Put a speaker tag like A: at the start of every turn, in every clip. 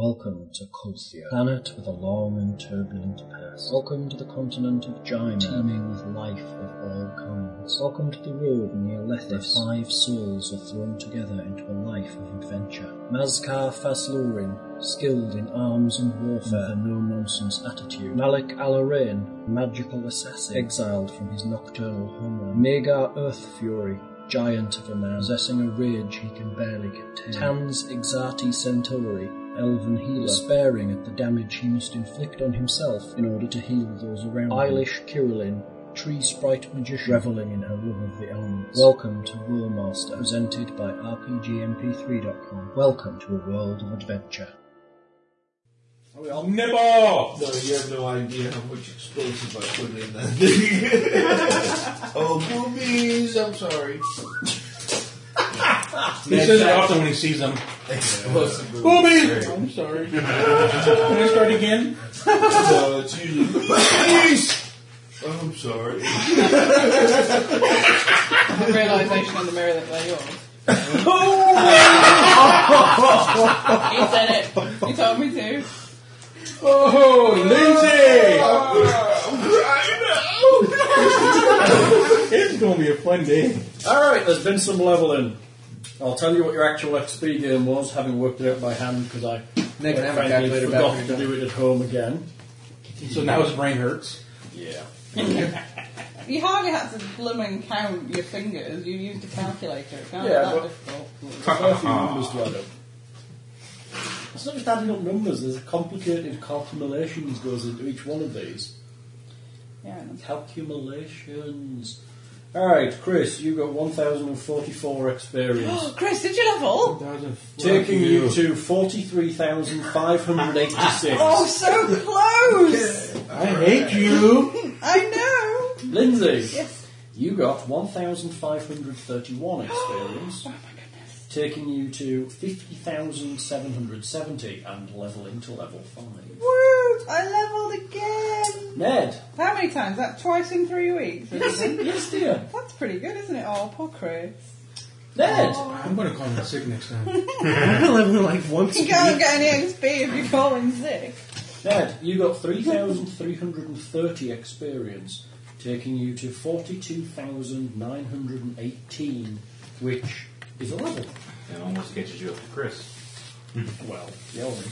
A: Welcome to Colcia, planet with a long and turbulent past. Welcome to the continent of Gyma, teeming with life of all kinds. Welcome to the road near Lethis, where five souls are thrown together into a life of adventure. Mazkar Faslurin, skilled in arms and warfare, with a no-nonsense attitude. Malik Alarain, magical assassin, exiled from his nocturnal homeland. Magar Earth Fury, giant of a man, possessing a rage he can barely contain. Tans Exati Centauri, elven healer, sparing at the damage he must inflict on himself in order to heal those around him. Eilish Kirillin, tree sprite magician, reveling in her love of the elements. Welcome to War Master, presented by RPGMP3.com. Welcome to a world of adventure.
B: Nibble!
C: No, you have no idea how much explosive I put in that. oh, boobies! I'm sorry.
B: He says it often when he sees them. Booby! I'm sorry. Can I start again?
C: No, it's usually boobies. Oh, I'm sorry.
D: realization on the mirror that they're yours. you said it. You told me to.
B: Oh, Lindsay! It's going to be a fun day.
E: Alright, there's been some leveling. I'll tell you what your actual XP gain was, having worked it out by hand, because I
F: Nick never
E: frankly
F: calculated back
E: forgot
F: when
E: to
F: you're done.
E: do it at home again.
B: So now his brain hurts.
E: Yeah.
D: You hardly had to blooming count your fingers. You used a calculator. It can't
E: Yeah,
D: be that
E: but-
D: difficult.
E: There's quite a few numbers to add up. It's not just adding up numbers, there's complicated calculations goes into each one of these.
D: Yeah.
E: Calculations. Alright, Chris, you got 1044 experience.
D: Chris, did you level?
E: taking you to 43,586.
D: Oh, so close!
B: I hate you.
D: I know.
E: Lindsay,
D: Yes.
E: you got 1,531 experience,
D: Oh my goodness.
E: taking you to 50,770 and leveling to level 5.
D: Woo! I leveled again.
E: Ned,
D: How many times? That twice in three weeks. isn't it?
E: yes dear.
D: That's pretty good, isn't it? Oh, poor Chris.
E: Ned!
D: Oh.
B: I'm going to call him sick next time.
F: I level like once.
D: You can't get any XP if you call him sick.
E: Ned, you got 3,330 experience, taking you to 42,918, which is a level.
G: And almost catches you up to Chris.
E: Well, yelling.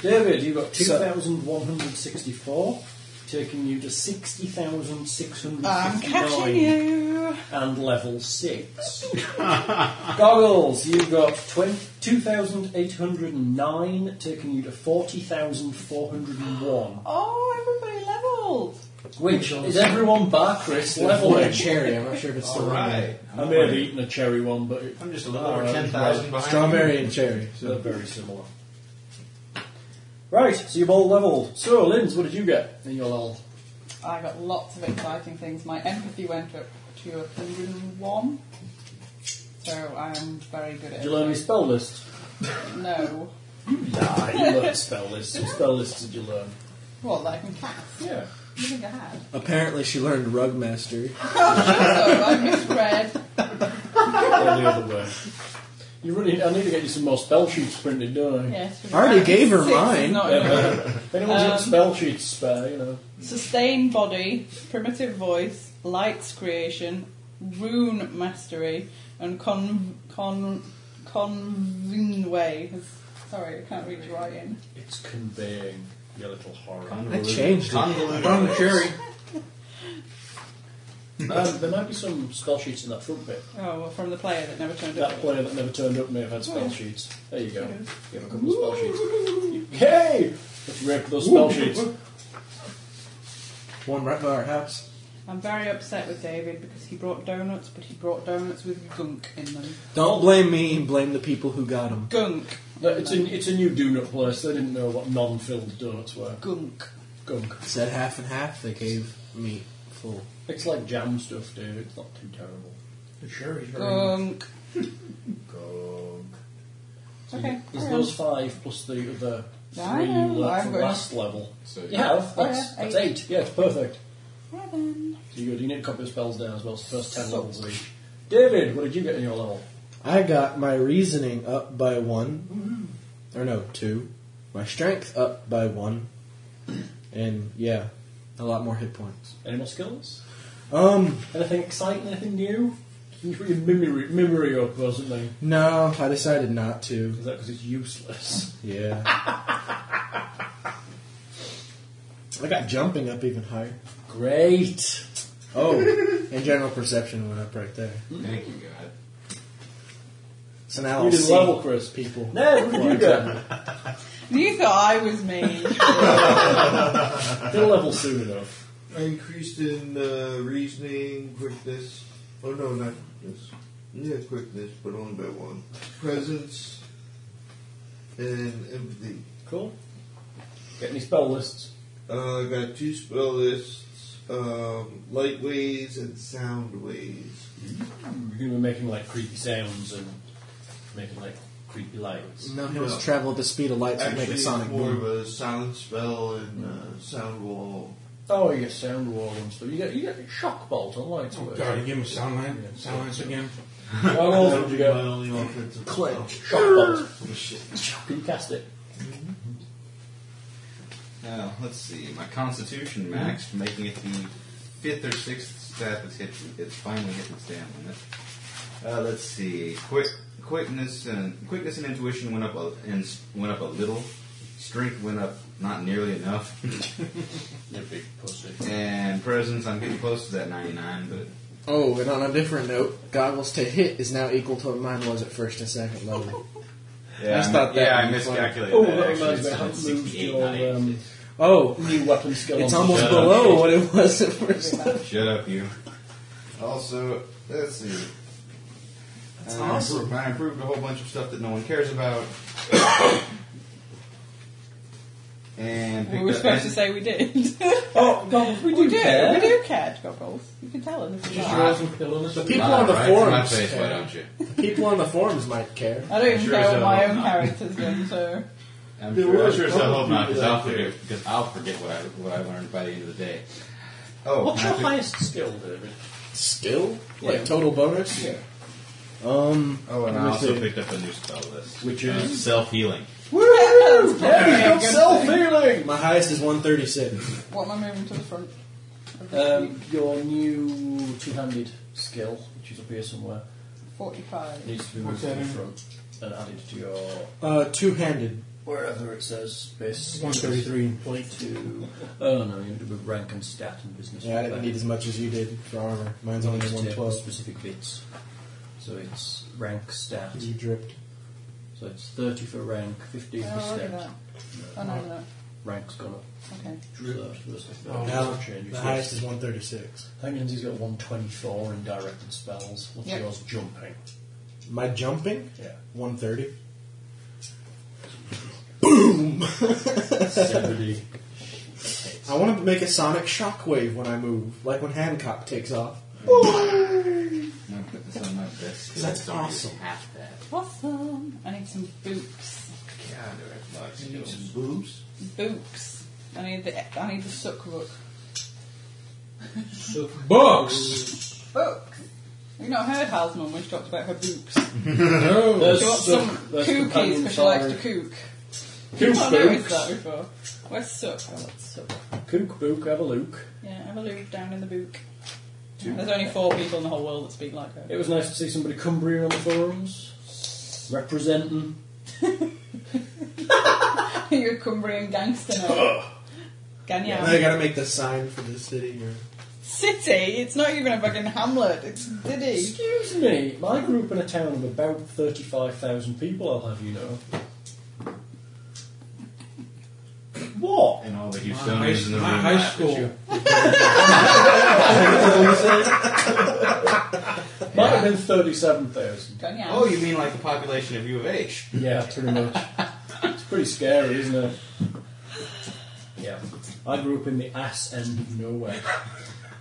E: David, you got 2,164, taking you to 60,659
D: Ah, I'm catching you.
E: and level 6. Goggles, you got 20, 2,809, taking you to 40,401.
D: Oh, everybody leveled.
E: Which is everyone bar Chris
F: Level
E: leveling?
F: cherry. I'm not sure if it's still
C: Alright.
E: I may have eaten a cherry one, but it,
C: I'm just a little over
E: Alright,
C: 10,000 behind.
F: Strawberry and cherry.
E: they're very similar. Right, so you've all leveled. So, Linz, what did you get in your level?
D: I got lots of exciting things. My empathy went up to 101. So I am very good at
E: Did you learn any
D: it.
E: spell lists?
D: No.
E: Nah, you learned spell lists. What spell lists did you learn?
D: What, that I can cast?
E: Yeah.
D: You think I had?
F: Apparently, she learned rug master.
D: So I misread.
E: Or the other way. You really, I need to get you some more spell sheets printed, don't I?
D: Yes. we
F: I already
D: read.
F: gave her
D: Six is
F: mine.
D: not
E: Yeah,
D: enough.
E: but if anyone's got
D: Um,
E: spell sheets spare, you know.
D: Sustained body, primitive voice, lights creation, rune mastery, and con con convey. Sorry, I can't read your writing.
E: It's conveying your little horror. Um,
F: I changed it.
C: Convoluted.
F: From cherry.
E: Um, there might be some spell sheets in that front bit.
D: Oh, well, from the player that never turned up.
E: That player that never turned up may have had spell sheets. There you go. Give a couple of spell sheets. Hey! Let's rape those spell sheets.
F: One right by our house.
D: I'm very upset with David because he brought donuts, but he brought donuts with gunk in them.
F: Don't blame me. Blame the people who got them.
D: Gunk,
E: No, it's, a, it's a new donut place. They didn't know what non filled donuts were.
D: gunk.
E: Gunk.
F: Said half and half. They gave me full.
E: It's like jam stuff, dude. It's not too terrible.
B: The cherry's very
D: Gunk. Okay.
E: There's those five plus the other three
D: I know,
E: left
D: I've
E: from
D: got-
E: last level.
G: So
E: You have?
D: Oh,
E: That's,
D: yeah,
E: that's
D: eight.
E: eight. Yeah, it's perfect.
D: Right then.
E: So you, you need a couple of spells down as well, so first ten levels of each. David, what did you get in your level?
F: Mm-hmm. I got my reasoning up by one, or no, two. my strength up by one, and yeah, a lot more hit points.
E: Any more skills?
F: Um,
E: Anything exciting? Anything new? Can you put your memory, memory up or something?
F: no, I decided not to.
E: Is that because it's useless?
F: Yeah. I got jumping up even higher.
E: Great.
F: Oh, and general perception went up right there.
G: Thank you, God.
F: So now
E: You
F: I'll
E: did
F: see
E: level, Chris.
F: people.
E: No, what did you get?
D: You thought I was me.
E: They'll level soon enough.
C: I increased in uh, reasoning, quickness. Oh no, not quickness. Yeah, quickness, but only by one. Presence and empathy.
E: Cool. Get any spell lists?
C: Uh, I got two spell lists: um, light waves and sound waves.
E: You're going to be making like creepy sounds and making like creepy lights.
F: No, he was travel at the speed of light to
C: Actually,
F: make a sonic
C: it's more
F: boom.
C: of a sound spell and uh, sound wall.
E: Oh, your sound wall and stuff. You get you get a shock bolt on lights.
B: Oh
E: work.
B: god, you give him sound line, sound lines again.
E: How rolls
C: That
E: did
C: would
E: you
C: be
E: get?
C: my only offensive
E: Click.
C: spell.
E: Shock bolt.
C: Oh, shit.
E: Can you cast it?
G: Now, let's see. My constitution maxed, making it the fifth or sixth stat that's hit. It's finally hit its damn limit. Uh, let's see. Quick, quickness and quickness and intuition went up a, and s- went up a little. Strength went up not nearly enough.
E: You big pussy.
G: and presence, I'm getting close to that 99, but
F: Oh, and on a different note, goggles to hit is now equal to what mine was at first and second level.
G: yeah,
F: That's
G: I
F: not that
G: yeah, I
F: funny.
G: miscalculated.
E: Oh,
G: that,
E: that
G: actually.
E: reminds me.
G: It's
E: How
G: not
E: moves
G: 68,
E: your
G: not 80.
E: um,
F: Oh,
E: new weapon skill?
F: it's
E: on
F: almost
E: the-
F: below what it was at first.
G: Shut up, you. Also, let's see. That's
C: Uh,
F: awesome.
G: I improved a whole bunch of stuff that no one cares about. and
D: we
G: picked
D: were
G: up-
D: supposed to say we did.
E: Oh, God, we
D: we
E: do
D: do.
E: care.
D: We do care, Goggles. You can tell us.
E: Just roll some skill on this.
F: The people
G: Ah,
F: on the
G: right,
F: forums.
G: to my face, why
F: care.
G: don't you?
F: People on the forums might care.
D: I don't even
G: Sure
D: care
G: as
D: what my
G: hell
D: own
G: not.
D: character's done, so.
G: I'm
E: There
G: sure,
E: were
G: I'm
E: a
G: sure as
E: couple
G: hell hope not, because
E: people
G: I'll
E: out there.
G: forget, because I'll forget what I, what I learned by the end of the day. Oh,
E: What's
G: and I
E: your
G: picked-
E: highest skill, David?
F: Skill?
E: Yeah.
F: Like total bonus?
E: Yeah.
F: Um,
G: Oh, and
F: let
G: I
F: me
G: also
F: see.
G: picked up a new spell list,
E: Which
G: Uh,
E: is?
G: self-healing.
E: Woo!
D: Yeah,
E: David,
D: good
E: self
D: thing.
E: healing.
F: My highest is 136.
D: What am I moving to the front? of the
E: Um, your new two-handed skill, which is up here somewhere,
D: 45.
E: needs to be
B: What's
E: moved to the
B: that in?
E: front and added to your
F: Uh, two-handed.
E: wherever it says space.
F: 133 and plate.
E: Two. Oh no, you need to move rank and stat and business.
F: Yeah, I didn't need as much as you did for armor. Mine's
E: You
F: only
E: need to take
F: 112.
E: specific bits. So it's rank stat.
F: You dripped.
E: So it's thirty for rank, fifteen for
D: Oh, look at
E: stat.
D: that. Oh, no, no.
E: Rank's gone up.
D: Okay.
E: So that's the
B: Oh,
F: Now,
E: change.
F: the highest is 136.
E: Hangin's has got 124 in directed spells. What's
D: Yeah.
E: yours jumping?
F: My jumping?
E: Yeah.
F: 130.
E: 70.
F: I want to make a sonic shockwave when I move, like when Hancock takes off.
G: I'm gonna put this on my desk.
F: That's
G: Don't even
F: awesome.
G: Half that.
D: Awesome. I need some books.
G: God, I have
C: You need
G: lots
C: some
G: of
C: boobs.
D: Books. I need the I need the suck book.
E: Books!
D: Books. You've not heard Hal's mum when she talks about her books.
B: Oh.
E: There's
D: She wants
E: suck-
D: some
E: there's
D: cookies because
E: companions
D: she likes
E: are-
D: to cook. You've
E: Kook
D: not noticed that
E: books.
D: before. Where's suck? Oh, that's suck.
E: Kook book, have a look.
D: Yeah, have a look down in the book. There's only four people in the whole world that speak like her.
E: It was nice to see somebody Cumbrian on the forums. Representing.
D: You're a Cumbrian gangster now. Can you?
F: Now I gotta make the sign for the city. Or...
D: City? It's not even a fucking hamlet. It's Diddy.
E: Excuse me, my group in a town of about 35,000 people, I'll have you know. What?
G: And all the
B: My
G: Houstonians
B: high,
G: in the room.
B: my
G: laugh
B: high
G: at you.
B: school.
E: Might have been 37,000.
D: Can you?
G: Oh, you mean like the population of U of H?
E: Yeah, pretty much. it's pretty scary, isn't it? Yeah. I grew up in the ass end of nowhere.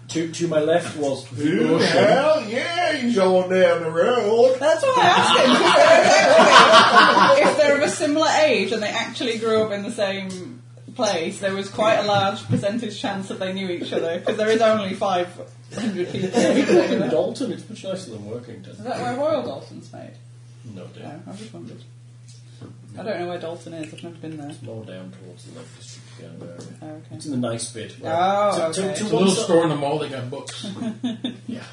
E: To, to my left was the ocean.
C: Hell yeah, he's on down the road.
D: That's why I asked him. if they're of a similar age and they actually grew up in the same place, there was quite a large percentage chance that they knew each other because there is only 500 people.
E: In
D: Is
E: Dalton, it's much nicer than Workington.
D: that where Royal Dalton's made?
E: No, dear.
D: No, I just wondered. I don't know where Dalton is. I've never been there.
E: More down towards the Lake District down there.
D: Oh, okay.
E: It's in the nice bit. where-
D: Oh,
E: to, to-
D: okay.
E: to
B: It's a
E: one
B: little
E: side-
B: store in the mall. They got books.
E: Yeah.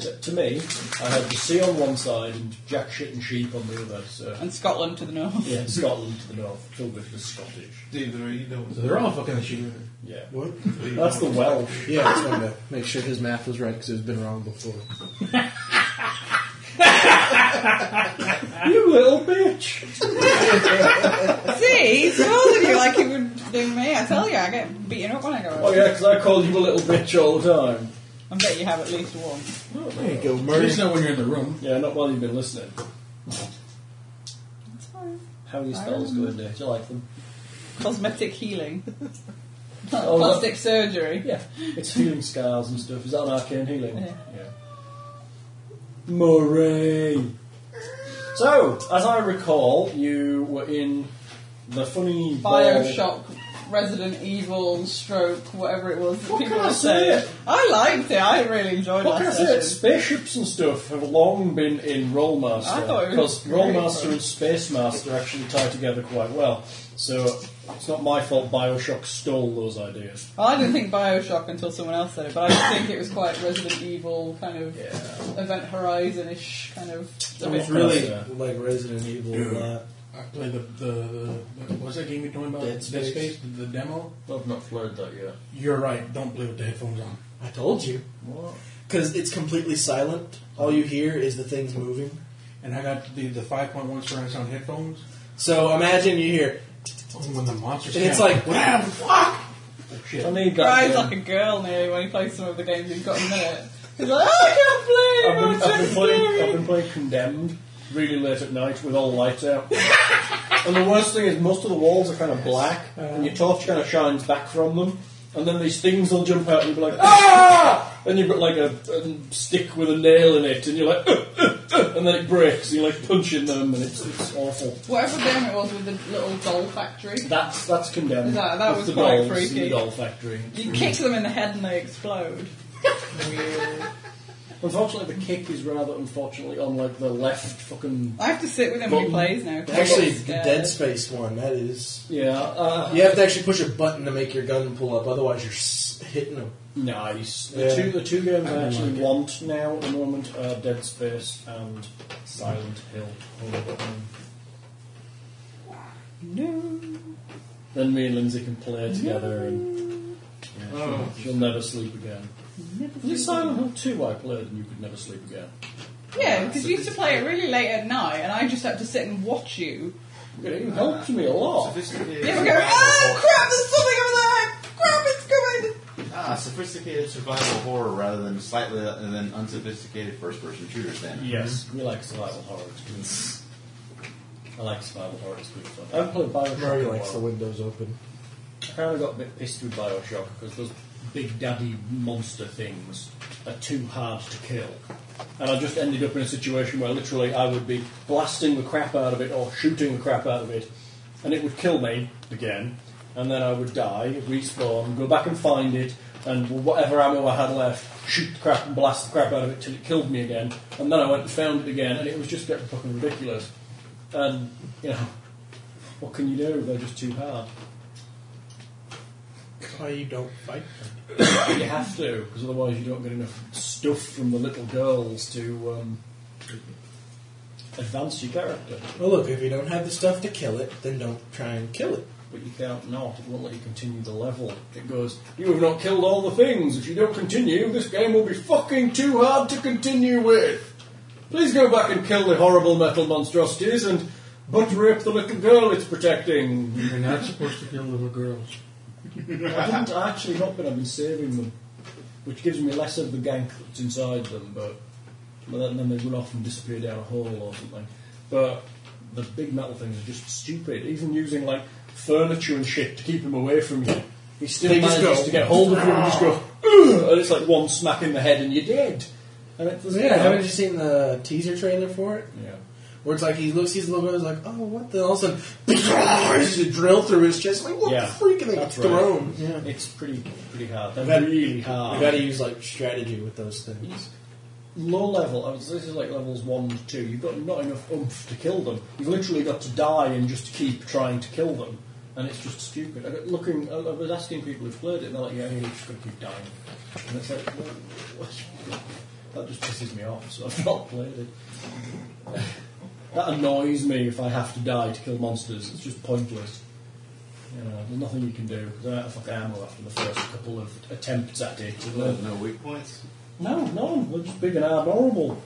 E: To, to me, I had the sea on one side and jack shit and sheep on the other. So
D: And Scotland to the north.
E: yeah, Scotland to the north, filled with the Scottish.
C: Dude, are you doing?
B: So they're all fucking shooting.
E: Yeah,
F: What?
E: that's the Welsh.
F: Yeah, I just wanted to make sure his math was right because it's been wrong before.
E: you little bitch.
D: See, he's smaller than you like he would do me. I tell you, I get beaten up when I go
E: Oh
D: out.
E: yeah, because I call you a little bitch all the time.
D: I bet you have at least one.
F: There you go,
B: At
F: Murray.
B: least not when you're in the room.
E: Yeah, not while you've been listening.
D: It's fine.
E: How are your spells going there? Do you like them?
D: Cosmetic healing.
E: Oh,
D: Plastic surgery.
E: Yeah, it's healing scars and stuff. Is that an arcane healing?
D: Yeah.
E: Murray. So, as I recall, you were in the funny ball-
D: Bioshock, Resident Evil, Stroke, whatever it was that
E: What
D: people
E: can I
D: were
E: say?
D: saying. I liked it. I really enjoyed
E: What can I
D: that
E: say?
D: session.
E: Spaceships and stuff have long been in Rollmaster
D: I thought it was
E: because
D: great
E: Rollmaster
D: fun.
E: and Spacemaster actually tie together quite well. So it's not my fault Bioshock stole those ideas.
D: Well, I didn't think Bioshock until someone else said it, but I just think it was quite Resident Evil kind of Event Horizon ish kind of. a bit-
E: It's really
F: like Resident Evil. Uh,
B: I played the the, the what's that game you're talking about?
F: Dead Space.
B: The demo.
E: I've not flirted that yet.
B: You're right. Don't play with the headphones on.
F: I told you.
E: What?
F: Because it's completely silent. All you hear is the things moving.
B: And I got the the 5.1 surround sound headphones.
F: So imagine you hear,
B: And when the monsters
F: and it's
B: came-
F: like, wow, fuck!
B: Oh, shit.
E: I need that.
D: cries
E: game.
D: like a girl nearly when he plays some of the games he's got in there. He's like, oh, I can't
E: I've been,
D: play anymore, it's so
E: I've been playing, I've
D: scary."
E: been playing Condemned really late at night with all the lights out. and the worst thing is most of the walls are kind of black, and your torch kind of shines back from them. And then these things will jump out and be like, ah! And you've got like a, a stick with a nail in it, and you're like, "Uh, uh, uh," and then it breaks, and you're like punching them, and it's, it's awful.
D: Whatever game it was with the little doll factory,
E: That's that's condemned.
D: That- that
E: It's
D: was
E: the
D: quite
E: dolls
D: freaky.
E: in the doll factory.
D: you kick them in the head and they explode.
E: Unfortunately, the kick is rather unfortunately on like the left fucking.
D: I have to sit with him when he
E: Button.
D: plays now. 'cause I
F: Actually,
D: get
F: the
D: scared.
F: Dead Space Oh. one, that is.
E: Yeah. Uh,
F: You have to actually push a button to make your gun pull up, otherwise you're s- hitting them.
E: Nice. The,
F: Yeah.
E: two, the two games I,
B: I
E: actually
B: like it.
E: want now at the moment are Dead Space and Silent Hill.
D: No.
E: Then me and Lindsay can play together and yeah, she'll, she'll never sleep again. Was it Silent Hill 2 I played and you could never sleep again?
D: Yeah, because you used to play it really late at night, and I just had to sit and watch you.
E: It helped me a lot.
G: Sophisticated.
D: You were going, oh crap, there's something over there! Crap, it's coming!
G: Ah, sophisticated survival horror rather than slightly and then unsophisticated first-person shooters. Then
E: Yes. We like survival horror. It's good. I like survival horror. It's good fun. I haven't played Bioshock
F: Murray
E: in a
F: likes the
E: while.
F: windows open.
E: I kind of got a bit pissed with Bioshock because those big daddy monster things are too hard to kill. And I just ended up in a situation where literally I would be blasting the crap out of it or shooting the crap out of it, and it would kill me again, and then I would die, respawn, go back and find it, and whatever ammo I had left, shoot the crap and blast the crap out of it till it killed me again, and then I went and found it again, and it was just getting fucking ridiculous. And, you know, what can you do? They're just too hard.
F: Why you don't fight
E: You have to, because otherwise you don't get enough stuff from the little girls to um, advance your character.
F: Well, look, if you don't have the stuff to kill it, then don't try and kill it.
E: But you can't not. It won't let you continue the level. It goes, you have not killed all the things. If you don't continue, this game will be fucking too hard to continue with. Please go back and kill the horrible metal monstrosities and butt rape the little girl it's protecting.
B: You're not supposed to kill little girls.
E: I haven't actually not been. I've been saving them, which gives me less of the gank that's inside them. But, but then, then they run off and disappear down a hole or something. But the big metal things are just stupid. Even using like furniture and shit to keep him away from you, he still
F: They just
E: manages
F: go,
E: to get hold of you and just go, "Ugh," and it's like one smack in the head and you're dead. And it doesn't.
F: Yeah, haven't you seen the teaser trailer for it?
E: yeah.
F: Where it's like he looks, he's a little bit, he's like, oh, what the? All of a sudden, just a drill through his chest. Like, what
E: Yeah,
F: the freak? And they get
E: that's right.
F: thrown. Yeah.
E: It's pretty uh, pretty hard. They're
F: That-
E: really
F: You
E: hard.
F: gotta use, like, strategy with those things.
E: low level, I mean, so this is like levels 1 to 2, you've got not enough oomph to kill them. You've literally got to die and just keep trying to kill them. And it's just stupid. I got looking, I I was asking people who've played it, and they're like, yeah, you're just going to keep dying. And it's like, well, what- that just pisses me off, so I've not played it. That annoys me if I have to die to kill monsters. It's just pointless. You know, there's nothing you can do. 'cause I don't have fucking ammo after the first couple of attempts at it.
G: No, no weak points.
E: No, no, we're just big and hard and horrible.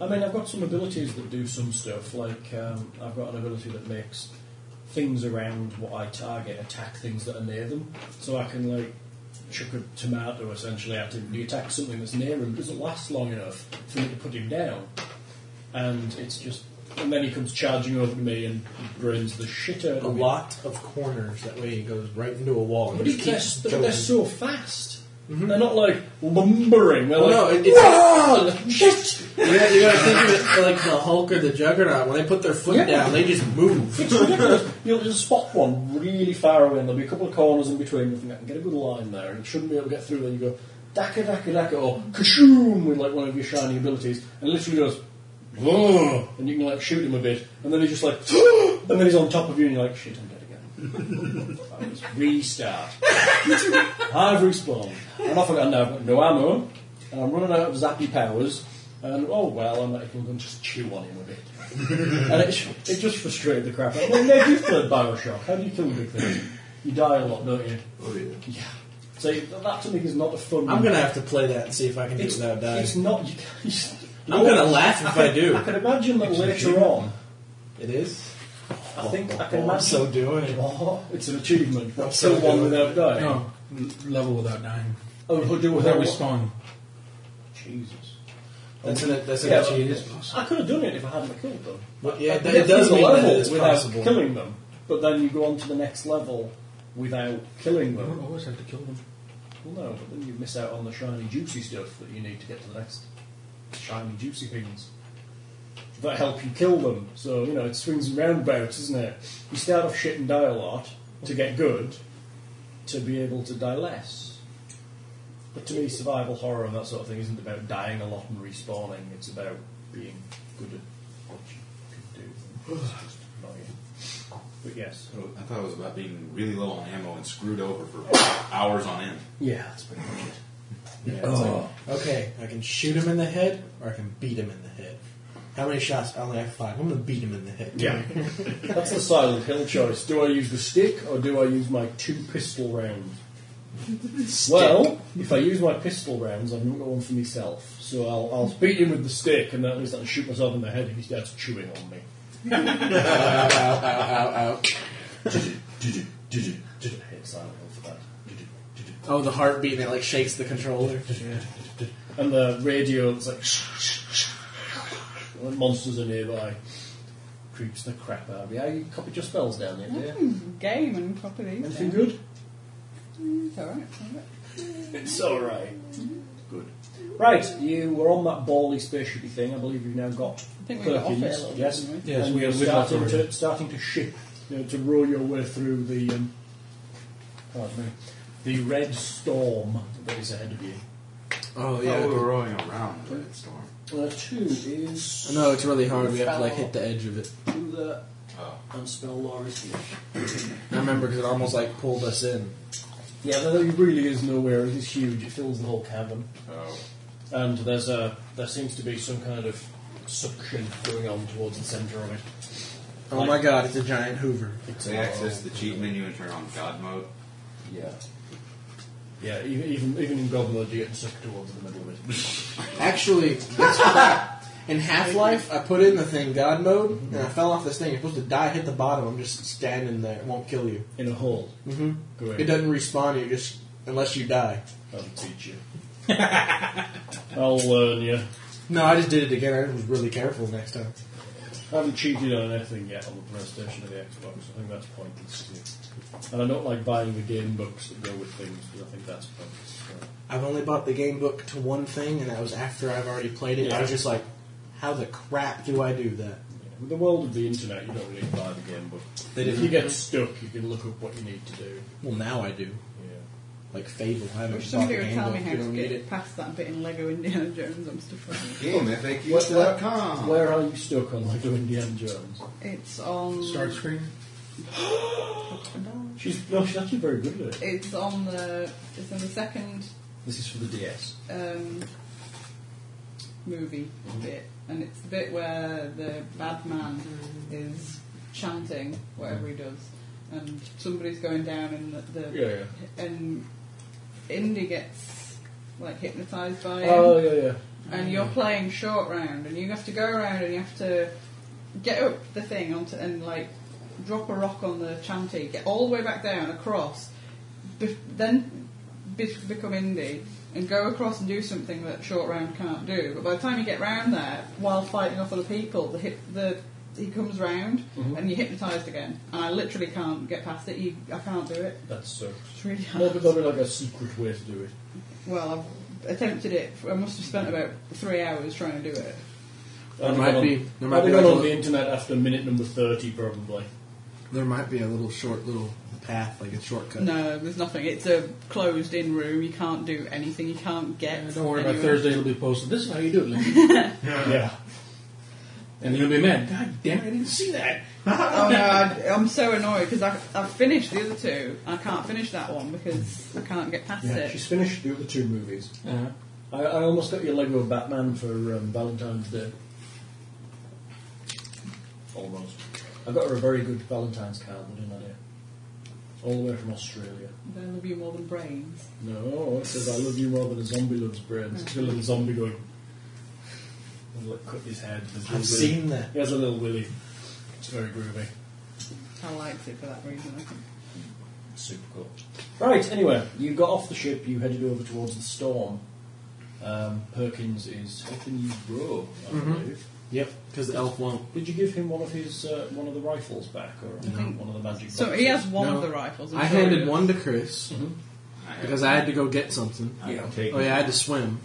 E: I mean, I've got some abilities that do some stuff. Like, um, I've got an ability that makes things around what I target attack things that are near them. So I can, like, chuck a tomato essentially at him. He attacks something that's near him, doesn't last long enough for me to put him down. And it's just. And then he comes charging over to me and brains the shit out
F: A
E: of me.
F: lot of corners that way it goes right into a wall. and
E: But
F: just
E: it- they're,
F: keeps
E: they're,
F: going.
E: they're so fast. They're not like lumbering. They're
F: Mm-hmm. Well,
E: like,
F: no, it- it's-
E: "Run! shit!
F: Yeah, you gotta think of it like the Hulk or the Juggernaut. When they put their foot
E: Yeah.
F: down, they just move.
E: It's ridiculous. You'll just spot one really far away, and there'll be a couple of corners in between. You think I can get a good line there, and it shouldn't be able to get through. Then you go daka daka daka, or kashoom with like one of your shiny abilities, and it literally goes. "Whoa," And you can like shoot him a bit, and then he's just like, and then he's on top of you, and you're like, shit, I'm dead again. I was restart. I've respawned. And off I go, now I've got no ammo, and I'm running out of zappy powers, and oh well, I'm like, I'm going to just chew on him a bit and it, it just frustrated the crap out of me. Ned, you've played Bioshock. How do you kill big things? You die a lot, don't you?
C: Oh yeah.
E: Yeah. So that to me is not a fun.
F: I'm gonna have to play that and see if I can do it without dying.
E: It's not. You, can- you
F: I'm
E: know,
F: gonna laugh if I do.
E: I can imagine that later on.
F: It is.
E: I think I can
F: Oh, I'm
E: imagine.
F: so doing.
E: Oh, it's an achievement.
F: I'm so
E: Kill one
F: good.
E: without dying.
B: No, l- level without dying.
E: Oh, we'll do
B: Without
E: without one.
B: respawn.
E: Jesus.
F: That's an that's an
E: Yeah.
F: achievement.
E: I could have done it if I hadn't killed them.
F: But yeah,
E: I
F: it,
E: could have
F: does
E: killed
F: mean
E: the
F: that
E: level
F: it's
E: without
F: possible.
E: killing them, but then you go on to the next level without killing
B: You
E: them.
B: don't always have to kill them.
E: Well, no, but then you miss out on the shiny, juicy stuff that you need to get to the next shiny, juicy things that help you kill them. So, you know, it swings and roundabouts, isn't it? You start off shit and die a lot to get good, to be able to die less. But to me, survival horror and that sort of thing isn't about dying a lot and respawning, it's about being good at what you can do. It's just annoying. But yes.
G: Oh, I thought it was about being really low on ammo and screwed over for hours on end.
E: Yeah, that's pretty much it.
F: Yeah, it's like, Oh. okay, I can shoot him in the head or I can beat him in the head. How many shots? I only have five. I'm gonna beat him in the head.
E: Yeah. That's the Silent Hill choice. Do I use the stick or do I use my two pistol rounds? Well, if I use my pistol rounds, I've not got one for myself. So I'll, I'll beat him with the stick and at least I'll shoot myself in the head if he starts chewing on me.
F: Ow, ow, ow, ow, ow.
E: I hate Silent Hill for that.
F: Oh, the heartbeat and it like shakes the controller.
E: And the radio that's like. and the monsters are nearby. Creeps the crap out of me. How you copied your spells down there, dear?
D: Game and copy these.
E: Anything
D: down.
E: good?
D: Mm, It's alright. it's alright.
E: It's alright. Good. Right, you were on that bally spaceshipy thing. I believe you've now got
D: I think we got off it a
E: Perkins.
D: little bit,
E: Yes,
D: didn't we?
B: Yes,
E: and
B: we
E: you're
B: have little
E: starting
B: authority.
E: to, starting to ship, you know, to row your way through the, um, pardon me, the red storm that is ahead of you.
F: Oh
G: Yeah, we
F: yeah.
G: were rolling around in that storm.
E: Uh, two is
F: No, it's really hard. We have to like hit the edge of it.
E: to the
G: Oh.
E: and spell lore is here.
F: I remember because it almost like pulled us in.
E: Yeah, there there really is nowhere. It is huge. It fills the whole cavern.
G: Oh.
E: and there's a there seems to be some kind of suction going on towards the centre of it.
F: Oh
E: Like-
F: my god, it's a giant Hoover.
E: It's
G: They access the cheat menu and turn on God mode.
E: Yeah. Yeah, even even, even in God mode, you get sucked towards the middle of it.
F: Actually, that's crap. In Half Life, I put in the thing God mode, and I fell off this thing. You're supposed to die, hit the bottom. I'm just standing there. It won't kill you.
E: In a hole.
F: Mm-hmm.
E: Great.
F: It doesn't respawn you, just unless you die.
E: I'll teach you. I'll learn you.
F: No, I just did it again. I was really careful next time.
E: I haven't cheated on anything yet on the PlayStation or the Xbox. I think that's pointless to me. And I don't like buying the game books that go with things because I think that's pointless. So.
F: I've only bought the game book to one thing, and that was after I've already played it. I was just like, how the crap do I do that?
E: Yeah, With the world of the internet, you don't really buy the game book.
F: They
E: if
F: didn't.
E: you get stuck, you can look up what you need to do.
F: Well, now I do.
E: Yeah.
F: like Fable. I haven't
D: Somebody would tell
F: handle
D: me
F: if
D: how
F: you
D: to
F: don't
D: get
F: need
D: it past that bit in Lego Indiana Jones. I'm stuck on.
G: GameFAQs.com.
E: Where are you stuck on Lego Indiana Jones?
D: It's on.
B: Start screen.
E: She's no, she's actually very good at it.
D: It's on the. It's on the second
E: This is for the DS.
D: um, movie bit, and it's the bit where the bad man is chanting whatever he does, and somebody's going down, and the, the
E: Yeah, yeah.
D: and Indy gets like hypnotized by him
E: Oh yeah, yeah.
D: and you're playing short round, and you have to go around and you have to get up the thing onto, and like drop a rock on the chanty, get all the way back down, across, be- then be- become indie, and go across and do something that short round can't do. But by the time you get round there, while fighting off other people, the hip, the he comes round and you're hypnotised again, and I literally can't get past it. You, I can't do it.
E: That's so.
D: It's really hard.
E: Well, but there'll be like a secret way to do it.
D: Well, I've attempted it. I must have spent about three hours trying to do it.
F: There
E: I've
F: might
E: gone
F: be-
E: On,
F: there might
E: I've
F: be
E: gone
F: like
E: on
F: a-
E: the internet after minute number thirty, probably.
F: There might be a little short little path, like a shortcut.
D: No, there's nothing. It's a closed-in room. You can't do anything. You can't get.
B: Don't worry about
D: anywhere.
B: Thursday. It'll be posted. This is how you do it, Lincoln.
E: Yeah.
B: and you'll be mad. God damn it! I didn't see that.
D: Oh no, I, I'm so annoyed because I've finished the other two. I can't finish that one because I can't get past
E: Yeah,
D: it.
E: she's finished the other two movies.
B: Uh-huh.
E: I, I almost got your Lego Batman for um, Valentine's Day. Almost. I got her a very good Valentine's card, but didn't I? dear? All the way from Australia.
D: They love you more than brains.
E: No, it says I love you more than a zombie loves brains. It's got a little zombie going. And look, cut his head. There's a
F: I've
E: little willy.
F: seen that.
E: He has a little willy. It's very groovy.
D: I liked it for that reason. I think.
E: Super cool. Right, anyway, you got off the ship, you headed over towards the storm. Um, Perkins is helping you row, I
F: Mm-hmm.
E: believe.
F: Yep, because the elf won't.
E: Did you give him one of his uh, one of the rifles back, or
D: think-
E: one of the magic?
D: So
E: boxes?
D: he has one
F: No.
D: of the rifles. I'm
F: I
D: sure he
F: handed
D: does.
F: one to Chris because I had to go get something.
G: I can take
F: Oh yeah, I had to swim.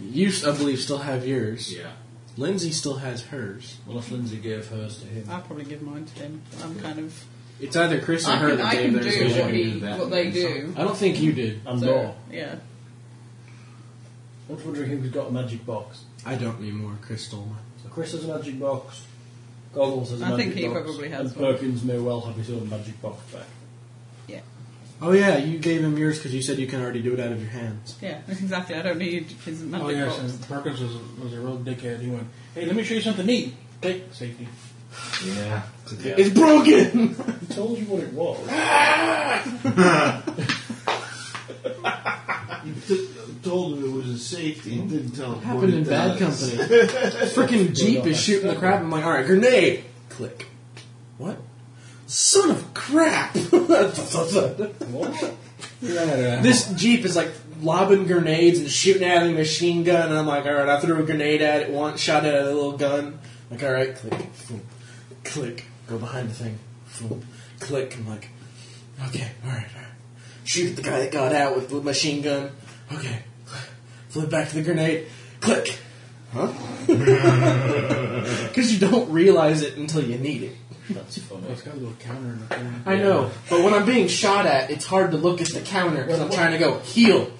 F: You, s- I believe, still have yours.
G: Yeah.
F: Lindsay still has hers.
E: Well, if Lindsay gave hers to him,
D: I'll probably give mine to him. I'm kind of.
F: It's either Chris or
D: I
F: her
D: can,
F: that
D: I
F: gave
D: can
F: theirs.
D: do
F: to
D: what,
F: you.
D: he, what they do.
F: I don't think you did.
E: and
D: so,
E: more.
D: yeah.
E: I'm just wondering who's got a magic box.
F: I don't anymore. Chris stole mine.
E: So Chris has a magic box. Goggles has a
D: I
E: magic
D: think he
E: box,
D: probably has
E: And
D: one.
E: Perkins may well have his own magic box back.
F: Oh yeah, you gave him yours because you said you can already do it out of your hands.
D: Yeah, exactly. I don't need his magic
B: Oh yes,
D: box.
B: and Perkins was, was a real dickhead. He went, "Hey, let me show you something neat." Click safety.
G: Yeah.
F: It's broken.
E: He told you what it was.
C: You t- told him it was a safety and didn't tell him what
F: Happened
C: it
F: in bad
C: does.
F: company. Freaking jeep is shooting the crap. I'm like, all right, grenade. Click. What? Son of crap! this
E: What?
F: jeep is like lobbing grenades and shooting at it with a machine gun. And I'm like, all right, I threw a grenade at it once, shot it at a little gun. Like, all right, click, boom, click, go behind the thing, boom, click. I'm like, okay, all right, all right. Shoot at the guy that got out with the machine gun. Okay, flip back to the grenade, click. Huh? Because you don't realize it until you need it.
E: That's funny.
B: It's got a little counter in the corner.
F: I know, but when I'm being shot at, it's hard to look at the counter because I'm trying to go heal,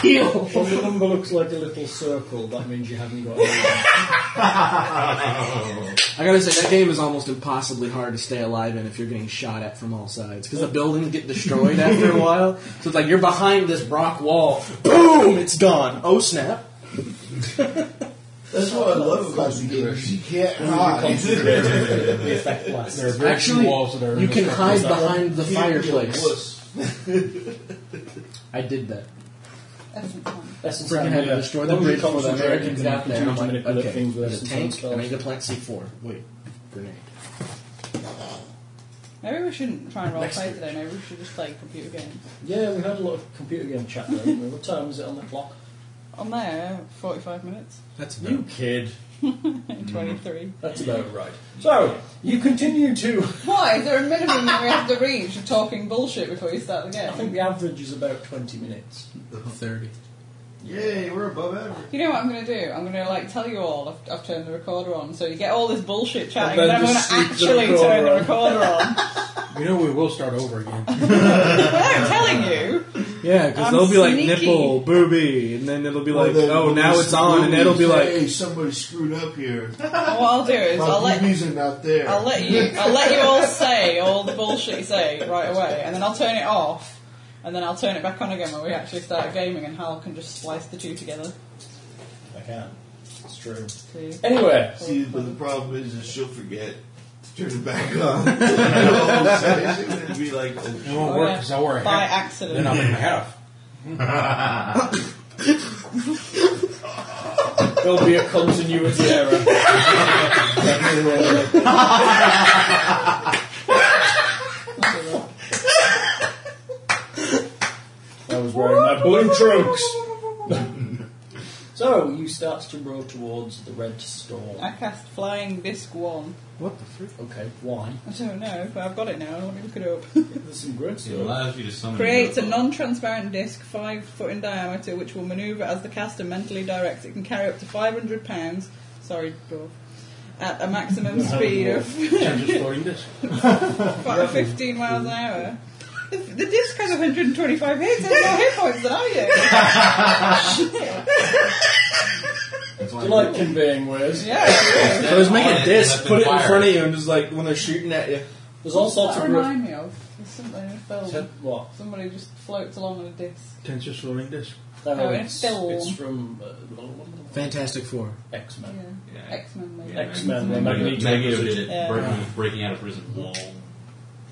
F: heal.
E: When the number looks like a little circle, that means you haven't got any.
F: I gotta say that game is almost impossibly hard to stay alive in if you're getting shot at from all sides because the buildings get destroyed after a while. So it's like you're behind this rock wall, boom, it's gone. Oh snap!
C: That's what Oh, I love about the game. You can't hide.
E: the effect last.
B: There are very few
F: Actually,
B: walls that are
F: you can hide
E: that one?
F: behind the
C: You can't be a
F: fireplace.
C: wuss.
F: I did that.
D: Essence one.
E: Essence
F: Freaking had to destroy the bridge for the Americans got there. I'm like,
E: manipulate
F: okay,
E: things with
F: there's a
E: essence
F: tank.
E: spells.
F: I need to plant C4. Wait, grenade.
D: Maybe we shouldn't try and roleplay today. Maybe we should just play computer games.
E: Yeah, we had a lot of computer game chat there. didn't we? what time is it on the clock?
D: On there, 45 minutes.
F: That's
E: You kid.
D: 23.
E: That's about right. So, you continue to.
D: Why? Is there a minimum that we have to reach of talking bullshit before you start the
E: I think
D: game?
E: the average is about 20 minutes.
F: thirty.
C: Yay, we're above average.
D: You know what I'm going to do? I'm going to like tell you all. I've, I've turned the recorder on, so you get all this bullshit chatting,
E: And
D: and
E: then
D: then I'm going
E: just
D: to
E: sneak the
D: actually
E: recorder
D: turn the
E: on.
D: recorder on.
B: You know we will start over again.
D: I'm telling you.
F: Yeah, because
D: I'm
F: they'll be like
D: sneaky.
F: nipple, booby, and then it'll be like,
C: Well, then
F: oh,
C: we'll
F: now
C: just
F: it's on, and
C: move.
F: it'll be like,
C: hey, somebody screwed up here.
D: What I'll do is
C: My
D: I'll let
C: boobies are not there.
D: I'll let you I'll let you all say all the bullshit you say right away, and then I'll turn it off, and then I'll turn it back on again when we actually start gaming, and Hal can just splice the two together.
E: I can. It's true.
D: See?
E: Anyway,
C: See, but the problem is that she'll forget to turn it back on. And all she's gonna be like, oh,
B: It
C: shit.
B: won't
D: Oh,
B: work
D: yeah.
B: because I wear a
D: By
B: hat. Then I'm
D: accident.
B: in a half.
E: there'll be a continuity error. I was wearing my blue trunks. so you start to row towards the red storm.
D: I cast flying disc one.
F: what the freak?
E: Okay, why?
D: I don't know, but I've got it now. Let me look it up.
E: There's some great
G: It allows you to summon.
D: Creates a
G: your-
D: non-transparent disc five foot in diameter, which will manoeuvre as the caster mentally directs. It can carry up to 500 pounds. Sorry, dwarf. At a maximum speed of
B: I'm just floating this.
D: about 15 miles an hour. The, the disc has 125 hits. There's more hit points than I
G: It's
E: I like conveying waves.
D: do. yeah.
F: So just make
G: On
F: a
G: it, and
F: disc,
G: up
F: put it in
G: fire.
F: front of you, and just like when they're shooting at you.
E: There's all sorts
D: that
E: of great.
D: remind me of? There's something in a film.
E: What?
D: Somebody just floats along on a disc.
B: Tensor floating disc.
E: No,
D: Oh,
E: it's,
D: it's film.
E: it's from uh,
F: Fantastic Four.
E: X
D: Yeah.
E: Men.
G: Yeah.
D: X-Men maybe.
G: Yeah,
E: X-Men,
G: Magneto-
E: when Magneto
G: Magneto
E: did
G: did it,
D: Yeah.
G: breaking, breaking out a prison wall,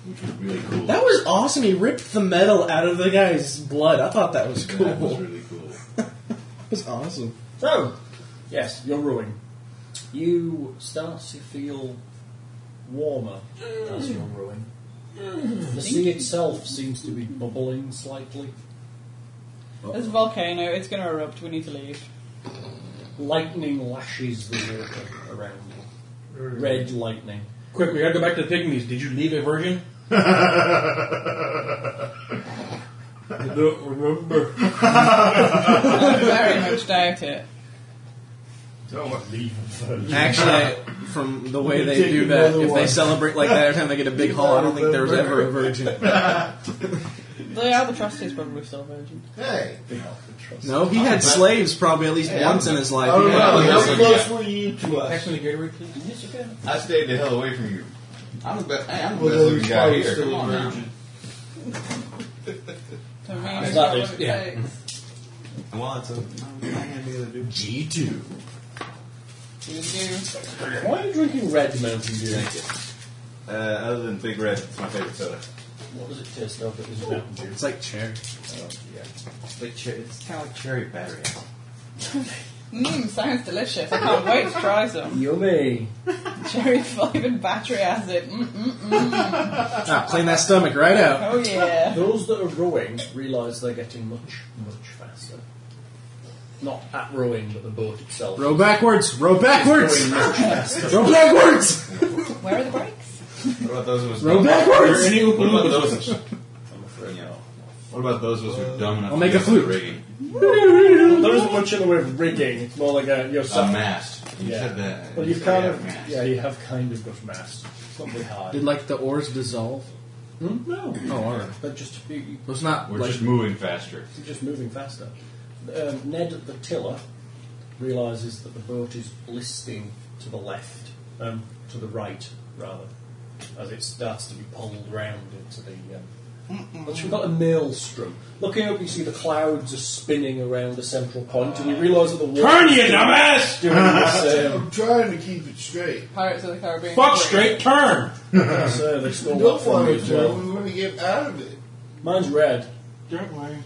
G: which was really cool.
F: That was awesome. He ripped the metal out of the guy's blood. I thought that was cool.
G: That was
F: That
G: really cool.
F: was awesome.
E: So, yes, you're rowing. You start to feel warmer as you're rowing. The sea itself seems to be bubbling slightly.
D: There's a volcano. It's going to erupt. We need to leave.
E: Lightning lashes the water around you. Red lightning.
B: Quick, we gotta go back to the pygmies. Did you leave a virgin? I don't remember.
D: I very much doubt it.
F: Actually, from the way they
C: Take
F: do that,
C: another
F: if they
C: one.
F: celebrate like that every time they get a big haul, I don't think there was ever a virgin.
D: The albatross is probably still virgin.
C: Hey,
F: No, he had slaves probably at least once in his
C: I
F: life.
E: Oh,
C: don't
F: He
C: know.
F: had
G: Yeah.
C: How
G: Yeah.
C: close were you to us?
B: Pass me the Gatorade, please.
E: Yes, you can.
G: I stayed the hell away from you. I'm the best. Hey, I'm the
C: Well,
G: best
C: then
G: looking
C: he's
G: guy
C: probably
G: here. Come
C: still a
G: on now.
C: virgin.
D: To me,
E: That
D: it's not
E: is-
D: what it
E: yeah.
D: takes.
G: And while it's open,
F: G2.
D: You do.
E: Why are you drinking red Mountain Dew?
G: uh, other than Big Red, it's my favorite soda.
E: What does it taste of that is Mountain Dew?
F: It's like cherry.
G: Oh, yeah. It's, like cher- it's kind of like cherry battery. acid.
D: Mmm, sounds delicious. I can't wait to try some.
E: Yummy.
D: Cherry flavored battery acid. Mm mm mm.
F: Ah, clean that stomach right out.
D: Oh yeah.
E: Those that are rowing realise they're getting much, much faster. Not at rowing, but the boat itself.
F: Row backwards. Row backwards.
E: Going much faster.
F: Row backwards.
D: Where are the brakes?
G: What about those of us?
F: Row backwards.
B: Any
G: What about
B: Oopaloopas with
G: those?
B: us?
E: I'm afraid
G: Yeah.
E: not.
G: What about those of us who are dumb enough?
F: I'll
G: to
F: make
G: get
F: a flute.
G: the rigging?
E: There isn't much in the way of rigging. It's more like a you're
G: A
E: sat-
G: mast. You
E: Yeah.
G: said that.
E: Well, you've
G: said
E: kind
G: we
E: of
G: have mast.
E: yeah, you have kind of got mast. It's not really hard.
F: Did like the oars dissolve?
E: Hmm? No.
F: Oh, all right.
E: But just you- you-
F: It was not
G: We're
F: like
G: just moving faster.
E: you're just moving faster. Um, Ned at the tiller realizes that the boat is listing to the left, um, to the right rather, as it starts to be pulled round into the. Um, what you call it, a maelstrom. Looking up, you see the clouds are spinning around the central point, and you realise that the water
B: Turn, you dumbass!
E: doing um, the same.
C: I'm trying to keep it straight.
D: Pirates of the Caribbean.
B: Fuck straight turn!
E: so they still
C: We don't
E: want from
C: want
E: you
C: to
E: as
C: tell.
E: well.
C: We want to get out of it.
E: Mine's red.
B: That way.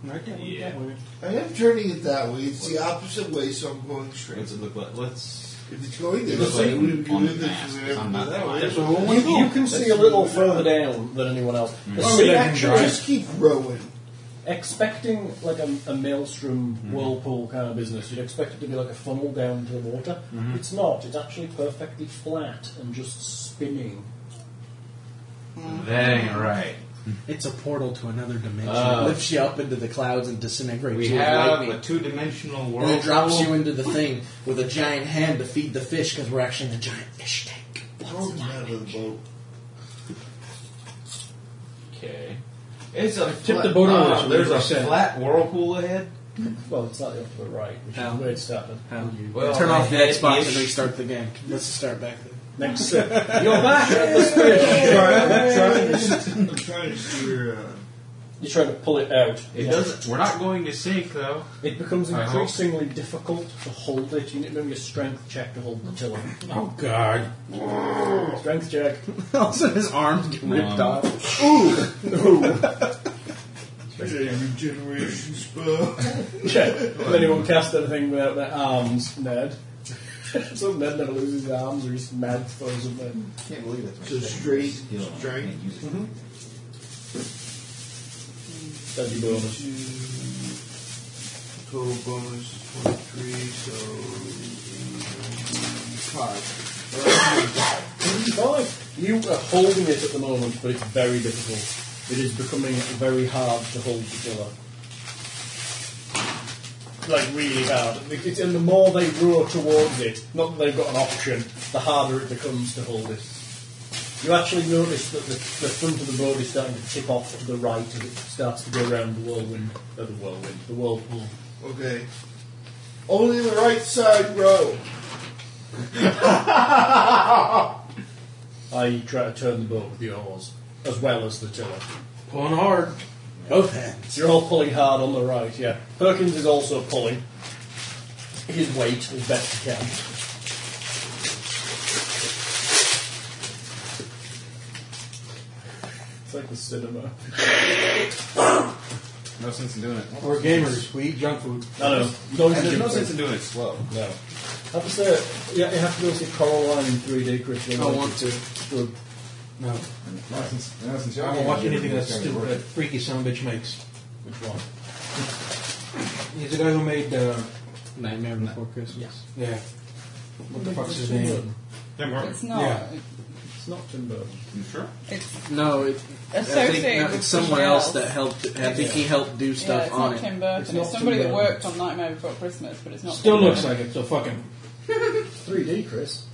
B: Not that way,
G: Yeah.
B: that way.
C: I am turning it that way. It's the opposite way, so I'm going straight.
G: What's it look like? Let's.
C: If it's going
G: It
C: this
G: looks
C: way,
G: like
C: we can
G: on
C: do
G: the
C: this
G: mast.
C: and then
G: I'm
C: that
G: not-
C: way.
G: that's
C: So
B: what
C: we
B: we
C: want
E: You,
B: do.
C: to
E: you can see a little further down than anyone else.
F: Hmm.
E: The
C: Oh,
E: sea
C: yeah,
E: actually
C: Just keep rowing.
E: expecting like a, a maelstrom
F: Hmm.
E: whirlpool kind of business, you'd expect it to be like a funnel down into the water.
F: Hmm.
E: It's not. It's actually perfectly flat and just spinning.
G: That ain't right.
F: It's a portal to another dimension.
G: Oh.
F: it lifts you up into the clouds and disintegrates
G: We
F: you with
G: have
F: lightning.
G: a two-dimensional world.
F: and it drops you into the thing with a giant hand to feed the fish because we're actually in a giant fish tank.
C: Throw him out of the boat.
G: Okay. It's a flat,
E: the boat over,
G: ah,
E: so
G: There's
E: we
G: a
E: said.
G: flat whirlpool ahead.
E: Well, it's slightly off to the right, which
F: How?
E: is where it started.
G: Well,
F: Turn off the
G: I-
F: Xbox
G: ish.
F: and restart the game. Let's start back then.
E: Next uh, set.
G: You're back at the
C: I'm trying
G: station.
C: to just- I'm trying to steer. Uh,
E: You're trying to pull it out.
G: It
E: Yeah.
G: doesn't. We're not going to sink though.
E: It becomes
G: I hope.
E: increasingly difficult to hold it. You need to make a strength check to hold the tiller.
B: Oh god.
E: Strength check.
F: also, his arms get ripped
G: No.
F: off.
C: yeah, regeneration spell.
E: Check. If anyone cast anything without their arms, Ned. so Ned never loses his arms or he's mad for something.
G: Can't believe that's my
C: So
G: second
C: straight
G: skill. I
C: strength?
G: can't use it.
E: That's your bonus.
C: Total bonus is 23, so. Five.
E: Five. You are holding it at the moment, but it's very difficult. It is becoming very hard to hold the killer. Like really hard. It- it's- and the more they roar towards it, not that they've got an option, the harder it becomes to hold it. You actually notice that the, the front of the boat is starting to tip off to the right as it starts to go around the whirlwind, uh, the whirlwind, the whirlpool.
C: Uh, okay. Only the right side row.
E: I try to turn the boat with the oars, as well as the tiller.
B: Pulling hard.
F: Both hands.
E: You're all pulling hard on the right, yeah. Perkins is also pulling his weight as best he can. It's like the cinema.
G: No sense in doing it.
B: We're gamers. We eat junk food.
E: No, no, no,
G: And there's no
E: no,
G: sense in doing it slow.
E: no. Have to say, yeah, you have to go see Coraline in 3D, Chris.
F: I want to.
E: Good.
B: No.
G: No sense. No sense.
B: I won't watch anything that stupid, that freaky son of a bitch makes.
E: Which one?
B: He's the guy who made, uh,
F: Nightmare Before Christmas.
B: yeah. What the fuck's his name?
G: Tim
D: It's not.
B: Yeah.
E: It's not Tim Burton.
G: You sure?
D: It's
F: No, it, I
D: associated
F: think, no,
D: with
F: it's someone else that
D: somebody
F: helped. I think he helped do
D: else.
F: stuff
D: yeah, it's
F: on
D: not
F: it.
D: Tim Burton.
E: It's
D: It's,
E: not
D: somebody
E: Tim
D: that
E: Burton.
D: worked on Nightmare Before Christmas, but it's not.
B: Still
D: Tim
B: looks
D: Burton.
B: like it, so fuck him.
E: 3D, Chris.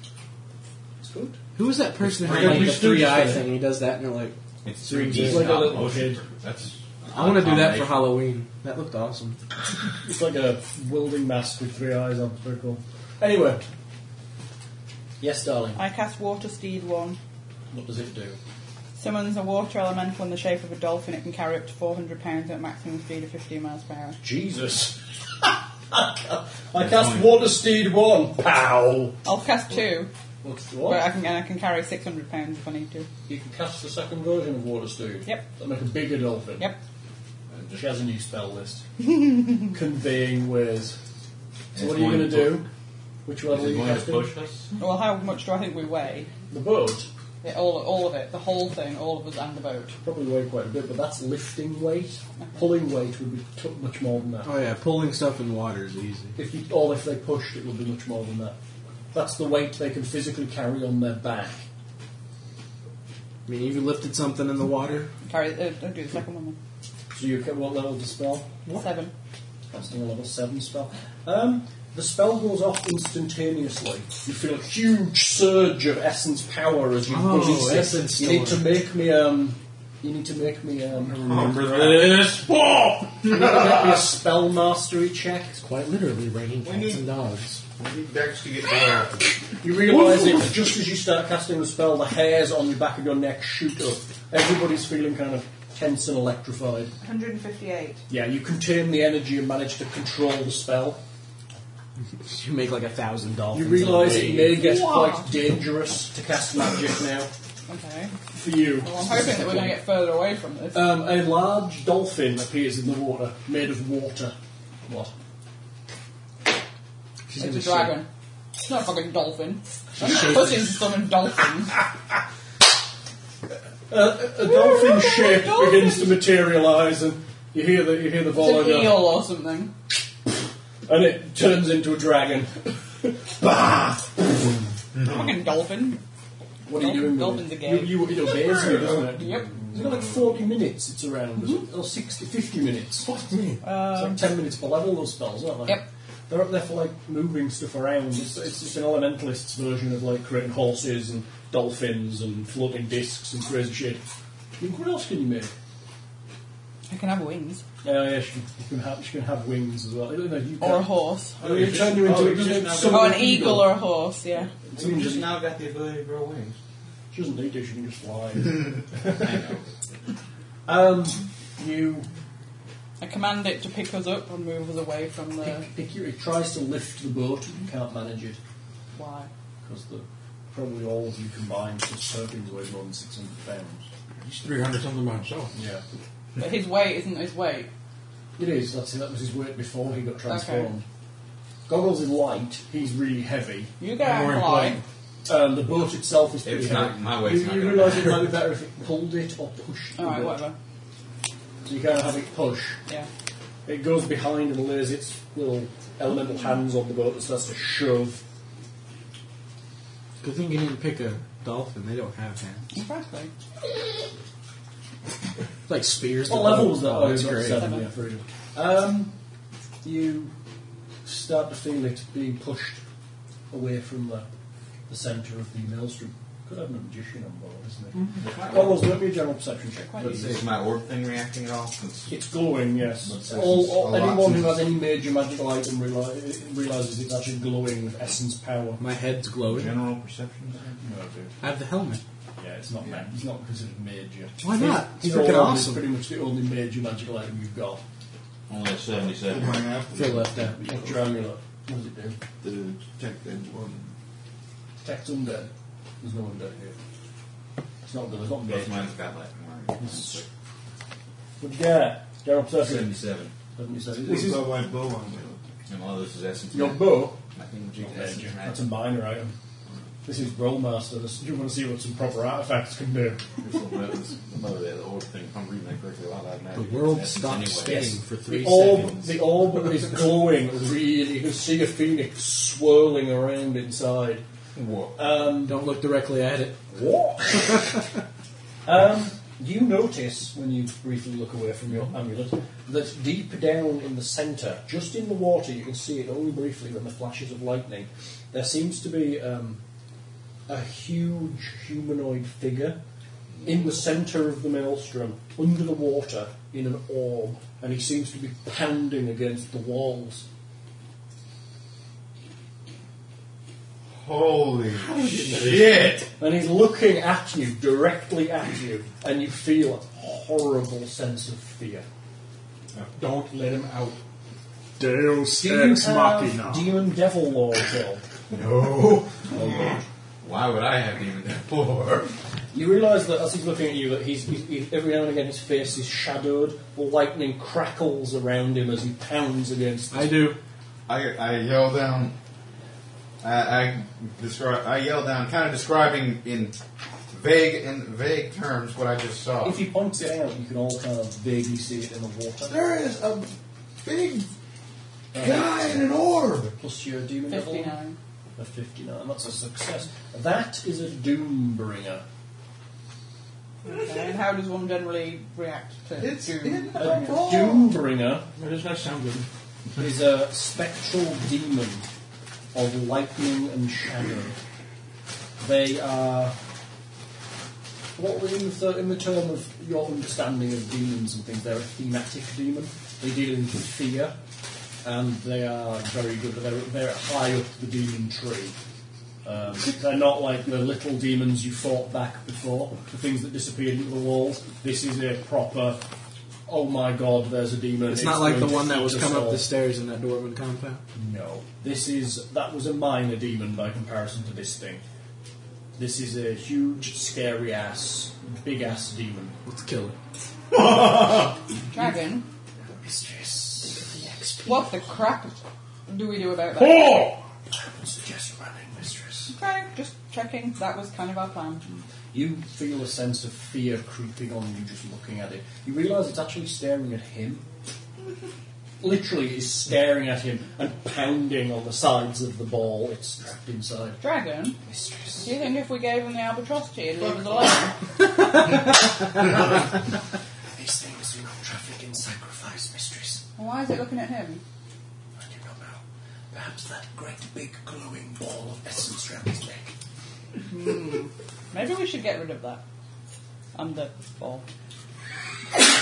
E: It's good.
F: Who was that person who
B: Three-
F: made the
B: Three
F: three eye
B: Stooges.
F: thing? He does that and you're like,
G: It's
F: Three
G: 3D.
F: Ds.
G: It's
E: Like a
G: not
E: little
G: motion.
E: kid.
G: That's.
F: I want to do that for
G: combination.
F: Halloween. That looked awesome.
E: It's like a welding mask with three eyes on. It's very cool. Anyway. Yes, darling.
D: I cast Water Steed one.
E: What does it do?
D: Summons a water elemental in the shape of a dolphin. It can carry up to 400 pounds at maximum speed of 15 miles per hour.
E: Jesus. I cast Water Steed 1. Pow!
D: I'll cast two,
E: What's the
D: but I can and I can carry 600 pounds if I need to.
E: You can cast the second version of Water Steed.
D: Yep.
E: That'll make a bigger dolphin.
D: Yep.
E: She has a new spell list. Conveying ways. So
G: It's
E: what are you
G: going
E: going to
G: to
E: do? Which one
G: Is
E: are
G: it
E: you
G: going to
E: casting?
G: push us?
D: Well, how much do I think we weigh?
E: The boat.
D: Yeah, all all of it, the whole thing, all of us and the boat.
E: Probably weigh quite a bit, but that's lifting weight. Pulling weight would be t- much more than that.
F: Oh yeah, pulling stuff in water is easy.
E: If you, or if they pushed, it would be much more than that. That's the weight they can physically carry on their back.
F: I mean, if you lifted something in the water,
D: Carry. Uh, I'll do the second one.
E: So you can, what level to spell?
D: Then. Seven.
E: Casting a level 7 spell. Um, the spell goes off instantaneously. You feel a huge surge of essence power as you
F: Oh,
E: release it.
F: essence
E: You need to make me um you need to make me um
G: Remember this. Whoa!
E: you need to make me a spell mastery check.
F: it's quite literally raining cats and dogs.
C: I need Dex to get better.
E: You realise it just as you start casting the spell, the hairs on your back of your neck shoot up. Everybody's feeling kind of tense and electrified.
D: 158.
E: Yeah, you contain the energy and manage to control the spell.
F: You make like a thousand
E: You
F: dolphins.
E: realise
F: in a
E: it
F: wave.
E: may get
D: Wow.
E: quite dangerous to cast magic now.
D: Okay.
E: for you.
D: Well, I'm hoping that we're going to get further away from this.
E: Um, a large dolphin appears in the water, made of water. What?
D: it's
F: She's gonna
D: a
F: shoot.
D: dragon. It's not a fucking dolphin. Pussies summon dolphins.
E: A dolphin shape
D: Dolphin!
E: begins to materialise, and you hear the you hear the volley,
D: It's an
E: go,
D: eel or something.
E: and it turns into a dragon.
D: Fucking dolphin.
E: What are you doing?
D: Dolphins
E: with it?
D: again.
E: You, you, it obeys you, doesn't it?
D: Yep.
E: It's got like 40 minutes it's around, is
D: Mm-hmm.
E: it? Or 60, 50 minutes. it's like 10 minutes per level, those spells, aren't they?
D: Yep.
E: They're up there for like moving stuff around. It's, it's just an elementalist's version of like creating horses and dolphins and floating discs and crazy shit. I mean, What else can you make?
D: I can have wings.
E: Yeah, yeah, she can, she can have she can have wings as well. I don't know. You
D: Or a
E: can-
D: horse.
E: Oh, you turn you into
G: Oh,
E: it
G: you
E: doesn't
G: just
E: it
G: now
E: summon
D: Or an eagle or a horse, yeah.
G: You've just now got the ability to grow wings.
E: She doesn't need to. She can just fly. um, you
D: I command it to pick us up and move us away from the.
E: pick, pick your. It tries to lift the boat. You can't manage it
D: Why?
E: because the probably all of you combined because Perkins weighs more than six hundred pounds.
B: He's 300 something by himself.
E: Yeah,
D: But his weight isn't his weight.
E: it is. That's that was his weight before he got transformed. Goggles is light. He's really heavy.
D: You go out and fly.
E: Um, the boat itself is pretty
G: It's
E: heavy.
G: not- my weight's
E: you
G: not
E: you
G: gonna
E: realise it
G: matter.
E: might be better if it pulled it or pushed. the
D: Alright,
E: boat.
D: whatever.
E: So you can't have it push.
D: Yeah.
E: It goes behind and lays its little elemental hands on the boat and starts to shove.
B: Good thing you didn't pick a dolphin. They don't have hands.
D: Exactly.
B: It's like spears.
E: What level was that?
B: Oh, that's
E: you got
B: great.
E: Seven, yeah, very good. Um, you start to feel it being pushed away from the, the centre of the maelstrom. Could have a magician on board, isn't it?
G: Mm-hmm.
E: Almost, let me a general perception check.
G: Let's see, is my orb thing reacting at all? Since
E: It's glowing, yes.
G: That's
E: All, all,
G: a lot.
E: anyone who has any major magical item reali- realises it's actually glowing with essence power.
B: My head's glowing.
G: general perception?
E: No, dude.
B: I have the helmet.
E: Yeah, it's not. ma- It's not considered major.
B: Why not?
E: It's,
B: He's
E: your
B: freaking
E: orb
A: um,
E: is
B: awesome.
E: pretty much the only major magical item you've got.
G: Only at 77.
C: My apple.
B: Feel left out.
E: What's your amulet? What does it do?
C: The detect that one.
E: Detect undead. There's no undead here. It's not good. It's not
G: Both
E: major.
G: mine's got like one.
E: What'd you get? You're obsessing.
G: 77.
E: Doesn't it say?
C: This is
E: This is
C: my white bow on it.
G: And all this is essence.
E: your
G: magic.
E: bow.
G: I think magic
E: Not
G: essence
E: major.
G: magic.
E: That's a minor item. This is Rollmaster. This- You want to see what some proper artifacts can do?
G: This little bit was- remember that old thing, I'm reading that correctly, a lot of magic
B: The world
G: is essence
B: stopped
G: anyway.
B: spinning for three
E: The orb,
B: seconds.
E: the orb is glowing really. You can see a phoenix swirling around inside.
G: Whoa.
E: Um,
B: Don't look directly at it.
E: What? um, you notice when you briefly look away from your amulet that deep down in the centre, just in the water, you can see it only briefly when the flashes of lightning. There seems to be um, a huge humanoid figure in the centre of the maelstrom, under the water, in an orb, and he seems to be pounding against the walls.
C: Holy
G: Shit!
E: And he's looking at you, directly at you, and you feel a horrible sense of fear.
B: Don't let him out.
H: Deus
E: Do you
H: ex machina.
E: have demon devil lore still?
B: No.
G: Why would I have even that poor?
E: You realise that as he's looking at you, that he's, he's, he's every now and again his face is shadowed. The lightning crackles around him as he pounds against.
B: I do.
G: I, I yell down. I, I describe. I yell down, kind of describing in vague in vague terms what I just saw.
E: If he points it out, you can all kind of vaguely see it in the water.
G: There is a big guy in an orb.
E: Plus your demon devil.
D: 59.
E: A fifty-nine. That's a success. That is a doom bringer.
D: Okay. And how does one generally react to
G: It's
D: doom?
G: in
E: A
G: the vault.
E: doom bringer
B: That does not sound good.
E: is a spectral demon of lightning and shadow. They are what was in the, thir- in the term of your understanding of demons and things. They're a thematic demon. They deal in fear, and they are very good. They're, they're high up the demon tree. Um, they're not like the little demons you fought back before, the things that disappeared into the walls. This is a proper. Oh my god, there's a demon.
B: It's, not like the
E: going to
B: one that
E: eat
B: was
E: us
B: come up
E: all."
B: the stairs in that Dwarven compound.
E: No. This is that was a minor demon by comparison to this thing. This is a huge, scary ass, big ass demon.
B: Let's kill it.
D: Dragon?
E: Mistress.
D: What the crap do we do about that?
E: Suggest running, mistress.
D: Okay, just checking. That was kind of our plan.
E: You feel a sense of fear creeping on you just looking at it. You realise it's actually staring at him. literally is staring at him and pounding on the sides of the ball it's trapped inside.
D: Dragon?
E: Mistress.
D: Do you think if we gave him the albatross tea, he'd leave us alone?
E: These things do not traffic in sacrifice, mistress.
D: Why is it looking at him?
E: I do not know. Perhaps that great big glowing ball of essence round his neck.
D: Maybe we should get rid of that. And the ball.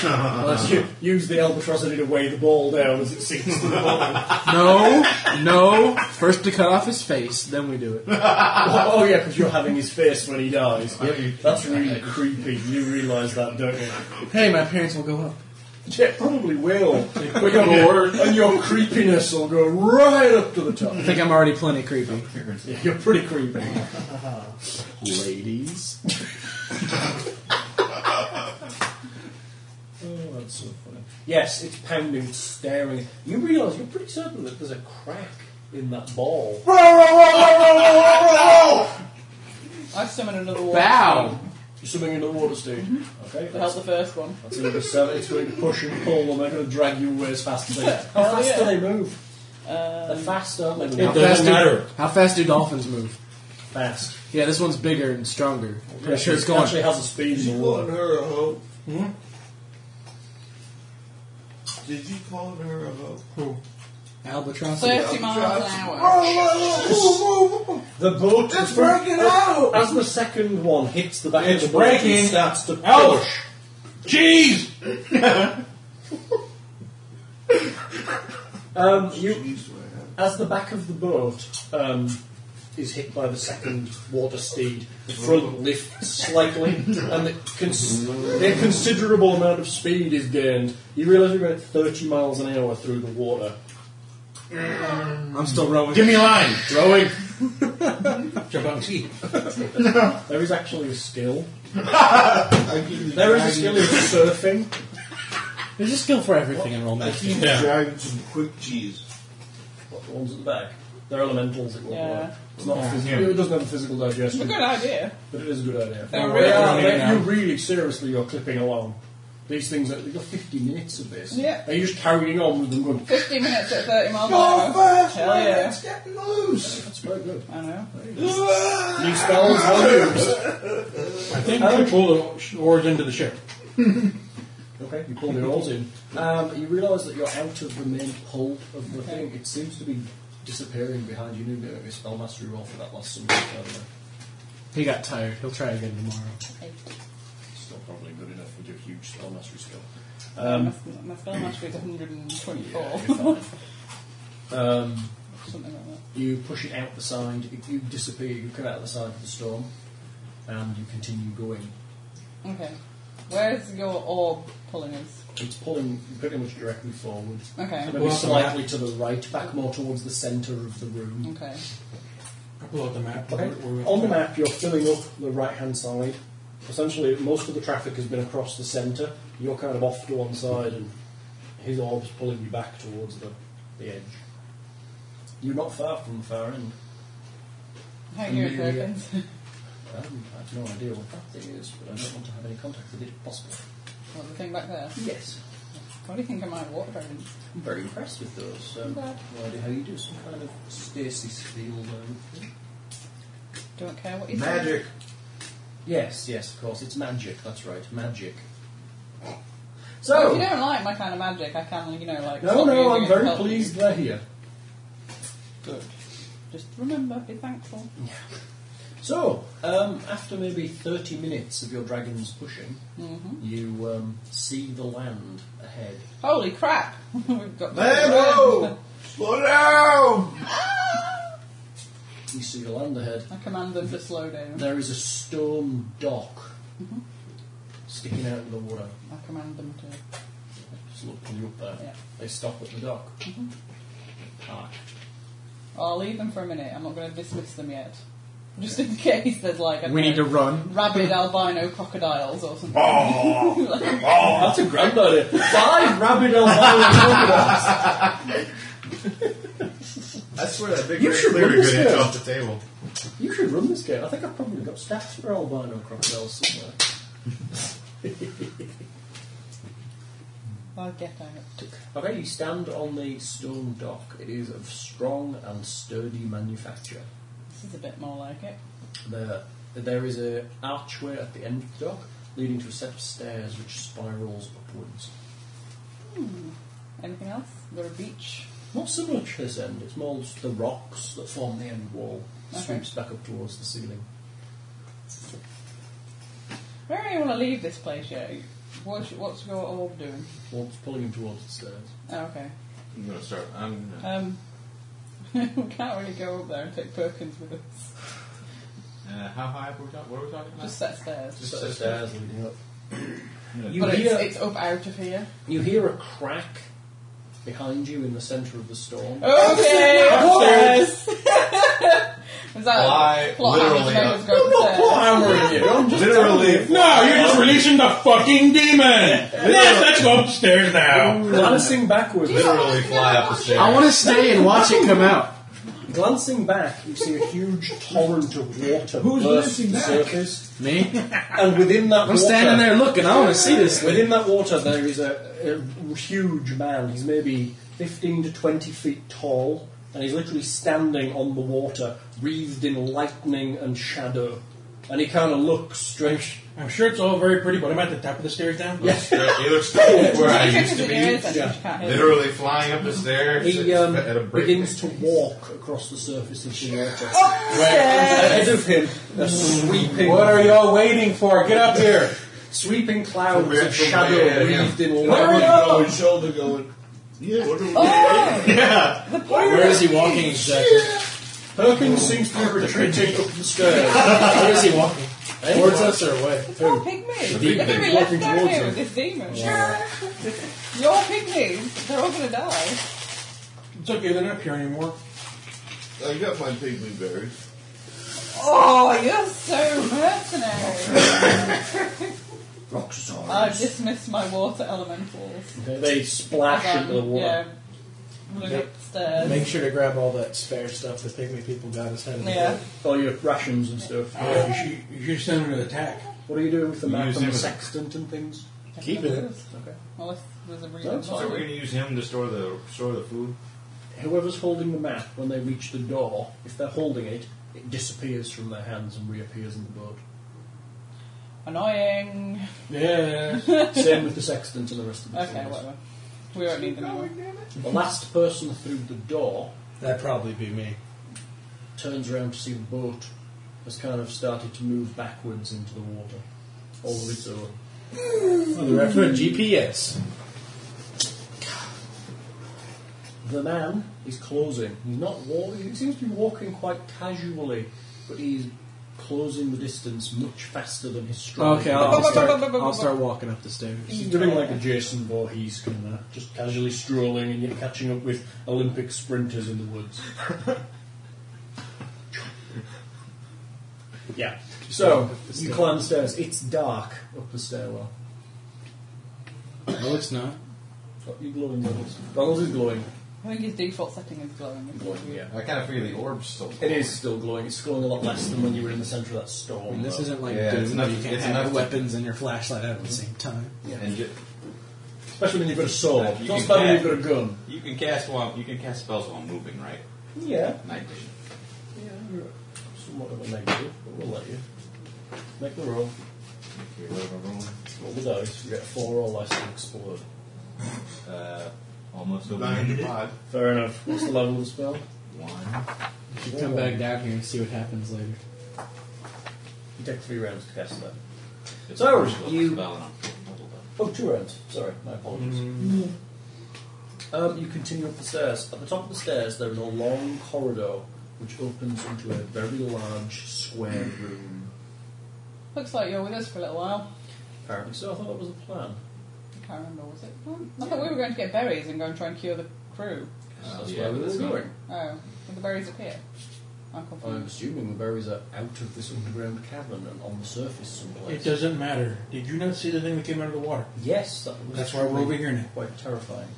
E: Unless you use the albatross and it away the ball down as it sinks to the bottom.
F: No, no. First to cut off his face, then we do it.
E: oh, oh, yeah, because you're having his face when he dies. That's really creepy. You realise that, don't you?
F: Hey, my parents will go up.
E: Yeah, it probably will. But your and your creepiness will go right up to the top.
F: I think I'm already plenty creepy.
E: Yeah, you're pretty creepy. Ladies. oh, that's so funny. Yes, it's pounding, staring. You realise you're pretty certain that there's a crack in that ball.
D: I summon another water
F: Bow.
E: You're swimming in the water, Steve. Okay,
D: to help
E: that's,
D: the first one.
E: that's another seven. It's going to push and pull, and they're going to drag you away as fast as they can. How
D: Oh,
E: fast do
D: yeah.
E: they move? They're fast, aren't they?
F: How fast do- How fast do dolphins move?
E: Fast.
F: Yeah, this one's bigger and stronger. Pretty
E: Yeah,
F: sure it's
E: it
F: going.
E: Actually has a speed in the water.
C: her a hoe?
E: Hmm?
C: Did you call her a hoe?
F: Albatross.
D: 30 miles an hour.
E: The boat is breaking out. As the second one hits the back of the boat, it
F: breaking
E: starts to push.
B: Jeez!
E: Um, you, as the back of the boat um, is hit by the second water steed, the front lifts slightly, and the cons- a considerable amount of speed is gained. You realise you're going at 30 miles an hour through the water.
F: I'm still rowing.
B: Um, Give me a line!
E: Rowing.
B: Jump on ski.
E: There is actually a skill.
C: I keep the
E: There is a
C: dragon-
E: skill in surfing.
F: There's a skill for everything in roll
C: I
F: magic.
C: keep the dragon some quick cheese.
E: What, the ones at the back? They're elementals. It won't
D: Yeah.
E: work. It's not a physical. It doesn't have a physical digestion.
D: It's a good idea.
E: But it is a good idea.
D: They're
E: Yeah,
D: really
E: they-
F: running now.
E: you really seriously you're clipping along. These things are you've got fifty minutes of this.
D: Yeah.
E: And you're just carrying on with them going
D: 50 minutes at 30 miles an hour. Hell yeah.
C: getting loose!
E: that's very good.
D: I know.
E: New spells well used.
B: I think I pull the oars into the ship.
E: Okay, you pull the oars in. Um, you realise that you're out of the main pull of the thing. It seems to be disappearing behind you. You need to make a spell mastery roll for that last summon. I don't know.
F: He got tired. He'll try again tomorrow.
E: It's not probably good enough with your huge spell mastery skill. Um,
D: my, my spell mastery is 124.
E: you're fine. um,
D: Something like that.
E: You push it out the side, you- you disappear, you come out the side of the storm, and you continue going.
D: Okay. Where is your orb pulling us?
E: It's pulling pretty much directly forward.
D: Okay.
E: Maybe slightly to the right, back more towards the centre of the room.
D: Okay.
B: I pull out the map.
E: Okay.
B: Where- where-
E: On the map, you're filling up the right hand side. Essentially, most of the traffic has been across the centre. You're kind of off to one side, and his orb's pulling you back towards the, the edge. You're not far from the far end.
D: Hang your
E: Maybe-
D: tokens.
E: Um, I have no idea what that thing is, but I don't want to have any contact with it if possible.
D: What, the thing back there?
E: Yes.
D: What do you think of my water dragons?
E: I'm very impressed with those. Um,
D: Okay.
E: no idea how you do some kind of stasis field. Um,
D: Don't care what you say.
G: Magic.
E: yes, yes, of course. It's magic. That's right, magic.
D: Well,
E: So,
D: if you don't like my kind of magic, I can, you know, like.
E: Oh.
D: stop
E: no,
D: using it
E: no, I'm
D: to
E: very
D: help you.
E: pleased they're here.
D: Good. Just remember, be thankful.
E: So, um, after maybe 30 minutes of your dragons pushing,
D: hmm
E: you um, see the land ahead.
D: Holy crap! We've got.
C: Lando! Slow down!
E: You see the land ahead.
D: I command them to slow down.
E: There is a stone dock sticking out of the water.
D: I command them to.
E: Just look pull you up there.
D: Yeah.
E: They stop at the dock. Park.
D: I'll leave them for a minute. I'm not going to dismiss them yet. Just in case there's like. I don't
F: We need
D: know,
F: to run.
D: Rabid albino crocodiles or something.
E: Oh, that's a grand idea. Five rabid albino crocodiles.
G: I swear that big
E: You
G: red
E: should
G: clear
E: run this
G: could inch
E: down.
G: off the table.
E: You should run this game. I think I've probably got stats for albino crocodiles somewhere.
D: I I'll get out.
E: Okay, you stand on the stone dock. It is of strong and sturdy manufacture.
D: This is a bit more like it.
E: There, there is a archway at the end of the dock leading to a set of stairs which spirals upwards.
D: Anything else? Got a beach.
E: Not so much this end. It's more just the rocks that form the end wall.
D: Okay.
E: Sweeps back up towards the ceiling.
D: Where do you want to leave this place yet? What's, what's your orb doing?
E: Well, it's pulling him towards the stairs.
D: Oh, okay.
G: I'm gonna start. I'm gonna,
D: Um, we can't really go up there and take Perkins with us.
G: uh, how high up were we talking? What are we talking about?
D: Just set stairs.
G: Just the stairs leading up.
E: You
D: But
E: hear,
D: it's, it's up out of here.
E: you hear a crack behind you in the centre of the storm.
D: Okay! Upstairs! Is that
G: Why,
D: plot armor to
G: literally,
D: make
G: uh,
D: us go upstairs?
E: hammering you. I'm just
G: Literally,
B: No, you're just releasing the fucking demon. Yes, let's go upstairs now.
E: glancing backwards.
G: literally fly up the stairs.
F: I want to stay and watch it come out.
E: Glancing back, you see a huge torrent of water burst to the surface,
F: Me?
E: and within that
F: I'm
E: water,
F: standing there looking. I want to see this.
E: Within that water, there is a, a huge man. He's maybe 15 to 20 feet tall, and he's literally standing on the water, wreathed in lightning and shadow. And he kind of looks strange.
B: I'm sure it's all very pretty, but I'm at the top of the stairs now.
E: Yeah.
G: It looks where I
D: Okay,
G: used
D: because it
G: to be.
D: is, and
E: yeah.
D: you can't hear it.
G: Literally flying up the stairs
E: He um,
G: at a break.
E: begins to walk across the surface of the water. Ahead of him, a sweeping,
B: What are y'all waiting for? Get up here.
E: sweeping clouds
G: We're
E: of
G: from-
E: shadow
G: yeah, yeah, yeah.
E: wreathed in
G: Where
E: lightning.
G: going? Shoulder going. Yeah. What are we doing? yeah.
F: Where is he walking uh, exactly?
E: Perkins seems to be retreating up the stairs.
F: Where is he walking? Towards us or away?
D: Oh, pygmies!
G: big
D: They're going to
G: thing.
D: be left
E: Walking
D: down
E: towards
D: here
E: them.
D: with this demon. Your pygmies, they're all going to die.
B: It's okay, they're not up here anymore.
C: I got my pygmy berries.
D: Oh, you're so mercenary. I dismiss my water elementals.
E: They splash
D: Um,
E: into the water.
D: Yeah. Look upstairs.
F: Make sure to grab all that spare stuff the pygmy people got instead of
D: yeah.
E: All your rations and stuff.
B: You should- You should send an attack.
E: What are you doing with the
G: You
E: map
G: use
E: and the
G: him as a-
E: sextant and things?
F: Keep it.
E: Okay.
D: Unless there's a reason.
E: That's
D: why.
G: So we're gonna use him to store the store the food.
E: Whoever's holding the map, when they reach the door, if they're holding it, it disappears from their hands and reappears in the boat.
D: Annoying.
B: Yeah.
E: Same with the sextant and the rest of the
D: Okay,
E: things.
D: whatever. We won't need them anymore.
E: The last person through the door
F: That'd probably be me.
E: turns around to see the boat has kind of started to move backwards into the water. All of its own.
F: For the reference, GPS.
E: The man is closing. He's not walking. He seems to be walking quite casually, but he's closing the distance much faster than his stride.
F: Okay, I'll, I'll start, I'll start walking up the stairs.
E: He's doing like a Jason Voorhees kind of, just casually strolling and yet catching up with Olympic sprinters in the woods. yeah. So you climb the stairs. It's dark up the stairwell.
F: No, it's not.
E: Oh, you glowing, Ruggles. Ruggles is glowing.
D: I think his default setting is glowing. isn't it?
E: Glowing, yeah.
G: I kind of figure the orb's still.
E: It is still glowing. It's glowing a lot less than when you were in the centre of that storm.
F: I mean, this
E: though.
F: isn't like
G: Yeah,
F: Doom
G: it's
F: where
G: enough-
F: you can
G: it's
F: have your
G: enough to-
F: weapons and your flashlight out at the same time.
G: And ju-
E: Especially when you've got a sword.
G: You
E: Don't
G: can
E: spell when you've
G: act.
E: got a gun.
G: you can cast while you can cast spells while moving, right?
E: Yeah.
G: Night vision.
E: Yeah, you're somewhat of a negative, but we'll let you. Make the roll. Roll the dice. You get four or less to explode.
G: Uh, almost over.
C: Nine to five.
E: Fair enough. What's the level of the spell?
G: One.
F: You come back down here and see what happens later.
E: You take three rounds to cast that.
G: It's
E: So,
G: a spell
E: you-
G: spell and I'm leveled up.
E: Oh, two rounds. Sorry, my apologies. Um, you continue up the stairs. At the top of the stairs, there is a long corridor which opens into a very large square room.
D: Looks like you're with us for a little while.
E: Apparently, so I thought that was the plan.
D: I can't remember, was it? I thought we were going to get berries and go and try and cure the crew.
G: Uh,
E: That's
G: yeah,
E: where we
G: but
E: were
G: that's not-
E: going.
D: Oh, did the berries appear? I'm confused.
E: I'm assuming the berries are out of this underground cavern and on the surface someplace.
B: It doesn't matter. Did you not see the thing that came out of the water?
E: Yes, that was
B: That's why we're over here now.
E: quite terrifying.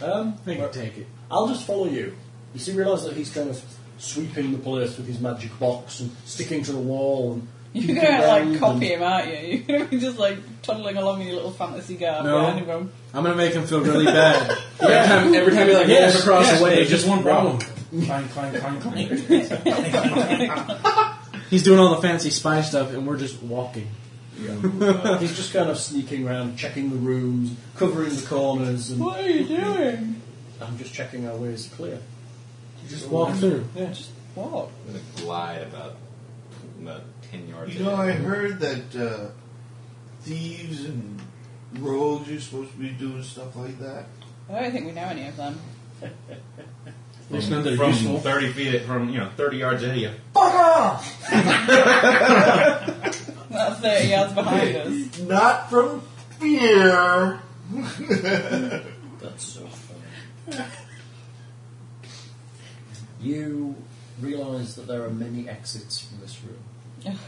E: Um,
F: I
E: well,
F: can take it.
E: I'll just follow you. You see, realise that he's kind of sweeping the place with his magic box and sticking to the wall and
D: You're going to like copy him, aren't you? You're going to be just like toddling along in your little fantasy garb
F: No.
D: behind him. going,
F: I'm gonna make him feel really bad. every time, every time he
B: "Oh,
F: like rolls across the way,
B: there's just one problem. clang, clang, clang, clang.
F: he's doing all the fancy spy stuff, and we're just walking.
E: He's just kind of sneaking around, checking the rooms, covering the corners, and
D: What are you doing?
E: I'm just checking our way is clear.
F: Just walk through.
E: Yeah, just
D: What?
G: There's a glide about, about 10 yards
C: You know, I
G: ahead.
C: heard that uh, thieves and rogues are supposed to be doing stuff like that.
D: I don't think we know any of them.
F: There's none that are
G: from
F: useful.
G: 30 feet, from, you know, 30 yards ahead of you.
D: That's 30 yards behind us.
C: Not from fear.
E: That's so funny. you realise that there are many exits from this room.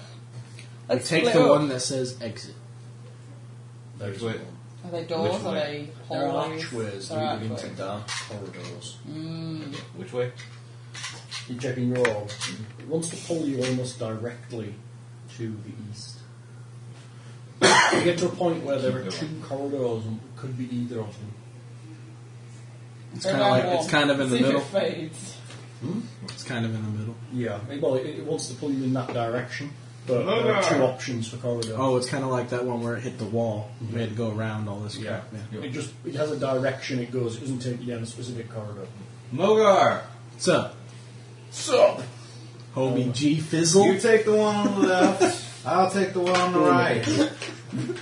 D: Let's
F: Take
D: split
F: the
D: up.
F: one that says exit.
E: There is
G: Wait.
E: one.
D: Are they doors?
G: Which
D: Are
G: way?
D: they
E: There are
D: hallways?
E: archways
D: There are
E: leading into
D: archways.
E: dark corridors.
G: Which way?
E: You're checking your orb. It wants to pull you almost directly to the east. you get to a point where there are
G: Keep
E: two corridors and it could be either of them.
F: It's
D: Go
F: kind of
D: down
F: like
D: one.
F: it's kind of in the
D: See if
F: middle.
D: It fades.
F: It's kind of in the middle.
E: Yeah. Well, it, it wants to pull you in that direction, but there are two options for corridors.
F: Oh, it's kind of like that one where it hit the wall. We had to go around all this
E: Yeah.
F: crap. Yeah.
E: It just it has a direction it goes. It doesn't take you down a specific corridor.
G: Mogar!
F: What's up?
E: So
F: Hobie G Fizzle.
G: You take the one on the left, I'll take the one on the right.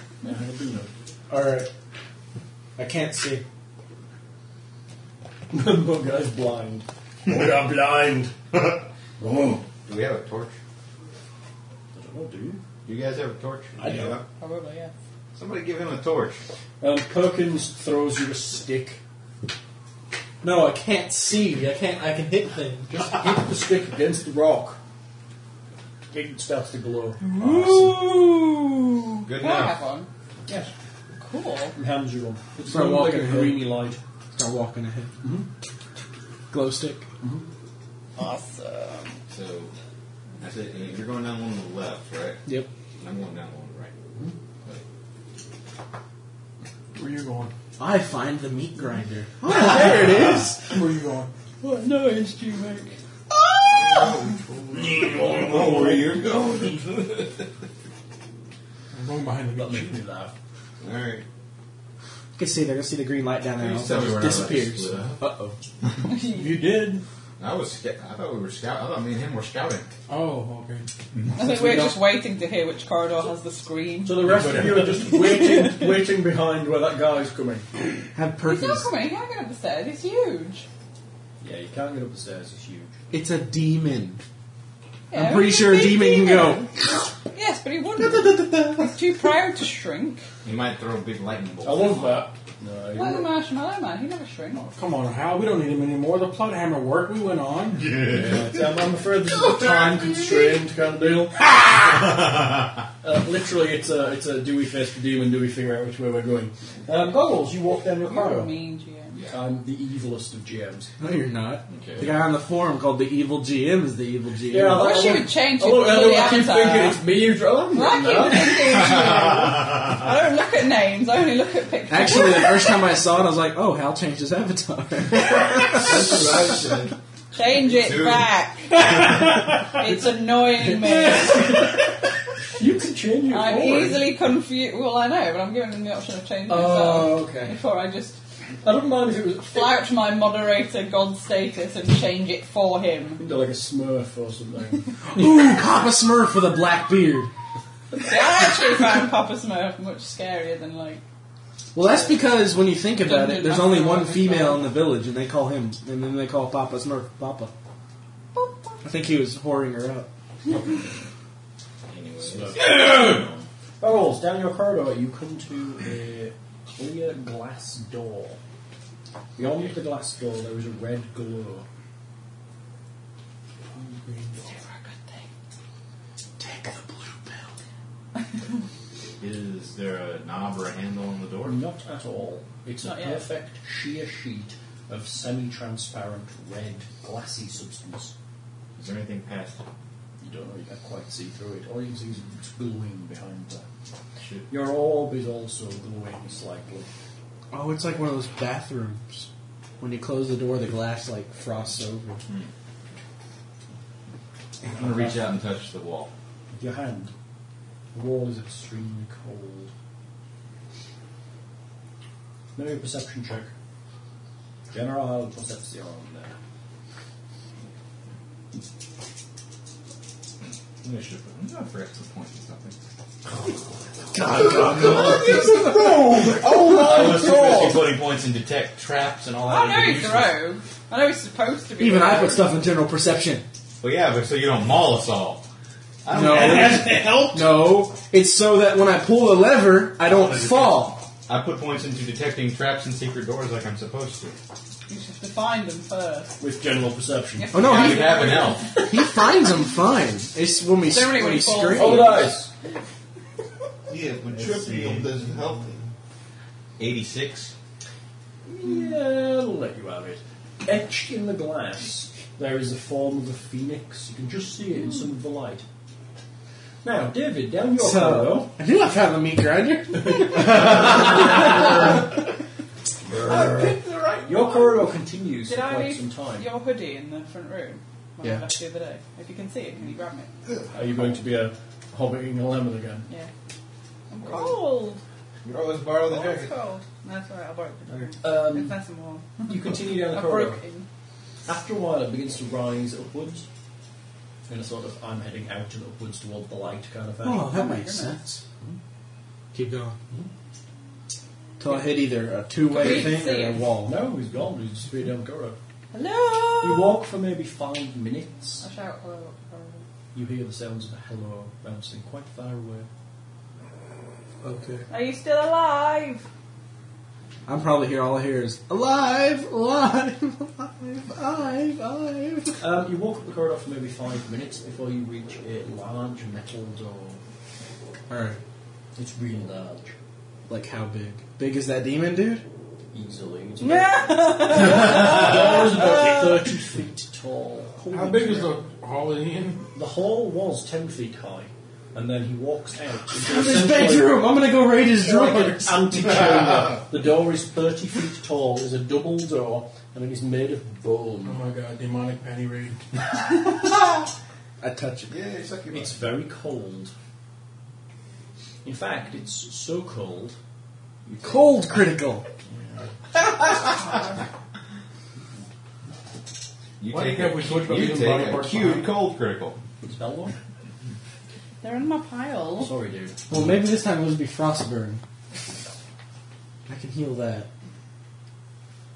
F: Alright. I can't see.
E: the guy's blind.
B: We are blind.
G: Do we have a torch?
E: I don't know, do you?
G: Do you guys have a torch?
E: I do.
G: Yeah.
D: Probably, yeah.
G: Somebody give him a torch.
E: Um, Perkins throws you a stick.
F: No, I can't see. I can't. I can hit things.
E: Just hit the stick against the rock. It starts to glow.
D: Ooh!
G: Good
D: Can I
G: enough.
D: have one?
E: Yes.
D: Cool.
E: And hands you one. It's
F: Start
E: not like a
F: walking ahead.
E: greeny light.
F: Start walking ahead. Glow stick.
D: Awesome.
G: So, I said, you're going down one on the left, right?
F: Yep.
G: And I'm going down one on the right.
E: Where you going?
F: I find the meat grinder. Oh, there it is.
E: Where you going?
D: What noise do you make?
G: Oh, where you're going.
B: I'm going behind the
E: That
B: beach.
E: made me laugh.
G: Alright.
F: You can see. They're gonna see the green light down there. and
G: Please
F: all
G: tell me
F: of
G: we're
F: it
G: not about to
F: disappears.
G: split
F: Uh
G: up.
F: oh.
E: You did.
G: I was. sca- I thought we were scout. I thought me and him were scouting.
B: Oh, okay.
D: I think we're just waiting to hear which corridor has the scream.
E: So the rest of you are just waiting, waiting behind where that guy's coming.
F: Have
D: He's not
F: Perkins.
D: coming, he can't get up the stairs, it's huge.
E: Yeah, you can't get up the stairs. It's huge.
F: It's a demon.
D: Yeah,
F: I'm pretty
D: he's
F: sure a
D: big
F: demon can go.
D: Yes, but he wouldn't. He's too proud to shrink.
G: He might throw a big lightning
E: I
G: bolt.
E: love that. No,
D: Like the
E: you
D: marshmallow man, he never shrinks.
B: Come on, Hal. We don't need him anymore. The plot hammer work we went on.
E: I'm, I'm afraid this is a time constrained kind of deal. uh, literally, it's a it's a do we face the demon? Do we figure out which way we're going? Um, goggles, you walk down your
D: You're
E: corridor.
D: mean, GM.
E: I'm the evilest of GMs.
F: No, you're not.
G: Okay.
F: The guy on the forum called the evil GM is the evil GM.
E: Yeah,
D: I wish
E: I
D: you
E: look-
D: would change
E: I
D: it.
E: look- I
D: bloody
E: look- I keep
D: avatar.
E: thinking it's me you oh, draw.
D: Well, I keep thinking it's you. I don't look at names, I only look at pictures.
F: Actually, the first time I saw it, I was like, "Oh, Hal changed his avatar."
C: That's what I said.
D: Change it
G: Dude.
D: back. it's annoying me.
E: You can change your
D: I'm
E: form.
D: easily confused. Well, I know, but I'm giving them the option of changing myself
E: Oh, okay.
D: before I just
E: I don't mind if it was
D: flout my moderator god status and change it for him.
E: into like a Smurf or something.
F: Ooh, Papa Smurf with a black beard.
D: See, I actually found Papa Smurf much scarier than like.
F: Well, that's because when you think about
D: Dungeon
F: it, there's only
D: Master
F: one
D: Robin
F: female
D: Hood.
F: in the village, and they call him, and then they call Papa Smurf Papa. I think he was whoring her up.
E: Bubbles, down your corridor, you come to a clear glass door. Beyond the glass door, there is a red glow.
F: Take the blue pill.
G: Is there a knob or a handle on the
E: Or
G: door?
E: not at all. It's a
D: Not yet.
E: perfect sheer sheet of semi transparent red glassy substance.
G: Is there anything past it?
E: You don't know, you can't quite see through it. All you can see is it's glowing behind that.
G: Shit.
E: Your orb is also glowing slightly.
H: Oh, it's like one of those bathrooms. When you close the door, the glass like frosts over.
G: I'm gonna reach out and touch the wall.
E: With your hand, the wall is extremely cold. Make a perception check. General perception there.
G: I'm gonna shoot. I'm gonna forget to point at something. I was too busy putting points in detect traps and all that.
D: I know
G: other
D: you
G: useless-
D: throw. I know it's supposed to be.
H: Even I
D: throw.
H: put stuff in general perception.
G: Well, yeah, but so you don't maul us all. I don't
H: No.
G: know.
H: No, it's so that when I pull the lever, I don't fall.
G: I put points into detecting traps and secret doors like I'm supposed to.
D: You just have to find them first.
E: With general perception.
D: You have
H: Oh,
D: to
H: no,
D: find
G: You
D: them.
G: have an elf.
H: He finds them fine. It's when we,
D: Generally
H: when
D: when
H: we
D: he falls.
H: scream.
D: Roll
E: Oh,
G: dice.
C: Yeah, but tripping doesn't help me.
G: 86.
E: Yeah, I'll let you have it. Etched in the glass, there is the form of a phoenix. You can just see it in some of the light. Now, David, down your
H: So, I knew I found the meat grinder.
E: corridor. I picked the right. Your corridor continues
D: Did
E: for
D: I
E: quite
D: leave
E: some time.
D: your hoodie in the front room when
H: Yeah.
D: I left the other day? If you can see it, can you grab it?
E: Are you going to be a hobbiting a lemon again?
D: Yeah. I'm cold.
G: You always borrow
D: Oh, it's cold. That's all right. I'll borrow it. It's
E: Um,
D: nice and warm.
E: you continue down
D: I
E: the corridor.
D: broke it in.
E: After a while, it begins to rise upwards. In a sort of, I'm heading out and upwards toward the light kind of fashion.
H: Oh,
D: Oh
H: that
D: my
H: makes
D: goodness.
H: sense. Keep going. Till I hit either a two-way
D: Complete
H: thing or a
D: scene.
H: wall.
E: No, he's gone. He's just straight down the corridor.
D: Hello.
E: You walk for maybe five minutes.
D: I shout "Oh, hello. hello.
E: You hear the sounds of a hello bouncing quite far away.
H: Okay.
D: Are you still alive?
H: I'm probably here. All I hear is alive, alive, alive, alive, alive.
E: Um, you walk up the corridor for maybe five minutes before you reach a large metal door.
H: All right.
E: It's really large,
H: Like how big? Big as that demon dude?
E: easily. It's
D: Yeah.
E: about, the door is about thirty feet tall.
I: How big is the Holiday Inn?
E: The hall was ten feet high, and then he walks out. into
H: His
E: essentially
H: bedroom. I'm gonna go raid his
E: Like an
H: drawers.
E: antechamber. the door is thirty feet tall. It's a double door, and it is made of
I: Oh
E: bone.
I: my god, demonic penny raid.
H: I touch it.
G: Oh, Yeah, suck your
E: It's very cold. In fact, it's so cold
H: Cold critical.
G: You
I: Why
G: take
I: can't
G: a,
I: we switch
G: you
I: between body
G: take a
I: parts
G: cute
I: behind?
G: cold critical.
E: Spell one?
D: They're in my pile.
E: Sorry, dude.
H: Well, maybe this time it'll just be frostburn. I can heal that.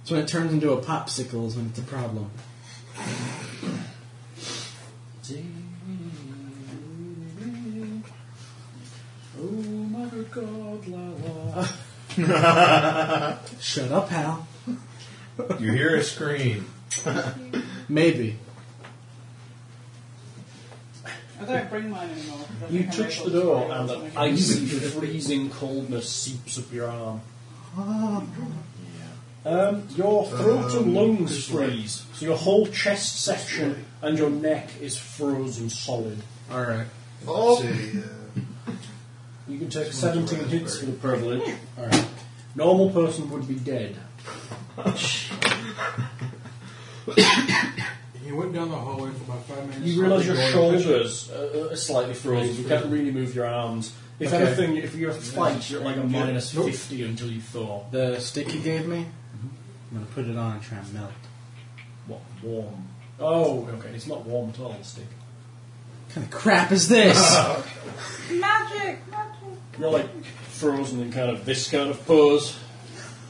H: So when it turns into a popsicle is when it's a problem.
E: Oh my god, la la.
H: Shut up, Hal.
G: You hear a scream.
H: Maybe.
D: I don't bring mine anymore. 'cause I
E: You
D: think I
E: touch
D: may
E: the
D: as well
E: door
D: try
E: and
D: it
E: the
D: on something.
E: icy, freezing coldness seeps up your arm. Um, your throat and lungs freeze, so your whole chest section and your neck is frozen solid.
H: Alright.
C: Oh. Say, uh,
E: You can take 17 hits for the privilege. Alright. Normal person would be dead.
I: He went down the hallway for about five minutes.
E: You realise your
I: Going to-
E: shoulders are are uh, slightly frozen. You can't really move your arms. If
H: Okay.
E: anything, if you're a fight, you're at like a minus
I: Nope.
E: 50 until you thaw.
H: The stick you gave me, I'm gonna put it on and try and melt.
E: What? Warm. Oh, okay. It's not warm at all, the stick.
H: What kind of crap is this?
D: Magic, magic.
E: You're like frozen in kind of this kind of pose.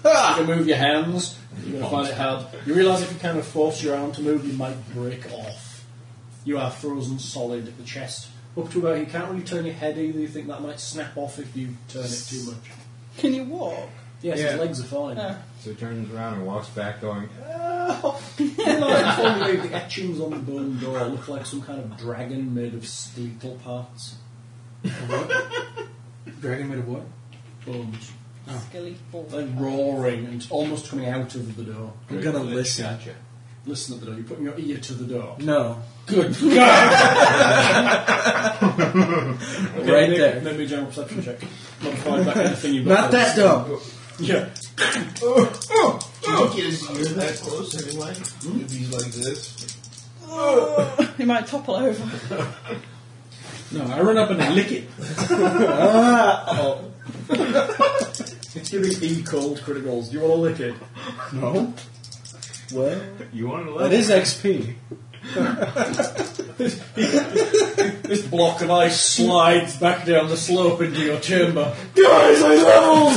E: You can move your hands. You're going to find it hard. You realise if you kind of force your arm to move, you might break off. You are frozen solid at the chest. Up to about, you can't really turn your head either. You think that might snap off if you turn it too much.
D: Can you walk?
E: Yes,
H: Yeah.
E: his legs are fine.
D: No.
G: So he turns around and walks back going,
E: You know, like, formally, the etchings on the bone door look like some kind of dragon made of skeletal parts.
H: Dragon made of what?
E: Bones.
F: Oh.
D: Skelly ball.
E: They're roaring and almost coming out of the door.
H: I'm gonna listen.
G: Gotcha.
E: Listen at the door. You're putting your ear to the door.
F: No.
E: Good God! Okay,
F: Right
E: make,
F: there.
E: Make me a general perception check. Modified by anything you've got.
F: Not that dumb.
E: Yeah.
G: Oh.
C: Can you get his ear that close anyway? If he's like this.
D: He might topple over.
E: No, I run up and I lick it. it's giving E cold criticals. Do you want to lick it?
F: No. Well,
G: You want to
F: that
G: let
F: is XP.
E: This block of ice slides back down the slope into your chamber.
F: Guys, I leveled!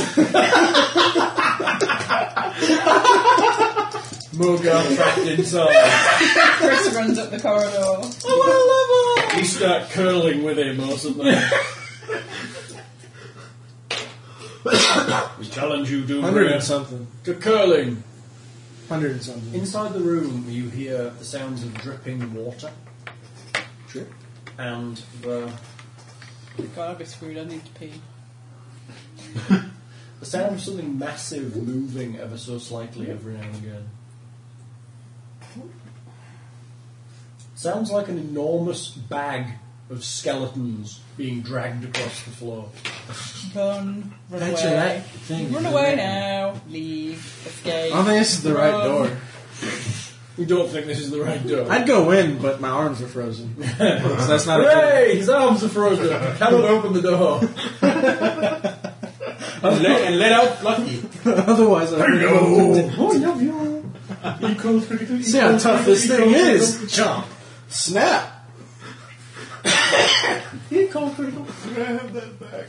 E: Mogar trapped inside.
D: Chris runs up the corridor.
E: You start curling with him or something. we challenge you,
F: Hundred and
E: Doombringer,
F: something.
E: to curling.
F: Hundred and something.
E: Inside the room, you hear the sounds of dripping water. Drip. And the,
D: God, I'd be screwed. I need to pee.
E: the sound of something massive moving ever so slightly every now and again. Sounds like an enormous bag of skeletons being dragged across the floor.
D: Run, run
F: That's
D: away.
F: your right thing.
D: Run away now. Leave. Escape.
F: I think this is the right
I: Uh,
D: Run.
F: door.
E: You don't think this is the right door?
F: I'd go in, but my arms are frozen. so that's not a thing.
E: Hooray! His arms are frozen. Cannot open the door. and, let, and let out Lucky.
F: Otherwise, I would
E: Oh, yeah, yeah. Equal critical.
F: See how tough this thing is. Jump. Snap.
E: Equal critical.
C: Can I have that back?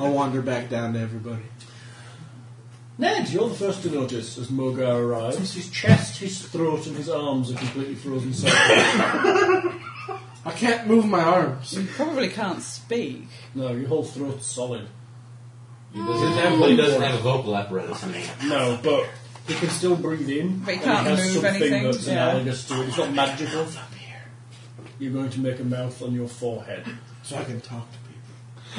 F: I'll wander back down to everybody.
E: Ned, you're the first to notice as Mogar arrives. His chest, his throat, and his arms are completely frozen solid.
F: I can't move my arms.
D: You probably can't speak.
E: no, your whole throat's solid.
G: He doesn't have, but he doesn't have a vocal apparatus.
E: No, but he can still breathe in.
D: But he
E: and
D: can't
E: he has
D: move
E: something
D: anything,
E: that's
D: yeah.
E: analogous to it. It's not magical. You're going to make a mouth on your forehead.
F: So I can talk to people.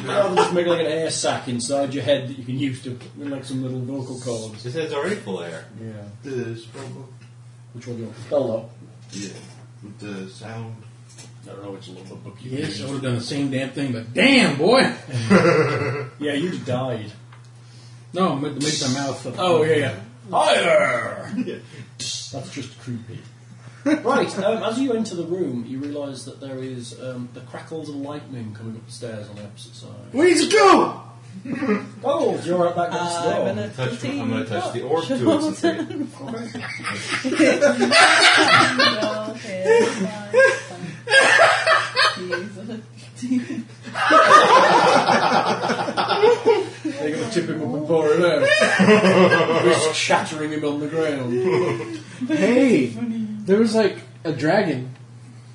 E: Rather than just make like an air sac inside your head that you can use to like some little vocal cords.
G: His head's already full of air.
E: Yeah.
C: This bubble.
E: Which one do you want? Hello.
C: Yeah. With the sound.
E: I don't know which little book you
B: Yes, I
E: use.
B: would have done the same damn thing, but damn, boy.
E: Yeah, you died.
B: No, make make the mouth. Up.
E: Oh yeah, yeah. Higher. That's just creepy. right. Um, as you enter the room, you realise that there is um, the crackles of lightning coming up the stairs on the opposite side.
F: We need to go!
E: Oh, you're at that
D: Uh, I'm gonna
E: next
G: Touch,
D: pee.
G: I'm going to touch the orb to it. and say,
D: Oh, okay, fine, fine. Jesus.
E: door. They're going to tip him up and pour him out, just shattering him on the ground. Do
F: Hey! There was like a dragon.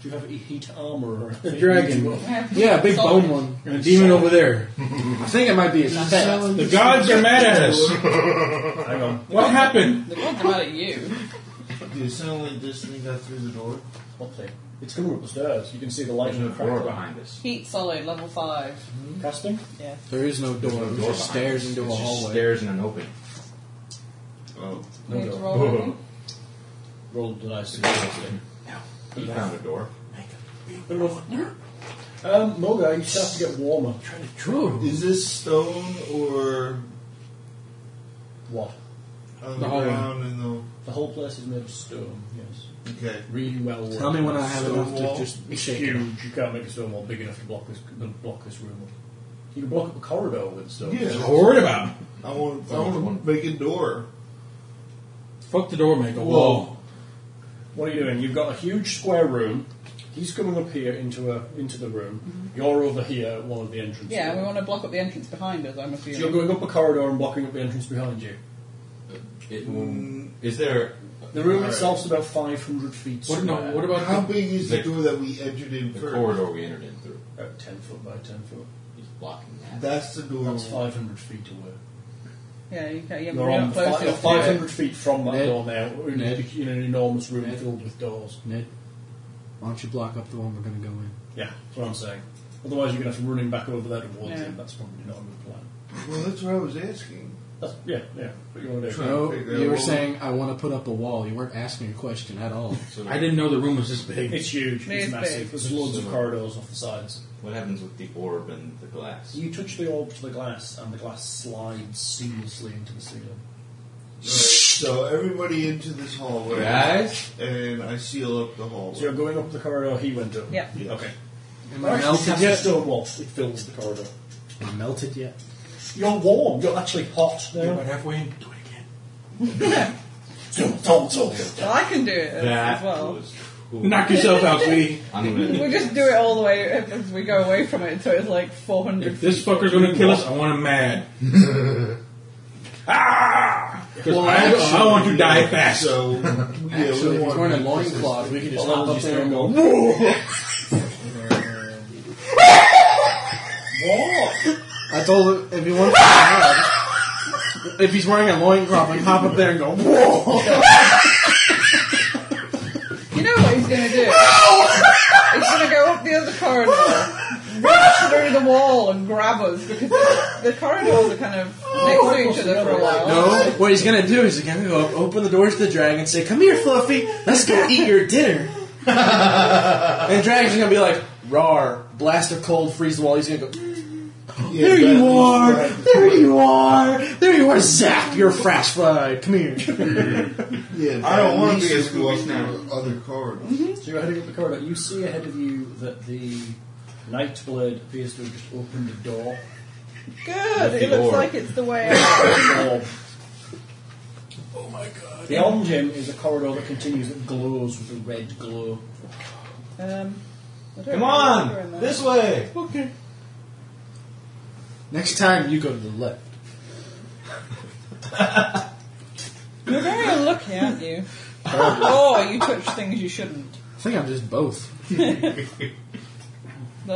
E: you have heat armor? Or anything?
F: dragon. Yeah, a big
D: Solid.
F: bone one.
B: And a demon over there.
F: I think it might be a pet.
B: The gods are mad at us.
E: Hang on.
B: What happened?
D: The gods are mad at you.
C: Dude, it sounded like this thing got through the door.
E: What thing? It's coming up the stairs. You can see the
G: There's
E: lightning
G: no
E: crackle
G: door behind us.
D: Heat solid, level 5.
E: Casting.
D: Yeah.
F: There is no door. There's
G: Door
F: just stairs
G: behind us.
F: into a
G: It's just
F: hallway.
G: Stairs and an opening. Oh,
D: We need to
E: door.
D: roll anything?
E: Roll the dice. to see what's in.
G: he found a door.
E: Um, Moga, you start to get warmer.
F: True.
C: Is this stone or
E: What?
C: on
F: The
C: the
F: hallway.
C: ground in the.
E: The whole place is made of stone. Yes.
C: Okay.
E: Really well. worked.
F: Tell me when I have
C: Stone
F: enough to
C: wall?
F: just
E: It's
F: shake it.
E: huge. You can't make a stone wall big enough to block this to block this room. up. You can block up a corridor with stone.
C: Yeah.
B: We're worried about.
C: I want. I want to make a door.
B: Fuck the door, make a wall.
E: What are you doing? You've got a huge square room. He's coming up here into a into the room. You're over here at one of the entrances.
D: Mm-hmm. Yeah, we want to block up the entrance behind us, I'm
E: So you're
D: assuming.
E: going up a corridor and blocking up the entrance behind you.
G: It, is there?
E: The room itself's about 500 feet
B: What,
E: square.
B: no, what
C: How
B: about the,
C: big is the
G: The-
C: door that we entered in
G: The
C: first?
G: corridor we entered in through.
E: About 10 foot by 10 foot.
G: He's blocking that.
C: That's the door.
E: That's 500 feet away.
D: Yeah, you can't, yeah,
E: You're
D: we're
E: on
D: not close
E: fi- you're
D: enough to it.
E: 500 feet from that
F: Ned.
E: door now. We're in, a-
F: Ned.
E: in an enormous room
F: Ned.
E: filled with doors.
F: Ned, why don't you block up the one we're going to go in?
E: Yeah, that's what I'm saying. Otherwise, you're going to have to run him back over there towards
D: Yeah.
E: him. That's probably not a good plan.
C: Well, that's what I was asking.
E: That's, yeah, yeah. What you want to do?
J: No,
G: figure
J: you
G: out
J: were
G: what-
J: saying I want to put up a wall. You weren't asking a question at all.
G: So
H: I didn't know the room was this big.
E: It's huge.
D: It's
E: It's
D: big.
E: massive. There's loads of corridors off the sides.
G: what happens with the orb and the glass?
E: You touch the orb to the glass, and the glass slides seamlessly into the ceiling.
C: So everybody into this hallway.
G: Guys?
C: And I seal up the
E: So
C: hallway.
E: you're going up the corridor he went up.
D: Yeah.
C: Yes.
E: Okay.
J: Am
E: Or
J: I
E: actually,
J: melted
E: it's a
J: yet?
E: stone wall. It fills the corridor.
J: Am I melted yet?
E: You're warm. You're actually hot
B: You're
E: now.
B: about halfway in. Do it again.
E: Zoom, zoom, zoom.
D: Well, I can do it as, as well.
G: was cool.
H: Knock yourself out, sweetie.
G: I'm
D: We
G: gonna.
D: just do it all the way as we go away from it until it's like 400
H: If this fucker's gonna kill us, I want him mad. ah! Because I, I want to die fast.
C: So yeah,
J: Actually,
C: we
J: if he's
C: want
J: wearing a loincloth, we could just hop
E: Well, that
J: up
E: was
J: there and
E: your
J: go. I told him if he wants to hide, if he's wearing a loincloth, we hop up there and go. Whoa!
D: You know what he's going to do? he's going to go up the other corridor, reach through the wall, and grab us because the, the corridors are kind of
G: Oh,
D: next to each other for a while.
F: No, what he's gonna do is he's gonna go up, open the doors to the dragon, and say, "Come here, Fluffy, let's go eat your dinner." and the dragon's gonna be like, "Rar!" Blast of cold, freeze the wall. He's gonna go,
C: Yeah,
F: "There
C: that
F: you
C: leaves
F: are,
C: right-
F: there you are, there you are, Zap! You're a fast fly. Come here."
C: Yeah,
G: I don't wanna be a
C: as
G: Scooby Snack.
C: Other corridor.
E: So you're heading up the corridor. You see ahead of you that the Nightblade appears to have just opened a door.
D: Good,
G: the
D: it looks
G: orb.
D: like it's the way out.
E: orb.
H: Oh
E: Beyond him is a corridor that continues that glows with a red glow.
D: Um, I don't
B: Come
D: know what's
B: on!
D: going
B: This way!
D: Okay.
J: Next time you go to the left.
D: You're very unlucky, aren't you? or you touch things you shouldn't.
J: I think I'm just both.
D: But I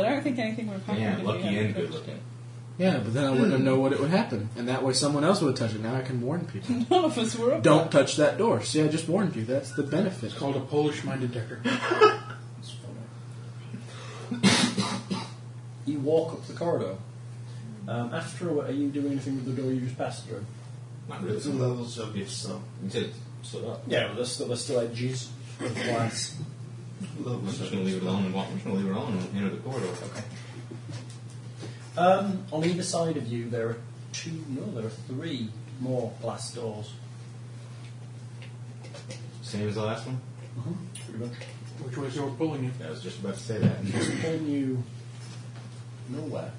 D: don't think anything would have happened.
G: Yeah,
D: if you
G: lucky
D: hadn't
G: and
D: touched
G: good looking.
J: Yeah, but then I wouldn't know what it would happen, and that way someone else would touch it. Now I can warn people.
D: it. None of us were up
J: Don't touch that door. See, I just warned you. That's the benefit.
H: It's called a Polish minded decker.
E: You walk up the corridor. Um, after are you doing anything with the door you just passed through?
G: Not
C: It's a
G: really.
C: level sub.
G: It's so. You said stood up.
E: Yeah, well, there's still, there's still edges of glass.
C: Level
G: I'm just
C: sub.
G: gonna leave it alone and walk. I'm just gonna leave it alone and enter the corridor. Okay.
E: Um, on either side of you, there are two, no, there are three more glass doors.
G: Same as the last one.
E: Uh-huh. Pretty much.
H: Which way is your pulling you?
G: I was just about to say that.
E: Pulling you nowhere.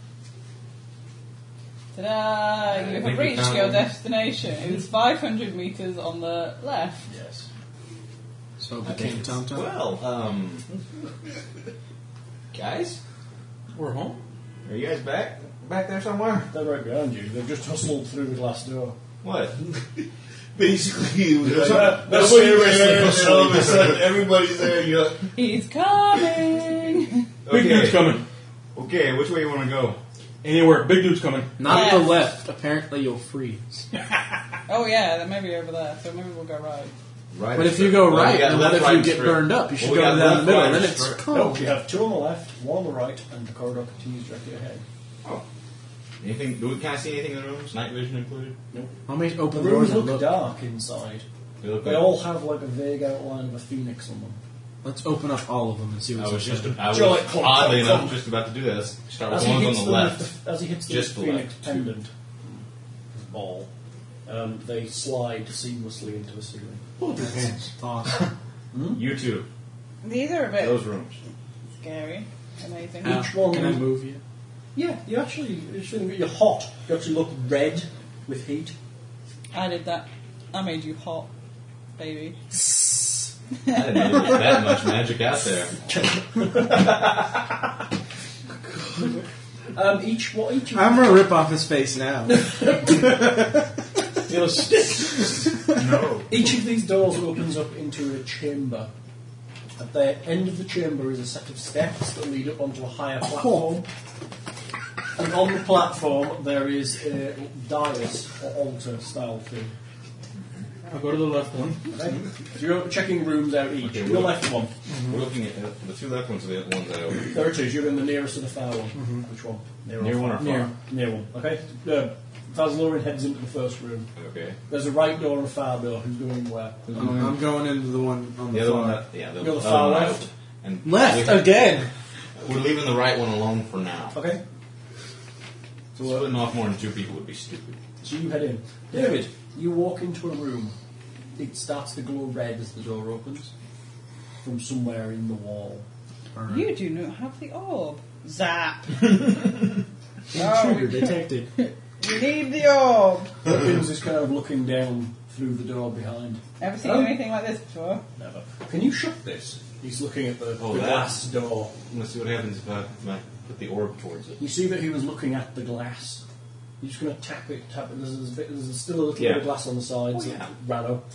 D: Ta-da!
G: I
D: You
G: think
D: have
G: we
D: reached
G: found
D: your
G: one.
D: destination. It's 500 metres on the left.
E: Yes.
J: So
G: I
J: it
G: think
J: became
G: it's-
J: Tom Tom.
G: Well, um, guys,
H: We're home.
G: are you guys back? Back there somewhere?
E: They're right behind you. They've just hustled through the glass door.
G: What?
C: Basically, it was like,
E: That's
C: that's
E: what
C: what
E: you
C: you
E: were saying.
C: and all of a sudden everybody's there. and You're like,
D: He's coming!
H: Big dude's coming.
G: Okay, which way you want to go?
H: Anywhere. Big dude's coming.
J: Not
D: Yeah.
J: the left. Apparently, you'll freeze.
D: oh yeah, that may be over there, so maybe we'll go right.
G: Right.
J: But if you go right,
G: got
J: then
G: left,
J: what if
G: right,
J: you get
G: straight.
J: burned up? You
G: Well,
J: should
G: we
J: go
G: got
J: down the
G: left,
J: middle,
G: right,
J: and then it's
G: straight.
E: No,
J: cold.
E: you have two on the left, one on the right, and the corridor continues directly ahead.
G: Anything? Do we kind of see anything in the rooms? Night vision included.
J: How many
E: The
J: open
E: rooms
J: doors and
E: look,
J: look?
E: dark inside.
G: They look
E: They
G: like-
E: all have like a vague outline of a phoenix on them.
J: Let's open up all of them and see
G: I
J: what's
G: was just. I was,
E: Joe, like, clunk,
G: oddly
E: clunk,
G: enough,
E: clunk.
G: just about to do that. Let's start
E: As
G: with
E: he
G: the ones on
E: hits
G: the
E: them
G: left.
E: with the- as he hits the
G: Just the
E: phoenix
G: left.
E: pendant mm, ball, um, they slide seamlessly into the ceiling.
J: awesome.
G: You two.
D: These are a bit
G: Those rooms.
D: scary. Amazing.
J: Ow.
E: Each one-
J: Can I move you?
E: Yeah, you actually you shouldn't- you're hot. You actually look red with heat.
D: I did that. I made you hot, baby.
G: I didn't know there was that much magic out there.
E: Um, each what each of
F: I'm gonna rip off his face now.
E: Each of these doors opens up into a chamber. At the end of the chamber is a set of steps that lead up onto a higher
G: Oh.
E: platform. And on the platform there is a dais or altar style thing.
H: I'll go to the left one.
E: So you're checking rooms out each.
G: Okay,
E: Your
G: we'll-
E: left one.
G: We're looking at uh, the two left ones are the ones that I opened.
E: There it is. You're in the nearest to the far one. Which one? Near,
G: Mm-hmm. Near
E: off.
G: one or far?
E: Near. Near one. Okay. Uh, Vazlorin heads into the first room.
G: Okay.
E: There's a right door and a far door. Who's going where?
F: I'm, I'm going into the one on the,
G: The other
F: far.
G: one, that, yeah, the
E: You're the
G: other
E: far
G: one I
E: left.
G: opened. And
F: Left
G: we're,
F: again.
G: we're leaving the right one alone for now.
E: Okay. uh,
G: Splitting off more than two people would be stupid.
E: So you head in. David, you walk into a room. It starts to glow red as the door opens from somewhere in the wall.
D: You do not have the orb. Zap! Oh,
J: Intruder detected.
D: You need the orb!
E: Perkins is kind of looking down through the door behind.
D: Ever seen
E: Oh.
D: anything like this before?
E: Never. Can you shut this? He's looking at the,
G: Oh,
E: the
G: that.
E: glass door.
G: I'm gonna see what happens if I, if I put the orb towards it.
E: You see that he was looking at the glass. You're just going to tap it, tap it. There's, there's, there's still a little bit
G: Yeah.
E: of glass on the sides
G: Oh,
E: that
G: yeah.
E: ran up.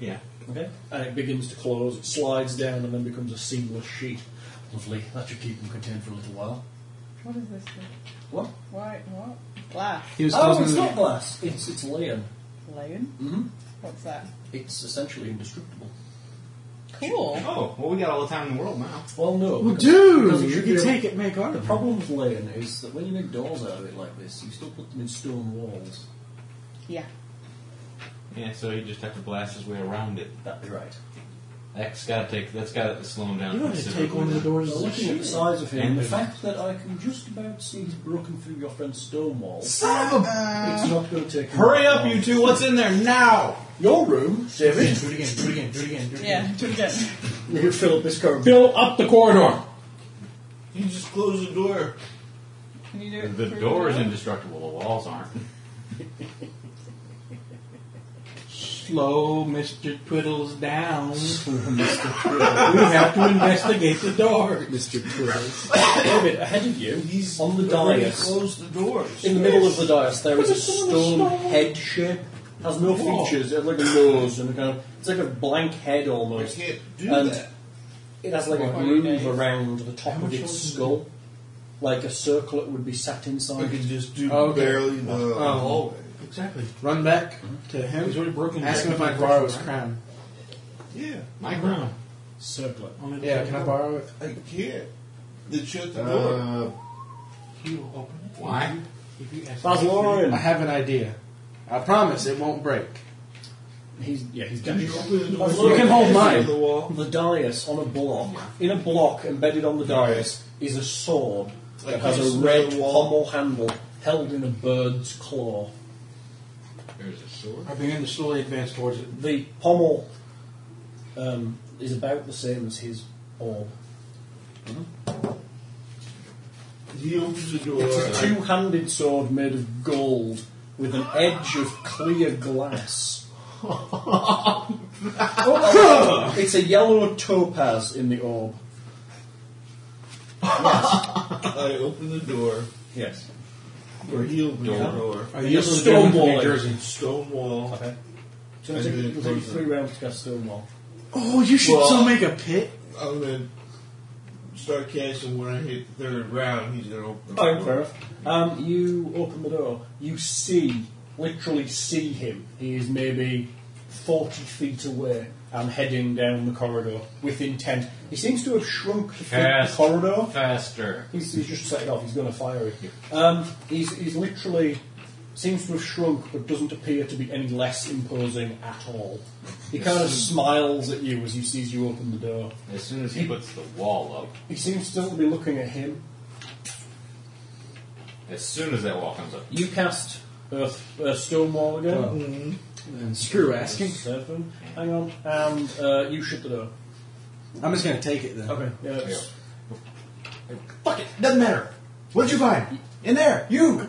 G: Yeah.
E: Okay. And it begins to close. It slides down and then becomes a seamless sheet. Lovely. That should keep them contained for a little while.
D: What is this? thing?
E: What?
D: Why? What? Glass.
J: He was
E: oh,
J: closing
E: it's
J: the-
E: not glass. It's it's layered.
D: Lion?
E: Mm-hmm.
D: What's that?
E: It's essentially indestructible.
D: Cool.
G: Oh, well, we got all the time in the world now.
E: Well, no.
J: Well,
E: because-
J: dude,
E: because
J: you
E: should
J: can
E: be-
J: take it, make art
E: The
J: of it.
E: problem with laying is that when you make doors out of it like this, you still put them in stone walls.
D: Yeah.
G: Yeah, so you just have to blast his way around it.
E: That'd be right.
G: That's gotta take, that's gotta slow him down
J: You don't have to
G: considerably.
J: take one of the
E: So
J: doors. as a
E: looking at the
J: shield.
E: size of him,
G: And
E: the
G: the-
E: fact that I can just about see he's broken through your friend's stone wall, it's
J: Son of a-
E: not going to take. him
G: Hurry
E: that
G: up,
E: long.
G: you two! What's in there now?
E: Your room, David.
H: Do it again, do it again, do it again, do it
D: Yeah, do it again.
E: you fill up this corridor.
H: Fill up the corridor.
G: You just close the door.
D: Can you do it?
G: The
D: through
G: door is indestructible. The walls aren't.
H: Slow Mr. Twiddles down. we have to investigate the door.
J: Mr. Twiddles.
E: David, ahead of you, he's on the dais.
G: Close the doors.
E: In the middle of the dais, there is a
H: it's not a
E: stone
H: stone.
E: head shape. Has no
H: Whoa.
E: features. It's like a nose and a kind of. It's like a blank head almost.
G: I can't do
E: and
G: that.
E: It has like a
D: Why
E: groove
D: Dave?
E: around the top of its skull, like a circlet would be sat
C: I
E: inside.
C: can just do
J: Okay.
C: barely the
J: Oh,
H: Oh,
C: hallway.
H: Exactly.
F: Um, Run back to
H: He's
F: him.
H: already broken.
F: Ask him if I
H: Right?
F: can borrow his crown.
J: oh,
C: Yeah,
G: My ground.
E: Circlet.
H: Only the
F: Yeah, can I borrow it?
C: I can't. Then shut the door.
J: Uh,
H: He will open it.
G: Why?
H: If you ask
E: That's
H: him.
E: Lauren.
F: I have an idea. I promise it won't break.
E: He's yeah, he's
C: Can
E: dead.
C: you open the door?
E: You can hold mine.
C: The wall.
E: The dais on a block, in a block embedded on the dais, is a sword that has a red pommel handle held in a bird's claw.
G: There's a sword.
H: I begin to slowly advance towards it.
E: The pommel um, is about the same as his orb.
C: He opens the door.
E: It's a two-handed sword made of gold with an edge of clear glass. Oh, it's a yellow topaz in the orb.
C: I open the door.
E: Yes.
C: Or he opens the door.
H: I
E: You're
H: use the gentleman from New
E: stonewalling.
H: Jersey.
C: Stone wall.
E: Okay. So
C: And
E: it'll
C: then
E: take,
C: it
E: it'll take
C: closes.
E: three rounds to cast Stonewall.
J: oh, you should
C: Well-
J: still make a pit.
C: I'm gonna start casting when I hit the third round. He's gonna open the
E: Alright,
C: door.
E: fair enough. Um, you open the door. You see, literally see him. He is maybe 40 feet away and heading down the corridor with intent. He seems to have shrunk to fit the
G: Cast.
E: corridor.
G: Faster.
E: He's, he's just setting off. He's going to fire at you. Um, he's, he's literally seems to have shrunk, but doesn't appear to be any less imposing at all. He kind of smiles at you as he sees you open the door.
G: As soon as he puts the wall up,
E: He seems still to be looking at him.
G: as soon as that wall comes up,
E: You cast Earth uh, Stone Wall again.
F: Oh. And screw asking.
E: Seven. Hang on, and uh, you shut the door.
F: I'm just gonna take it then.
E: Okay. Yeah.
G: there you go.
E: it's-
G: Fuck it. Doesn't matter. What'd you find in there? You.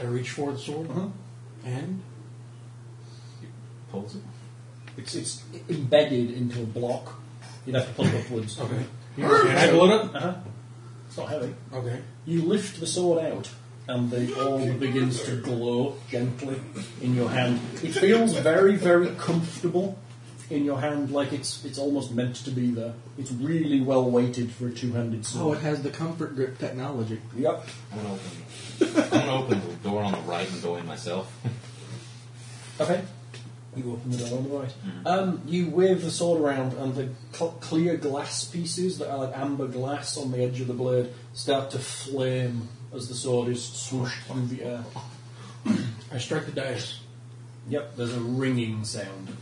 H: I reach for the sword. And
G: Pulls it.
E: It's, it's embedded into a block. You'd have to pull it upwards.
H: okay. Can I blow it up?
E: Uh-huh. It's not heavy.
H: Okay.
E: You lift the sword out, and the orb begins to glow gently in your hand. It feels very, very comfortable in your hand, like it's it's almost meant to be there. It's really well weighted for a two-handed
F: Oh,
E: sword.
F: it has the comfort grip technology.
E: Yep.
G: I'm gonna open. I'm gonna open the door on the right and go in myself.
E: Okay. You open the door on the right. Um, you wave the sword around, and the cl- clear glass pieces that are like amber glass on the edge of the blade start to flame as the sword is swooshed through the air.
H: I strike the dice.
E: Yep, there's a ringing sound,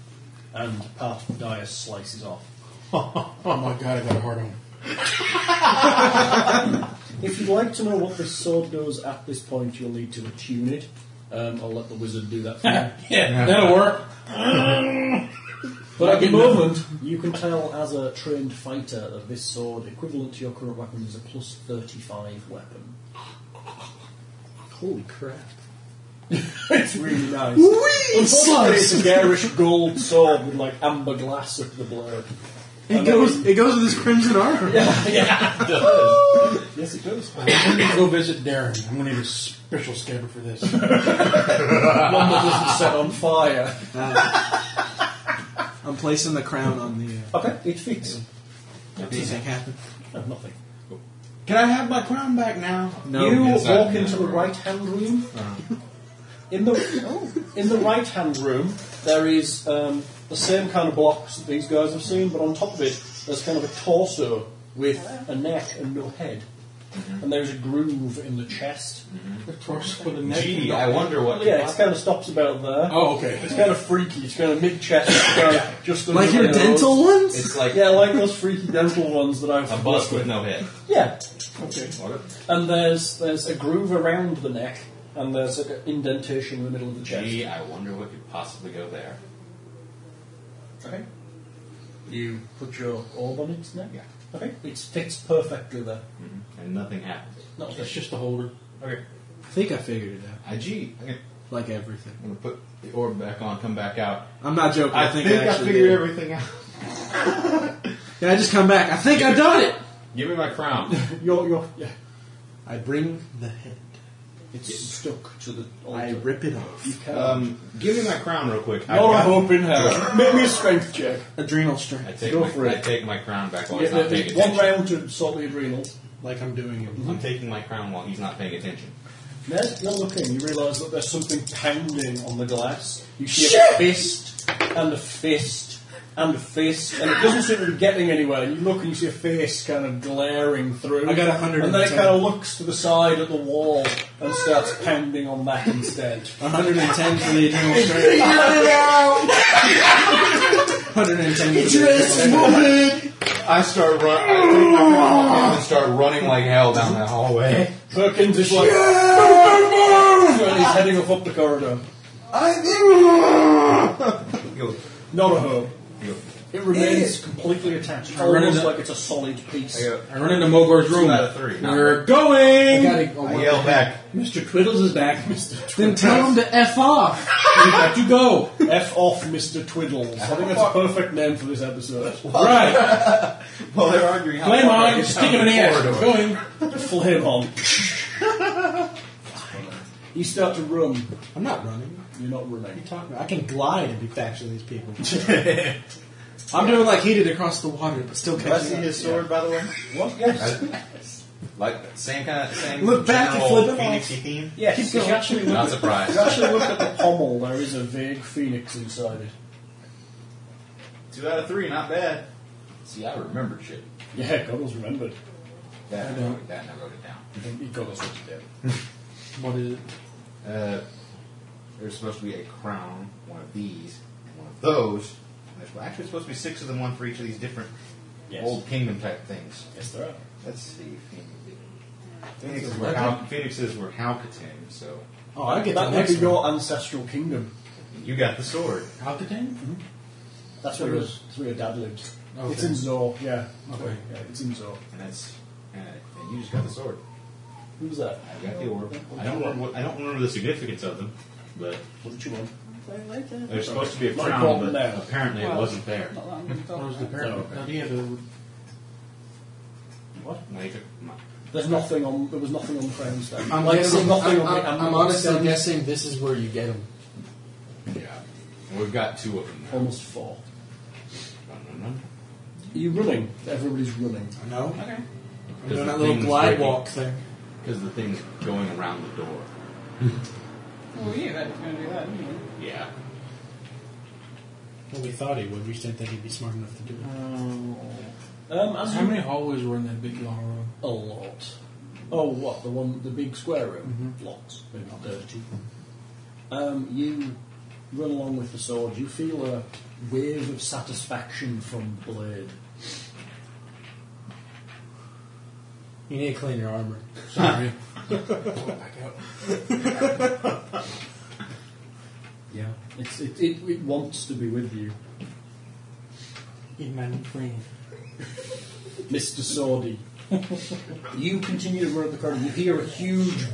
E: and part of the dais slices off.
H: Oh my god, I got a hard on.
E: If you'd like to know what this sword does at this point, you'll need to attune it. Um, I'll let the wizard do that for you.
H: Yeah, that'll work.
E: But at the
H: Fucking nothing.
E: moment, you can tell as a trained fighter that this sword, equivalent to your current weapon, is a plus 35 weapon.
F: Holy crap.
E: It's really nice. Unfortunately, it's a garish gold sword with like amber glass at the blade.
J: It goes, it goes with this crimson armor.
E: Yes, it does.
H: I'm gonna go visit Darren. I'm gonna need a special scabbard for this. One that doesn't set on fire.
J: I'm placing the crown on the. Uh,
E: Okay, it fits.
J: anything happen?
E: No, nothing.
H: Can I have my crown back now?
J: No.
E: you
G: it's not
E: walk
G: in
E: into
G: that
E: the
G: room.
E: right hand room. In the oh, in the right hand room, there is um, the same kind of blocks that these guys have seen, but on top of it, there's kind of a torso with a neck and no head, and there's a groove in the chest.
H: The torso with a neck.
G: Mm-hmm. Gee, I wonder what.
E: Yeah, it kind of stops about there.
H: Oh, okay.
E: It's kind of freaky. It's kind of mid chest. kind of just under
J: Like
E: the
J: your
E: nose.
J: dental ones?
G: It's like
E: Yeah, like those freaky dental ones that I've
G: a
E: worked
G: bus with no head.
E: Yeah,
H: Okay.
E: and there's there's a groove around the neck, and there's an indentation in the middle of the chest.
G: Gee, I wonder what could possibly go there.
E: Okay. You put your orb on its neck? Yeah. Okay. It fits perfectly there.
G: And nothing happened.
E: Not
H: It's just a holder.
G: Okay.
J: I think I figured it out.
G: I gee, okay.
J: Like everything.
G: I'm gonna put the orb back on, come back out.
J: I'm not joking. I, think, I actually
G: figured
J: did.
G: everything out.
J: Can I just come back? I think I've done it.
G: Give me my crown.
E: Your, your, yeah.
J: I bring the head.
E: It's stuck to the
J: I
E: altar.
J: rip it off.
E: You can't.
G: Um, give me my crown real quick. I,
E: You're
G: got-
E: hope in hell. Make me a strength check.
J: Adrenal
G: I
J: strength.
G: take
E: Go
G: my,
E: for it.
G: I take my crown back while
E: Yeah,
G: he's not paying
E: there's one
G: attention.
E: round to sort the adrenal.
H: Like I'm doing it.
G: I'm taking my crown while he's not paying attention.
E: As you're looking, you realise that there's something pounding on the glass. You see a fist and a fist and a fist, and it doesn't seem to be getting anywhere. You look and you see a face kind of glaring through.
J: I got a hundred
E: And then it
J: and ten.
E: kind of looks to the side at the wall and starts pounding on that instead.
J: 110 for the adrenal strength. 110 for the adrenal strength.
G: I start run. I take my crown off him and start running like hell down that hallway.
E: Perkins is like, and he's heading off up the corridor.
G: Go,
E: Not a hoe.
G: go.
E: It remains completely attached,
J: running
E: almost
J: up-
E: like it's a solid piece.
G: I go.
J: I run into Mogor's room.
G: out of three.
J: We're going.
G: I yell back.
H: Mr. Twiddles is back. Mr.
J: Then tell him to f off.
E: You have to go. F off, Mr. Twiddles. I think that's a perfect name for this episode.
H: Right.
G: Well, they're arguing. How
H: Flame
G: far
H: on.
G: I get
H: Stick
G: down
H: him in the ass.
G: corridor.
H: Going.
E: Flame on. you start to run.
J: I'm not running.
E: You're not running.
J: Talk about- I can glide and be faster than these people. I'm doing like he did across the water, but still
G: Do I see
J: catching up.
G: his sword, by the way?
E: What? Yes.
G: I- like same kind of same.
J: Look back and
G: general
J: flip him off.
G: Phoenixy theme.
E: Yes. If you actually look
G: Not
E: at, if
G: surprised.
E: you actually look at the pommel, there is a vague phoenix inside it.
G: Two out of three, not bad. See, I remembered shit.
E: Yeah, Goggles remembered.
G: That I wrote that and I wrote it down.
E: I think Goggles what you did.
J: What is it?
G: Uh, there's supposed to be a crown, one of these, and one of those. And there's actually supposed to be six of them, one for each of these different
E: Yes.
G: old kingdom type things.
E: Yes, there are.
G: Let's see. Phoenixes were, Hal- Phoenixes were Halcatan, so
J: Oh, I get
E: That
J: that
E: would
J: next
E: be
J: one.
E: your ancestral kingdom.
G: you got the sword.
H: Alcatan?
E: That's where, your, that's where your dad lives. It's in Zor, yeah. Okay. yeah. It's in Zor.
G: And that's uh, and you just got the sword.
E: Who's that?
G: I got the orb. I don't remember. what- I don't remember the significance of them, but
E: What did you want?
D: Later.
G: there's supposed to be a
E: Not
G: crown,
E: important
G: but
E: now.
G: apparently it
D: Well,
G: wasn't there.
D: Not that I'm going to talk about.
J: Oh,
G: Like, my-
E: There's nothing on. There was nothing on the crown stand.
F: I'm,
E: like
F: guessing,
E: nothing
F: I'm,
E: on the
F: I'm-
E: animal
F: I'm honestly
E: stand.
F: guessing this is where you get them.
G: yeah, we've got two of them. Now.
E: Almost four.
G: Run, run, run.
E: Are you running? Everybody's running.
F: No?
G: Because
F: I'm doing
G: the
F: that little
G: thing's
F: glide
G: breaking-
F: walk thing.
G: Because the thing's going around the door. Mm-hmm.
D: Well, you were going to do that, didn't you?
G: Yeah.
H: Well, we thought he would. We just didn't think he'd be smart enough to do it.
E: Um, as
H: How
E: you-
H: many hallways were in that big long room?
E: A lot. Oh, what the one, the big square room? Lots, maybe thirty. Um, you run along with the sword. You feel a wave of satisfaction from the blade.
F: You need to clean your armor.
H: Sorry. Pull it back out.
E: Yeah, it's, it, it it wants to be with you,
H: Eat man clean.
E: Mister Swordy. you continue to run up the corridor. You hear a huge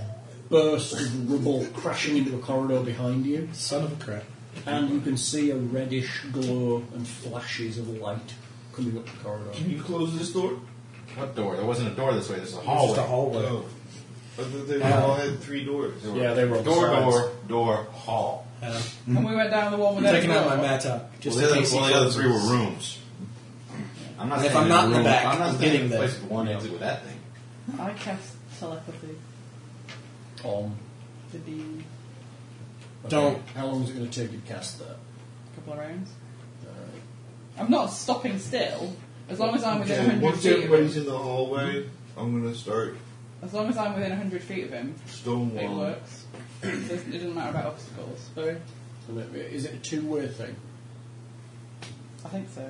E: burst of rubble crashing into a corridor behind you.
F: Son of a crap.
E: and you can see a reddish glow and flashes of light coming up the corridor.
C: Can you close this door?
G: What door? There wasn't a door this way. There's a
F: It's just a
G: hallway.
F: hallway.
C: Oh. I thought they all had three doors.
E: Yeah, they were on
G: Door,
E: sides.
G: door, door, hall.
F: Uh,
D: And we went down the one with
F: I'm taking out my
D: everyone.
F: mat up. Just
G: well, the
F: in
G: other,
F: case
G: well,
F: he
G: the other
F: closes.
G: three were rooms. I'm not
F: And if
G: saying
F: I'm not in the
G: room-
F: back,
G: I'm not
F: I'm
G: saying
F: getting
G: the
F: there.
G: place with one exit with that thing.
D: I cast telepathy.
E: On.
D: The beam.
E: Okay.
F: Don't.
E: How long is it going to take you to cast that? Uh,
D: A couple of rounds. I'm not stopping still. As long as I'm within
C: Okay,
D: 100
C: once
D: feet of him.
C: everybody's in the hallway, I'm gonna start
D: As long as I'm within 100 feet of him,
C: stone
D: it
C: wall.
D: works. It doesn't it doesn't matter about obstacles. So
E: So that- Is it a two-way thing?
D: I think so.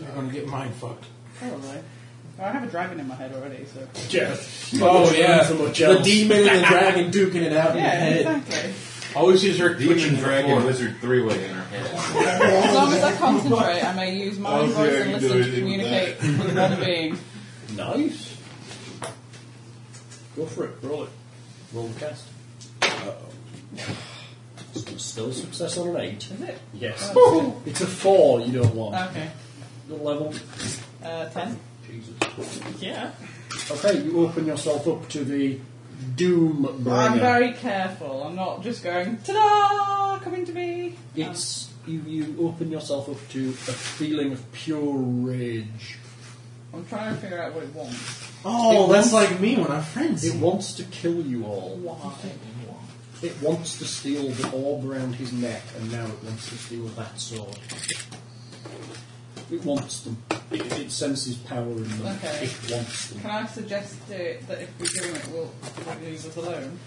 H: You're gonna get mind fucked.
D: Probably. I have a dragon in my head already, so.
E: Yeah.
F: Oh yeah,
E: So much
F: the
E: else.
F: demon and the dragon duking it out in your
D: Yeah,
F: head.
D: exactly.
H: All we see is her
G: Demon,
H: twitching
G: dragon,
H: before.
G: wizard, three-way in her head.
D: As long as I concentrate, I may use my
C: Oh, yeah,
D: voice
C: you
D: and
C: can do
D: listen to
C: anything with
D: communicate with another being.
E: Nice. Go for it. Roll it. Roll the cast. Uh-oh. Still a success on an eight.
D: Is it?
E: Yes.
D: Oh.
E: It's a four you don't want.
D: Okay.
E: the level.
D: Uh, 10.
E: Jesus.
D: Yeah.
E: Okay, you open yourself up to the doom bringer.
D: I'm very careful. I'm not just going, ta da! Coming to me!
E: It's you, you open yourself up to a feeling of pure rage.
D: I'm trying to figure out what it wants.
F: Oh, that's like me when I'm friends.
E: It wants to kill you all.
D: Why?
E: It wants to steal the orb around his neck, and now it wants to steal that sword. It wants them. It, it senses power in them.
D: Okay.
E: It wants them.
D: Can I suggest it, that if we do it, we'll we'll leave us alone?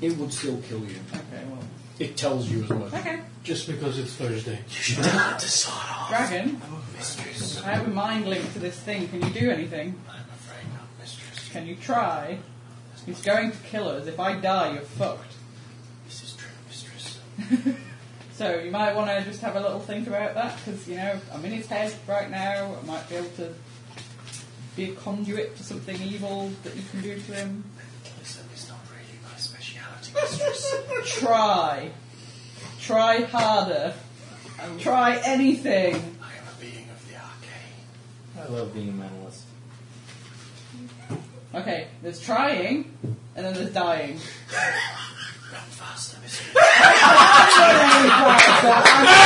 E: It would still kill you.
D: Okay, well.
E: It tells you as well.
D: Okay.
H: Just because it's Thursday.
D: Dragon, I have a mind link to this thing. Can you do anything? Can you try? He's going to kill us. If I die, you're fucked.
E: This is true, mistress.
D: So you might want to just have a little think about that because you know I'm in his head right now. I might be able to be a conduit to something evil that you can do to him.
E: Listen, it's not really my speciality.
D: Try, try harder. Try anything.
E: I am a being of the arcane.
G: I love being a mentalist.
D: Okay, there's trying, and then there's dying.
E: Run faster, mistress.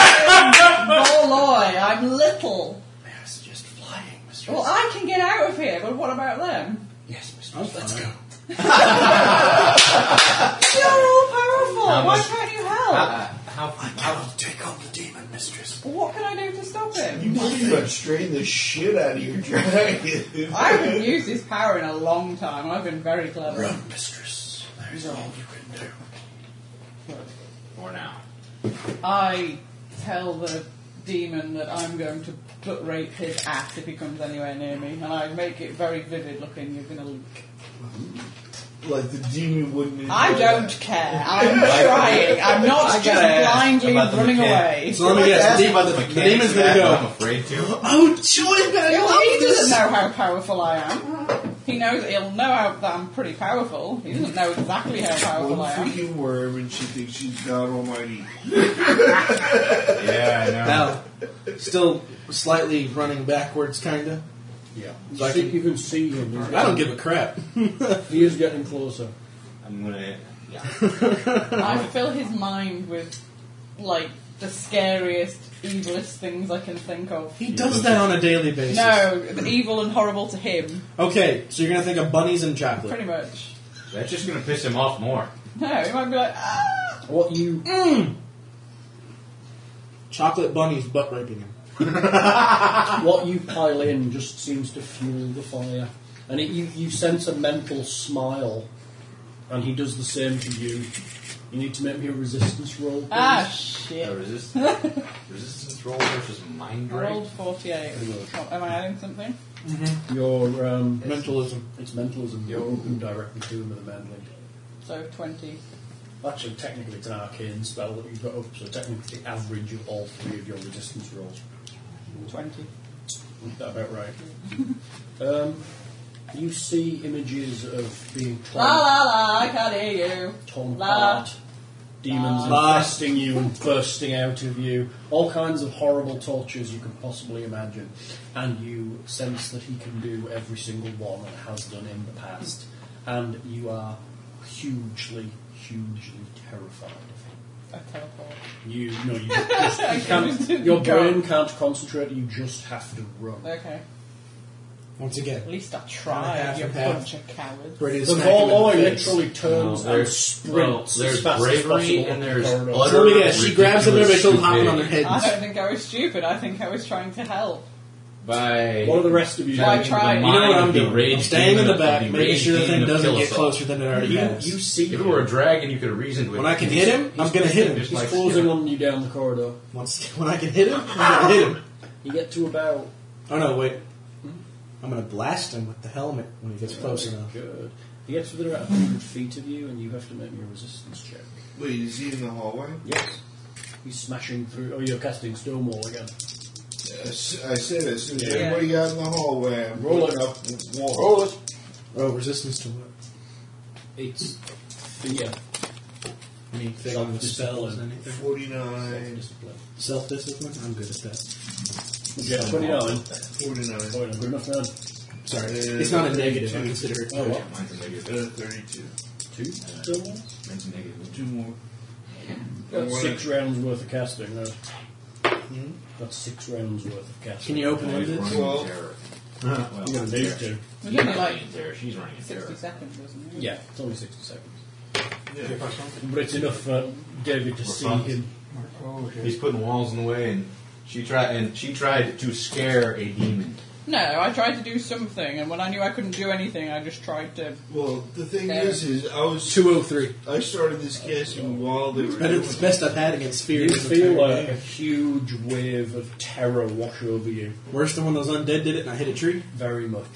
D: Oh Lord, I'm little.
E: May I suggest flying, mistress?
D: Well, I can get out of here, but what about them?
E: yes, mistress. Let's go.
D: You're all powerful.
G: How
D: Why
G: much-
D: can't you
G: Uh,
D: help?
G: uh, how, how,
E: Take on the demon, mistress.
D: Well, What can I do to stop him?
C: You restrain the shit out of your dragon.
D: I haven't used his power in a long time. I've been very clever.
E: Mistress, there is all you can do.
G: or now.
D: I tell the demon that I'm going to butt rape his ass if he comes anywhere near me, and I make it very vivid looking. You're gonna leak.
C: like the demon wouldn't. enjoy
D: I don't
C: that.
D: care. I'm trying. I'm not just blindly
G: about the
D: running
G: mechanic.
D: away.
F: so let me guess. The, de- the demon's gonna
G: I'm
F: go.
G: afraid to.
F: Oh, Joy, but I
D: Well, he
F: love
D: doesn't
F: this.
D: know how powerful I am. He knows he'll know how, that I'm pretty powerful. He doesn't know exactly how powerful I
C: One
D: am.
C: freaking worm, and she thinks she's God Almighty.
G: Yeah, I know.
F: Now, still slightly running backwards, kinda.
E: Yeah.
F: So I
E: See-
F: can-
E: you can see him. He's
F: I don't give a crap.
E: getting- He is getting closer.
G: I'm gonna. Yeah.
D: I fill his mind with like the scariest, evilest things I can think of.
F: He does that on a daily basis.
D: No, the evil and horrible to him,
F: Okay, so you're gonna think of bunnies and chocolate.
D: pretty much.
G: That's just gonna piss him off more.
D: No, he might be like, ah!
E: What you
F: Chocolate bunnies butt raping him.
E: What you pile in just seems to fuel the fire. And it, you, you sense a mental smile, and he does the same to you. You need to make me a resistance roll. please.
D: Ah, shit.
G: Uh, resistance, resistance roll versus mind
D: I
G: break.
D: rolled 48. Oh, Am I adding something?
E: Your um,
F: Mentalism.
E: it's mentalism. You're open directly to him with a manly.
D: So 20.
E: Actually, technically, it's an arcane spell that you've got up, so technically, the average of all three of your resistance rolls.
D: 20.
E: Is that about right? um, you see images of being torn,
D: La la la, I can't hear you.
E: torn
D: la.
E: apart, demons infesting you and bursting out of you, all kinds of horrible tortures you can possibly imagine, and you sense that he can do every single one and has done in the past, and you are hugely, hugely terrified of him.
D: I teleport.
E: You no, you just
D: I
E: you can't.
D: couldn't
E: Your
D: go.
E: brain can't concentrate. You just have to run.
D: Okay.
F: Once again.
D: At least I
F: And a
D: tried,
F: half
D: you
F: and half.
D: bunch of cowards.
F: Ready to
E: The
F: smack him in
E: Voloi
F: the face.
E: literally turns
B: No,
E: and
B: there's-
E: sprints.
B: well,
E: as
B: there's
E: fast as
B: bravery
E: possible
B: and
E: up the
B: there's
E: corridor.
B: utter-
F: Let me guess. She grabs them and they still hopping on their
D: I
F: heads.
D: don't think I was stupid, I think I was trying to help.
B: By
E: What are the rest of you?
D: Why
E: doing?
D: try- tried.
B: the
D: You
F: You know what I'm
B: mind, the
F: doing?
B: rage
F: I'm staying in
B: demon
F: the
B: of-
F: back,
B: the
F: making
B: rage
F: sure the
B: demon
F: thing
B: of
F: doesn't get
B: Killisall.
F: closer than it already
E: You,
F: has.
E: you see
B: If it
E: him.
B: were a dragon, you could have reasoned with.
F: When I
B: it.
F: can hit him, I'm gonna hit him.
B: Just
E: He's
B: like
E: closing
B: here.
E: on you down the corridor.
F: Once when I can hit him, I'm gonna hit him.
E: You get to about
F: Oh no, wait. I'm gonna blast him with the helmet when he gets close enough.
E: Good. He gets within about hundred feet of you, and you have to make me a resistance check.
C: Wait, is he in the hallway?
E: Yes. He's smashing through. Oh, you're casting stone wall again.
C: Yes, I said it. So
E: Yeah.
C: Everybody got in the hallway. I'm
E: Roll
C: rolling
E: it.
C: up the wall.
E: it.
F: Oh, resistance to what?
E: It's yeah,
F: Anything
E: Self
F: with
E: dispel
F: spells,
E: and-
F: anything?
C: Forty-nine.
E: discipline.
F: Self discipline? I'm good at that.
E: Yeah, twenty nine.
C: Forty-nine.
E: Oh, yeah, good enough man.
F: Sorry.
C: Uh,
F: It's not a negative, I
C: two.
F: consider it.
E: Oh, what?
G: Mine's a negative.
C: Uh, Thirty-two.
E: Two stone walls?
G: Mine's a negative.
C: Two more.
E: That's
C: One-
E: six rounds worth of casting. No. Hmm? That's six rounds worth of casting.
F: Can you open
G: Always
F: it?
G: running
C: Well-
G: in terror.
E: I'm gonna need
G: Well,
E: to.
D: It was
G: He's
D: only
G: not
D: like
G: running in terror. She's running in
D: 60
G: terror.
D: seconds, wasn't it?
E: Yeah, it's only sixty seconds.
C: Yeah.
E: But it's enough for David to see
G: fine.
E: him.
H: Oh, shit.
G: He's putting walls in the way, and she tried and she tried to scare a demon.
D: No, I tried to do something, and when I knew I couldn't do anything, I just tried to.
C: Well, the thing
D: Yeah.
C: is, is I was
F: 203.
C: I started this casting while they were
F: Better, it's the
C: doing.
F: best I've had against
E: You
F: fears.
E: feel like a huge wave of terror wash over you.
F: Worse than when those undead did it and I hit a tree?
E: Very much.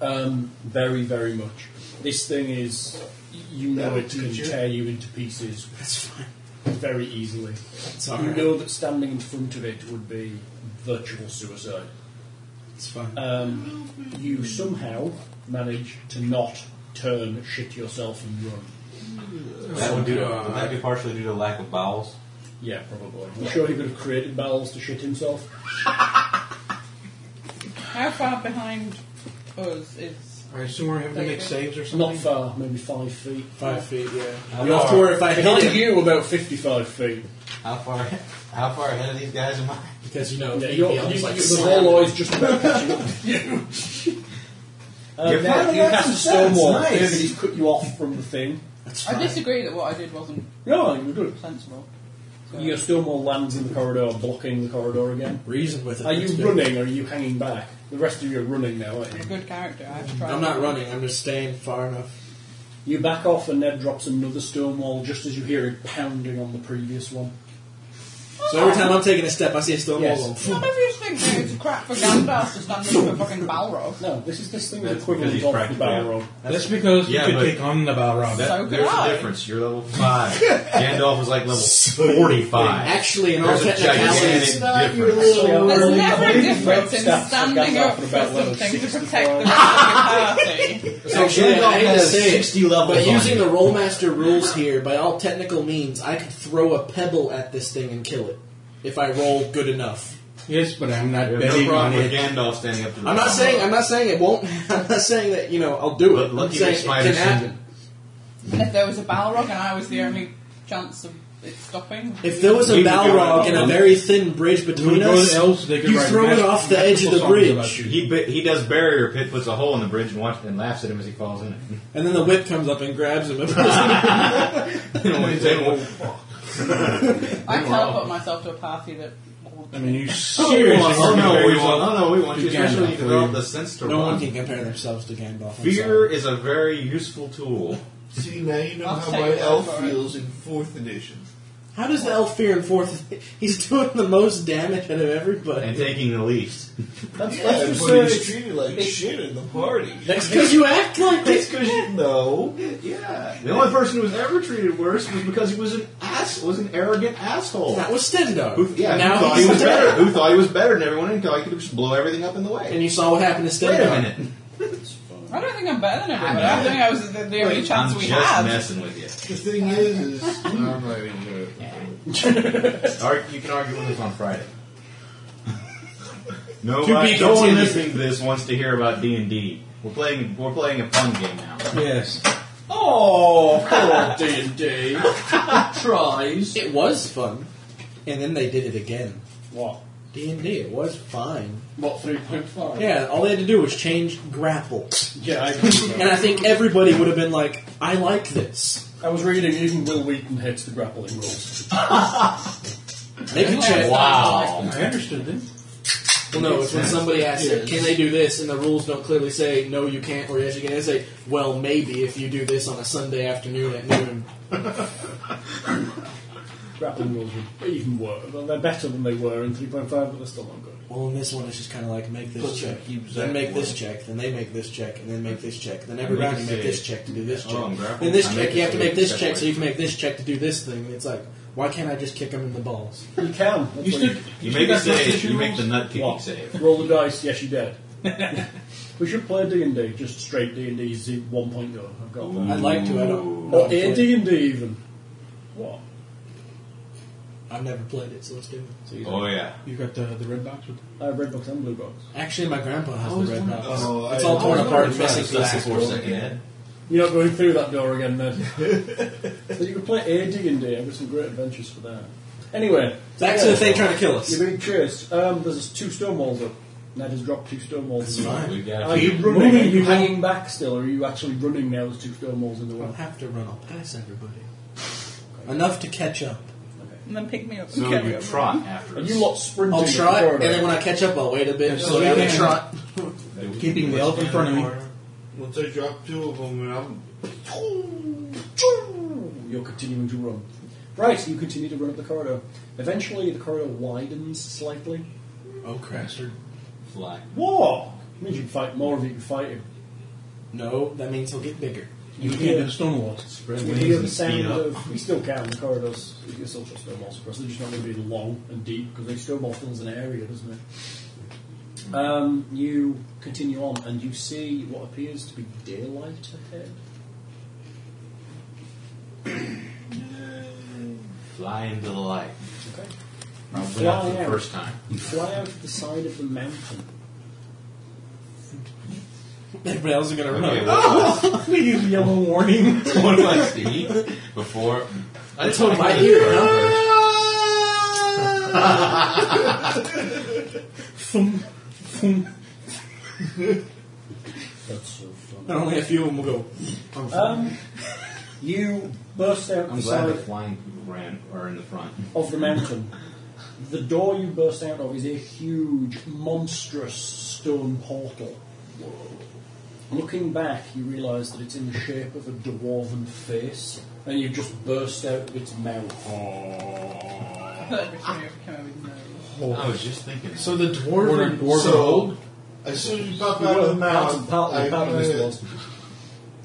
E: Um, very, very much. This thing is, you know,
C: That'll
E: it can
C: teach you.
E: tear you into pieces
F: That's fine.
E: very easily.
F: It's
E: You
F: alright.
E: know that standing in front of it would be virtual suicide.
F: It's fine.
E: Um, you somehow manage to not turn, shit yourself, and run.
G: That would do. Would that be partially due to lack of bowels?
E: Yeah, probably. I'm sure he could have created bowels to shit himself.
D: How far behind us is.
H: I assume we're having to make saves or
E: Not
H: something.
E: far, maybe five feet.
F: Five feet, yeah.
G: How
F: You have to
G: far?
F: worry if I
E: Behind
F: hit him.
E: you, about 55 feet.
G: How far? How far ahead of these guys am I?
F: Because, you know,
E: Yeah,
F: he'd
E: you're,
F: be almost
E: you,
F: like
E: you, the
F: slam.
E: whole law is just about catching up to you. Uh,
G: You're
E: now,
G: finally
E: you
G: got
E: have to
G: some sense,
E: stonewall.
G: nice.
E: David, he's cut you off from the thing.
F: That's
D: I
F: fine.
D: disagree that what I did wasn't
E: No, you're good.
D: sensible. So-
E: Your stonewall lands in the corridor, blocking the corridor again.
F: Reason with it.
E: Are you
F: That's good.
E: running or are you hanging back? The rest of you are running now, aren't
D: I'm a
E: you?
D: good character. I have to try.
F: I'm not running. I'm just staying far enough.
E: You back off and Ned drops another stone wall just as you hear it pounding on the previous one.
F: So every time I'm taking a step, I see a stone
E: Yes.
F: wall.
D: Some of you think that it's crap for Gandalf to stand up for fucking Balrog.
E: No, this is this thing is
G: That's
E: equivalent
G: because he's
E: of the
G: practically out.
E: Balrog.
H: That's because
G: Yeah,
H: you
G: but-
H: could take on the Balrog.
G: That-
D: So could
G: there's
D: I.
G: a difference. You're level five. Gandalf was like level forty-five.
F: Actually, in all
G: There's a
F: technicality,
G: gigantic difference.
E: Actually, I'm
D: There's
E: really-
D: never
E: I
D: a
E: believe
D: difference in
E: the staff
D: standing
E: goes
D: up for
E: for about level
D: something to
E: 60
D: protect the rest of the party.
F: actually, I hate to
G: has
F: say it,
G: sixty levels.
F: but
G: on
F: using
G: it.
F: the Rollmaster rules here, by all technical means, I could throw a pebble at this thing and kill it if I roll good enough.
H: Yes, but I'm not
G: We have
H: betting
G: no
H: on
G: problem with
H: it.
G: Gandalf standing up to the.
F: I'm not saying I'm not saying it won't. I'm not saying that you know I'll do it.
G: Lucky
F: I'm saying
G: Rick
F: it
G: Spider
F: can happen.
G: syndrome.
D: If there was a Balrog and I was the only chance of it stopping,
F: If there was a
G: We would go
F: Balrog
G: out
F: and a
G: on-
F: very thin bridge
H: We would
F: between
H: go to
F: us,
H: elves, they could
F: you
H: write
F: throw it
H: magic-
F: off the edge of the
H: songs about
F: bridge,
H: you.
G: He ba- he does barrier pit, puts a hole in the bridge, and watch and laughs at him as he falls in it.
F: and then the whip comes up and grabs him.
G: You know, when he's like, "Oh,
D: I teleport myself to a party that.
H: I mean, you seriously.
G: Oh no, we want. Oh no, we want
H: To
G: you. Especially when
H: Gandalf,
G: you develop
H: we-
G: the sense to
F: No one
G: run.
F: can compare themselves to Gandalf. I'm
G: Fear
F: sorry.
G: is a very useful tool.
C: See, now you know
D: I'll
C: how
D: take
C: my
D: that
C: elf
D: for it.
C: feels in fourth edition.
F: How does the elf fear in fourth? He's doing the most damage out of
G: And
F: everybody.
G: taking the least.
J: That's,
C: Yeah,
J: that's just
C: but
J: so
C: he's treated like shit in the party.
F: That's because you act like
J: That's
F: this.
J: because you know.
G: Yeah. The only person who was ever treated worse was because he was an ass was an arrogant asshole.
F: That was Stendar.
G: Who, Oh. yeah, who
F: now
G: thought he
F: he's
G: was
F: dead.
G: better? Who thought he was better than everyone and thought he could just blow everything up in the way?
F: And you saw what happened to
G: Wait
F: Stendar.
G: a minute.
D: I don't think I'm better than everybody.
G: know.
D: I, think I was the, the only chance
G: I'm
D: we
G: just
D: had.
G: messing with you.
C: The thing is, is I'm not even gonna-
G: Ar- you can argue with us on Friday. no,
F: To be
G: one- no one
F: continued.
G: listening to this wants to hear about D and D. We're playing. We're playing a fun game now.
H: Yes.
E: Oh, poor D and D tries.
F: It was fun, and then they did it again.
E: What?
F: D and D, it was fine.
E: What three point five?
F: Yeah, all they had to do was change grapple,
E: yeah. I, agree with
F: and
E: that.
F: I think everybody would have been like, "I like this."
E: I was reading. Even Will Wheaton hates the grappling rules.
F: They could change.
G: Wow.
H: I understood that.
F: Well, no, it's when somebody asks, "Can they do this?" and the rules don't clearly say, "No, you can't," or "Yes, you can." They say, "Well, maybe if you do this on a Sunday afternoon at noon."
E: grappling rules are even worse. Well, they're better than they were in three point five, but they're still not good.
F: Well, in this one, it's just kind of like make this
C: Plus,
F: check,
C: it keeps
F: then
C: that
F: make this
C: one.
F: check, then they make this check, and then make this check, then every
G: And we
F: round
G: can
F: you make
G: say,
F: this check to do this
G: oh,
F: check,
G: I'm grappling,
F: then this
G: I
F: check
G: make
F: you
G: it
F: have to
G: so
F: make
G: it
F: this
G: step
F: check, so
G: away.
F: you can make this check to do this thing. It's like, why can't I just kick him in the balls?
E: You can. That's
H: You
E: what
H: still-
G: You,
H: You
G: make a
H: think that's
G: save.
H: not
G: You make the
H: the
G: nut kicking
E: What?
G: save.
E: Roll the dice. Yes, you did. we should play D and D. Just straight D and D. One point go. I've got that.
F: I'd like to. I don't.
E: Or
F: I haven't played-
E: D and D even. What?
F: I've never played it, so let's do it.
G: Oh yeah.
H: You got the, the red box with
E: I have red box and blue box.
F: Actually, my grandpa has
H: I
F: the
H: was
F: red
H: wondering-
F: box.
C: Oh,
F: it's
C: I-
F: all
C: I
F: torn
C: was
F: apart and
G: Trying to
F: missing
G: suss
F: glass.
G: this horse out of your head.
E: You're not going through that door again, Ned. so you could play A D and D. I've got some great adventures for that. Anyway,
F: Back to the thing trying to kill us.
E: You're being chased. Um, there's two stone walls up. Ned has dropped two stone walls. in the way.
G: We've
E: Are
G: got
E: Oh, you
G: to
E: running? Are
F: moving.
E: you hanging back still, or are you actually running now? There's two stone walls in the
F: I'll
E: way.
F: have to run. I'll pass everybody. Enough to catch up.
D: And then pick me up.
G: So
D: Okay.
G: you trot after
E: Are
G: us.
E: you lot sprinting?
F: I'll
E: up the
F: try, and
E: corridor?
F: then when I catch up, I'll wait a bit.
H: Yeah,
F: so
H: so
F: I
H: we
F: can
H: can-
F: trot.
J: Keeping the elf in front of me.
C: Once I drop two of them, and I'm
E: You're continuing to run. Right, you continue to run up the corridor. Eventually, the corridor widens slightly.
F: Oh, Craster.
G: fly.
E: What? It means you can fight more of it, you can fight him.
F: No, that means he'll get bigger.
H: You can't do the stone walls.
G: Spread
E: You hear the sound of. You still can, the corridors. You can still trust snowballs across. They're just not going to be long and deep because they snowball fills an area, doesn't it? Um, you continue on and you see what appears to be daylight ahead.
G: Fly into the light.
E: Okay.
G: Probably not for
E: Fly
G: the
E: out.
G: first time.
E: You fly out the side of the mountain.
F: Everybody else is gonna run.
G: Okay, what
E: yellow warning.
G: do I- what do I see before? I just
F: told my ear,
E: That's so funny.
F: And only a few of them will go.
E: Um, you burst out
G: I'm
E: the
G: glad the
E: side
G: flying people ran are in the front.
E: of the mountain. The door you burst out of is a huge, monstrous stone portal. Looking back, you realise that it's in the shape of a dwarven face, and you've just burst out of its mouth.
D: I thought every time you ever came out with no.
G: I was just thinking.
J: So the dwarven.
H: Dwarven-
C: so. As soon as you pop out of the
E: Mountain,
C: mouth,
E: mountain,
C: I'm
E: mountain is
C: gonna,
E: lost.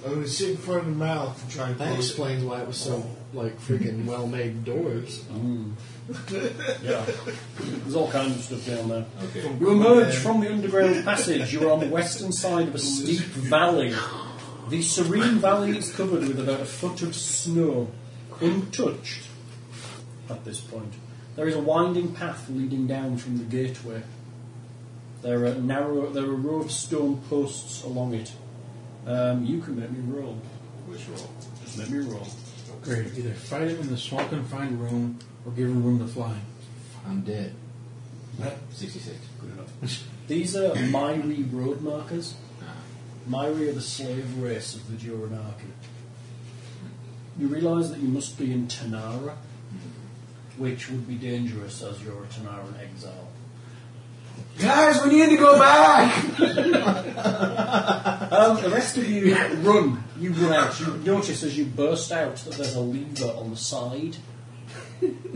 C: I'm gonna sit in front of the mouth and try and
J: That
C: close it.
J: explains why it was so like freaking well made doors.
E: Yeah. There's all kinds of stuff down there.
G: Okay.
E: You emerge from the underground passage. You are on the western side of a steep valley. The serene valley is covered with about a foot of snow, untouched at this point. There is a winding path leading down from the gateway. There are narrow, there are a row of stone posts along it. Um, you can make me roll.
G: Which roll?
E: Just make me roll.
H: Great. Either fight him in the small confined room or give him room to fly.
G: I'm dead. Sixty-six. Good enough.
E: These are Myri road markers.
G: Ah.
E: Myri are the slave race of the Duranaki. You realise that you must be in Tanara, which would be dangerous as you're a Tanaran exile.
F: Guys, we need to go back!
E: Um, the rest of you run. You run out. You notice as you burst out that there's a lever on the side.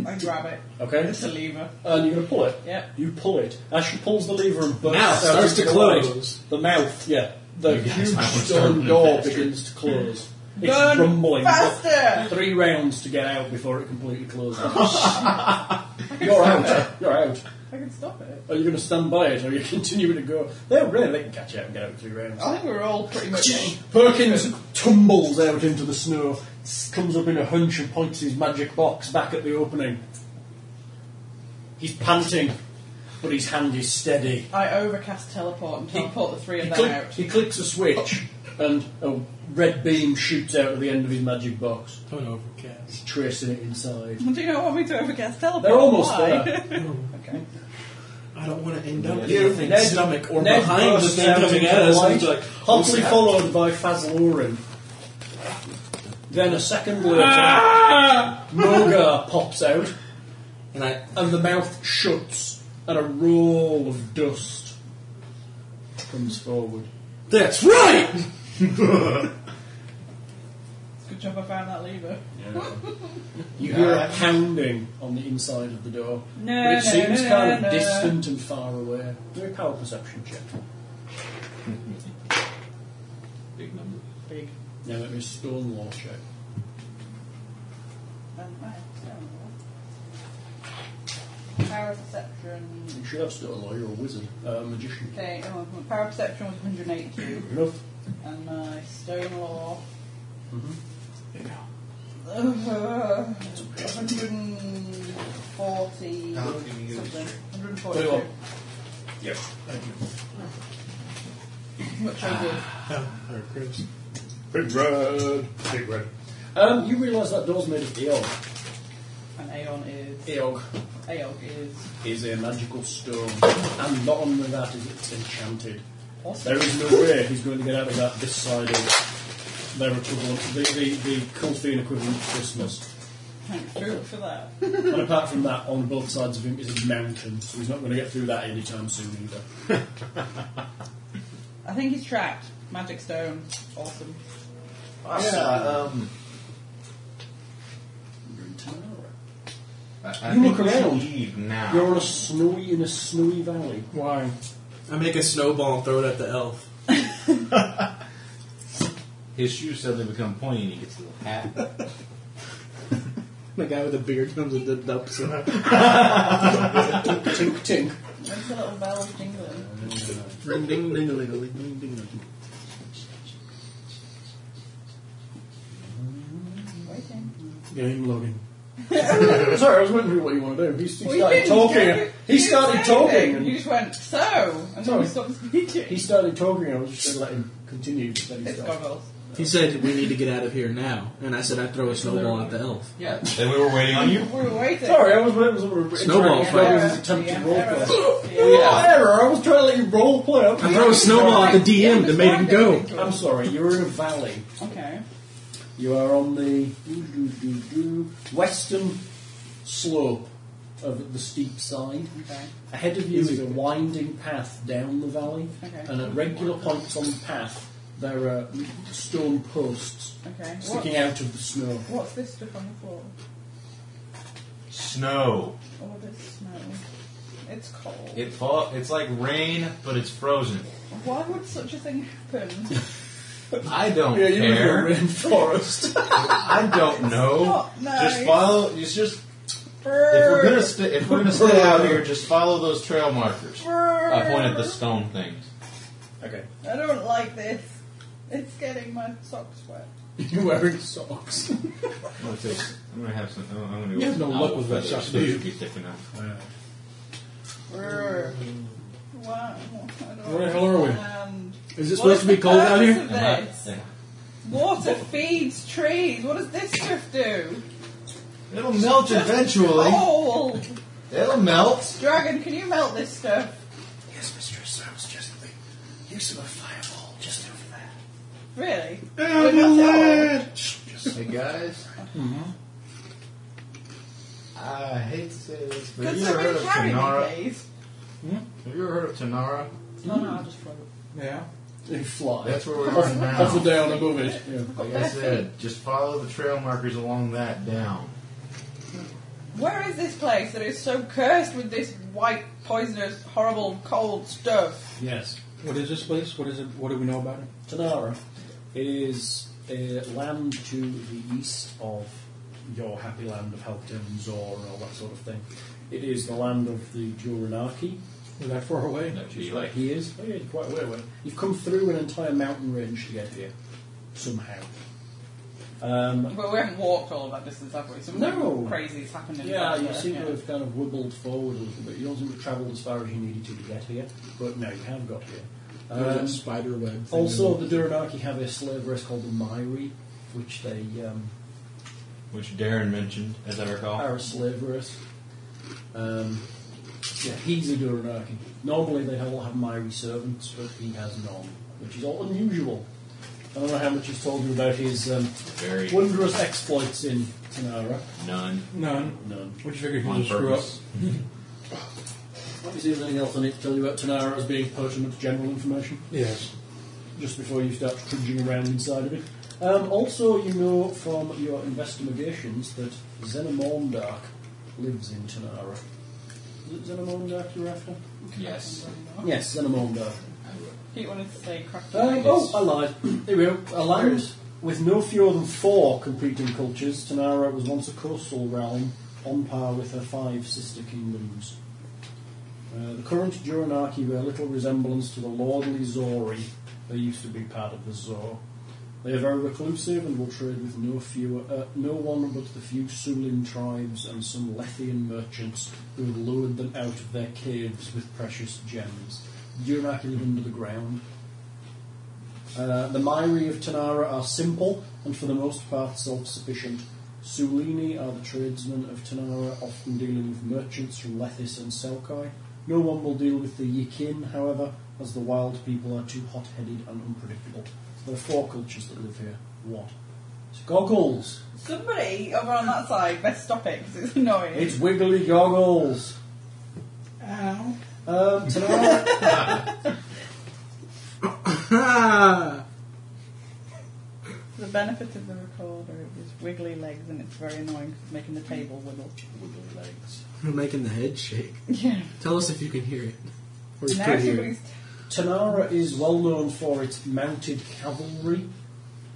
D: I grab it.
E: Okay.
D: It's a lever.
E: And you're going to pull it.
D: Yeah.
E: You pull it. As she pulls the lever and bursts
F: Mouth
E: out
F: starts
E: into
F: to
E: light,
F: close.
E: the mouth, yeah, the huge
G: might want to start
E: stone
G: moving
E: door
G: faster.
E: begins to close. It's
D: Burn
E: rumbling.
D: faster!
E: Three rounds to get out before it completely closes. you're out. You're out.
D: I can stop it.
E: Are you going to stand by it, or are you continuing to go? They're really they can catch you out and get out in three rounds.
D: I think we're all pretty much.
E: Perkins tumbles out into the snow, s- comes up in a hunch and points his magic box back at the opening. He's panting, but his hand is steady.
D: I overcast teleport and teleport the three of
E: He,
D: them
E: click-
D: out.
E: he clicks a switch, and a red beam shoots out of the end of his magic box,
F: Don't overcast.
E: tracing it inside.
D: Do you not want me to overcast teleport?
E: They're almost
D: Why?
E: there.
D: okay.
F: I don't want to end up
E: You, Ned-
F: in the stomach or
E: Ned
F: behind the
E: bursts
F: thing
E: out
F: coming
E: into
F: at us.
E: light,
F: and it's like,
E: hotly
F: what's
E: followed by Fazlorin. Then a second later,
F: Ah!
E: Mogar pops out.
F: that? And I,
E: and the mouth shuts, and a roll of dust comes forward.
F: that's right!
D: It's a good job I found that lever.
E: You hear a pounding on the inside of the door,
D: No,
E: but it
D: no,
E: seems
D: no,
E: kind of
D: no.
E: distant and far away. Do a power perception check.
G: Big number.
D: Big.
E: Now let me stone wall check.
D: Um, I don't know. Power perception.
E: You should have stone law. You're a wizard, a magician.
D: Okay, oh, my power perception was 182,
E: Fair enough.
D: and my stone law.
E: Mhm.
D: Uh, 140
C: How can you get it
D: something.
C: straight?
D: 142.
E: Twenty-one. Yep. Thank you.
D: Much I did.
H: Big red. Big red.
E: Um, you realise that door's made of eog.
D: And Aeon is.
E: Eog
D: Aeon is.
E: is a magical stone, and not only that is it's enchanted.
D: Awesome.
E: There is no way he's going to get out of that this side of their equivalent, the, the, the Culthean equivalent of Christmas.
D: Thank you for that.
E: and apart from that, on both sides of him is a mountain, so he's not going to get through that anytime soon either.
D: I think he's trapped. Magic stone. Awesome.
G: Yeah, um,
E: You're in Tanara.
G: I, I
E: You
G: think
E: look
G: we should
E: around.
G: leave now.
E: You're on a snowy, in a snowy valley.
F: Why? I make a snowball and throw it at the elf.
G: His shoes suddenly become pointy and he gets a little hat.
F: The guy with the beard comes and dipped up. So.
E: Tink, tink.
D: When's the little bell jingling?
F: Ring ding ding ding ding ding ding.
D: Waiting.
F: Game Logan.
E: Sorry, I was wondering what you want to do. He, he
D: Well,
E: started
D: you didn't-
E: talking.
D: you-
E: He
D: you
E: started
D: didn't say
E: talking.
D: anything.
E: And
D: You just went, so, and then
E: Sorry.
D: we stopped speaking.
E: he started talking. and I was just going to let him continue. Then he
D: it's
E: stopped.
D: goggles.
F: He said, "We need to get out of here now," and I said, "I throw a snowball at the elf."
G: Yeah. Then we were waiting on
D: We
G: you.
D: were waiting.
E: Sorry, I was waiting for
F: Snowball fight.
E: I was attempting
D: Yeah,
E: roll
D: error.
E: play.
D: Yeah.
E: error. I was trying to let you roll play. I'm,
F: I throw a snowball at the DM that made him go.
E: I'm sorry, you're in a valley.
D: Okay.
E: You are on the doo, doo, doo, doo, western slope of the steep side.
D: Okay.
E: Ahead of you is a winding path down the valley,
D: Okay.
E: and at regular points on the path there are stone posts
D: Okay. What,
E: sticking out of the snow.
D: what's this stuff on the floor?
G: Snow.
D: All this snow. It's cold.
G: It fall, It's like rain, but it's frozen.
D: Why would such a thing happen?
G: I don't
E: Yeah, you
G: care.
E: live in a rainforest.
G: I don't know.
D: It's not
G: Just
D: nice.
G: follow. It's just if we're gonna sta if we're gonna stay out here, just follow those trail markers. I point at the stone things.
E: okay,
D: I don't like this. It's getting my socks wet.
E: you're wearing socks.
G: I'm gonna, take, I'm gonna have some. I'm gonna.
H: You have no luck with that shot, do you?
D: Brrr. Wow. I don't
H: Where the hell are we?
D: understand.
F: Is it
D: What
F: supposed to
D: is
F: be
D: the
F: cold out
D: purpose
F: here?
D: of this? Water feeds trees. What does this stuff do?
G: It'll melt eventually.
D: Cold.
G: It'll melt.
D: Dragon, can you melt this stuff?
E: Yes, mistress, I was just the use of a fireball just over there.
D: Really? Would it melt at all?
G: Hey guys. I hate to say this, but
D: Could
G: you ever heard
D: somebody
G: of
D: carry me,
G: Tanara?
D: please?
G: Have you ever heard of Tanara?
D: No, no, I just float.
H: Yeah.
E: They fly.
G: That's where we are
H: That's the
G: now.
H: day on the movies.
G: Like I said, just follow the trail markers along that down.
D: Where is this place that is so cursed with this white, poisonous, horrible, cold stuff?
E: Yes.
H: What is this place? What is it? What do we know about it?
E: Tanara. It is a land to the east of your happy land of Halkton, Zor, and all that sort of thing. It is the land of the Duranaki.
H: Is that far away?
E: No, she's like he is. Oh, yeah, you're quite aware of it. You've come through an entire mountain range to get here, somehow. Um,
D: Well, we haven't walked all that distance, have we? Something
E: No.
D: crazy's happened. in
E: yeah,
D: the
E: you
D: desert,
E: seem
D: yeah.
E: to have kind of wobbled forward a little bit. You don't seem to have travelled as far as you needed to to get here, but no, you have got here. Um,
F: Uh, spider web.
E: also, the Duranaki have a slave race called the Mairi, which they um,
G: Which Darren mentioned, as I recall.
E: are a slave race. Um, yeah, he's a Duranaki. Normally, they all have Mairi servants, but he has none, which is all unusual. I don't know how much he's told you about his um,
G: Very
E: wondrous exploits in Tanara.
G: none.
H: None.
E: None.
H: Which figure
G: On
H: he'll screw up.
G: purpose.
E: Let me see if there's anything else I need to tell you about Tanara as being pertinent general information,
H: Yes.
E: just before you start trudging around inside of it. Um, also, you know from your investigations that Xenomordark lives in Tanara. Is it Xenomordark you're after?
G: Yes.
E: Yes, Xenomordark.
D: He wanted to say crappy.
E: Um, oh, I lied. Here we go. A land with no fewer than four competing cultures, Tanara was once a coastal realm on par with her five sister kingdoms. Uh, the current Duranaki bear little resemblance to the lordly Zori. They used to be part of the Zor. They are very reclusive and will trade with no fewer, uh, no one but the few Sulin tribes and some Lethian merchants who have lured them out of their caves with precious gems. The Duranaki live under the ground. Uh, the Mairi of Tanara are simple and for the most part self-sufficient. Sulini are the tradesmen of Tanara, often dealing with merchants from Lethis and Selkai. No one will deal with the Yikin, however, as the wild people are too hot-headed and unpredictable. So there are four cultures that live here. What? It's goggles.
D: Somebody over on that side best stop it because it's annoying.
E: It's wiggly goggles.
D: Ow.
E: Um, Tanara.
D: The benefit of the recorder is wiggly legs, and it's very annoying 'cause it's making the table wiggle.
E: wiggly legs.
F: We're making the head shake.
D: Yeah.
F: Tell us if you can hear it. Or you
D: Now
F: could hear it.
D: everybody's.
E: Tanara is well known for its mounted cavalry,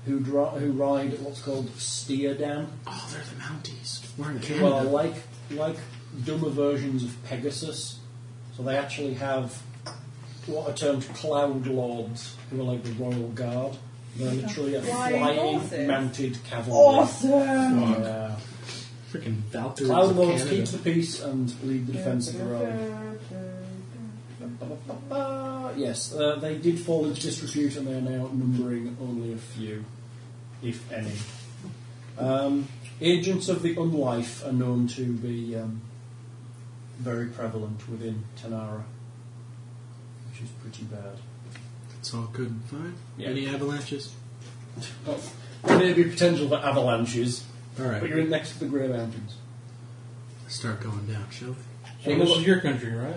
E: who, dra- who ride what's called steer dam.
F: Oh, they're the Mounties. We're in
E: who are
F: Canada.
E: like like dumber versions of Pegasus. So they actually have what are termed cloud lords, who are like the royal guard. They're literally a
D: Flying
E: flying
D: horses.
E: mounted cavalry.
D: Awesome!
E: Yeah.
F: Freaking Valkyries.
E: Cloud
F: of
E: lords
F: Canada.
E: keep the peace and lead the defence of the realm. Ba-ba-ba-ba. Yes, uh, they did fall into disrepute and they're now numbering only a few, if any. Um, agents of the unlife are known to be um, very prevalent within Tanara, which is pretty bad.
F: It's all good and fine.
E: Yeah.
F: Any avalanches?
E: There may be potential for avalanches,
F: Alright.
E: but you're in next to the Grey Mountains.
F: Start going down, shall we?
H: So this is your country, right?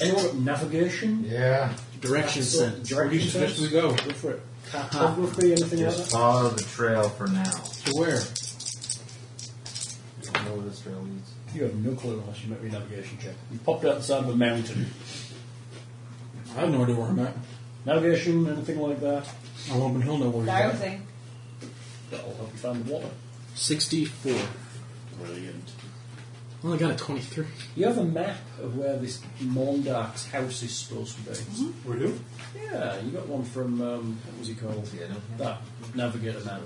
E: Anyone got navigation?
G: Yeah.
F: Direction
E: Sort of
F: sense.
H: Where do you
E: Direction
H: suggest we
E: sense?
H: go?
E: Go for it. Cartography, anything like
G: Just
E: that?
G: follow the trail for now.
H: To where?
G: You don't know where this trail leads.
E: You have no clue unless you make me a navigation check. You popped out the side of a mountain.
H: I have no idea where I'm at.
E: Navigation, anything like that,
H: I'm hoping he'll know where he's at.
D: Dowsing.
E: that'll help you find the water.
F: 64.
E: Brilliant.
F: Well, I got a 23.
E: You have a map of where this Mondark's house is supposed to be.
H: We do?
E: Yeah, you got one from, um, what was he called?
G: See, I don't have-
E: That navigator map.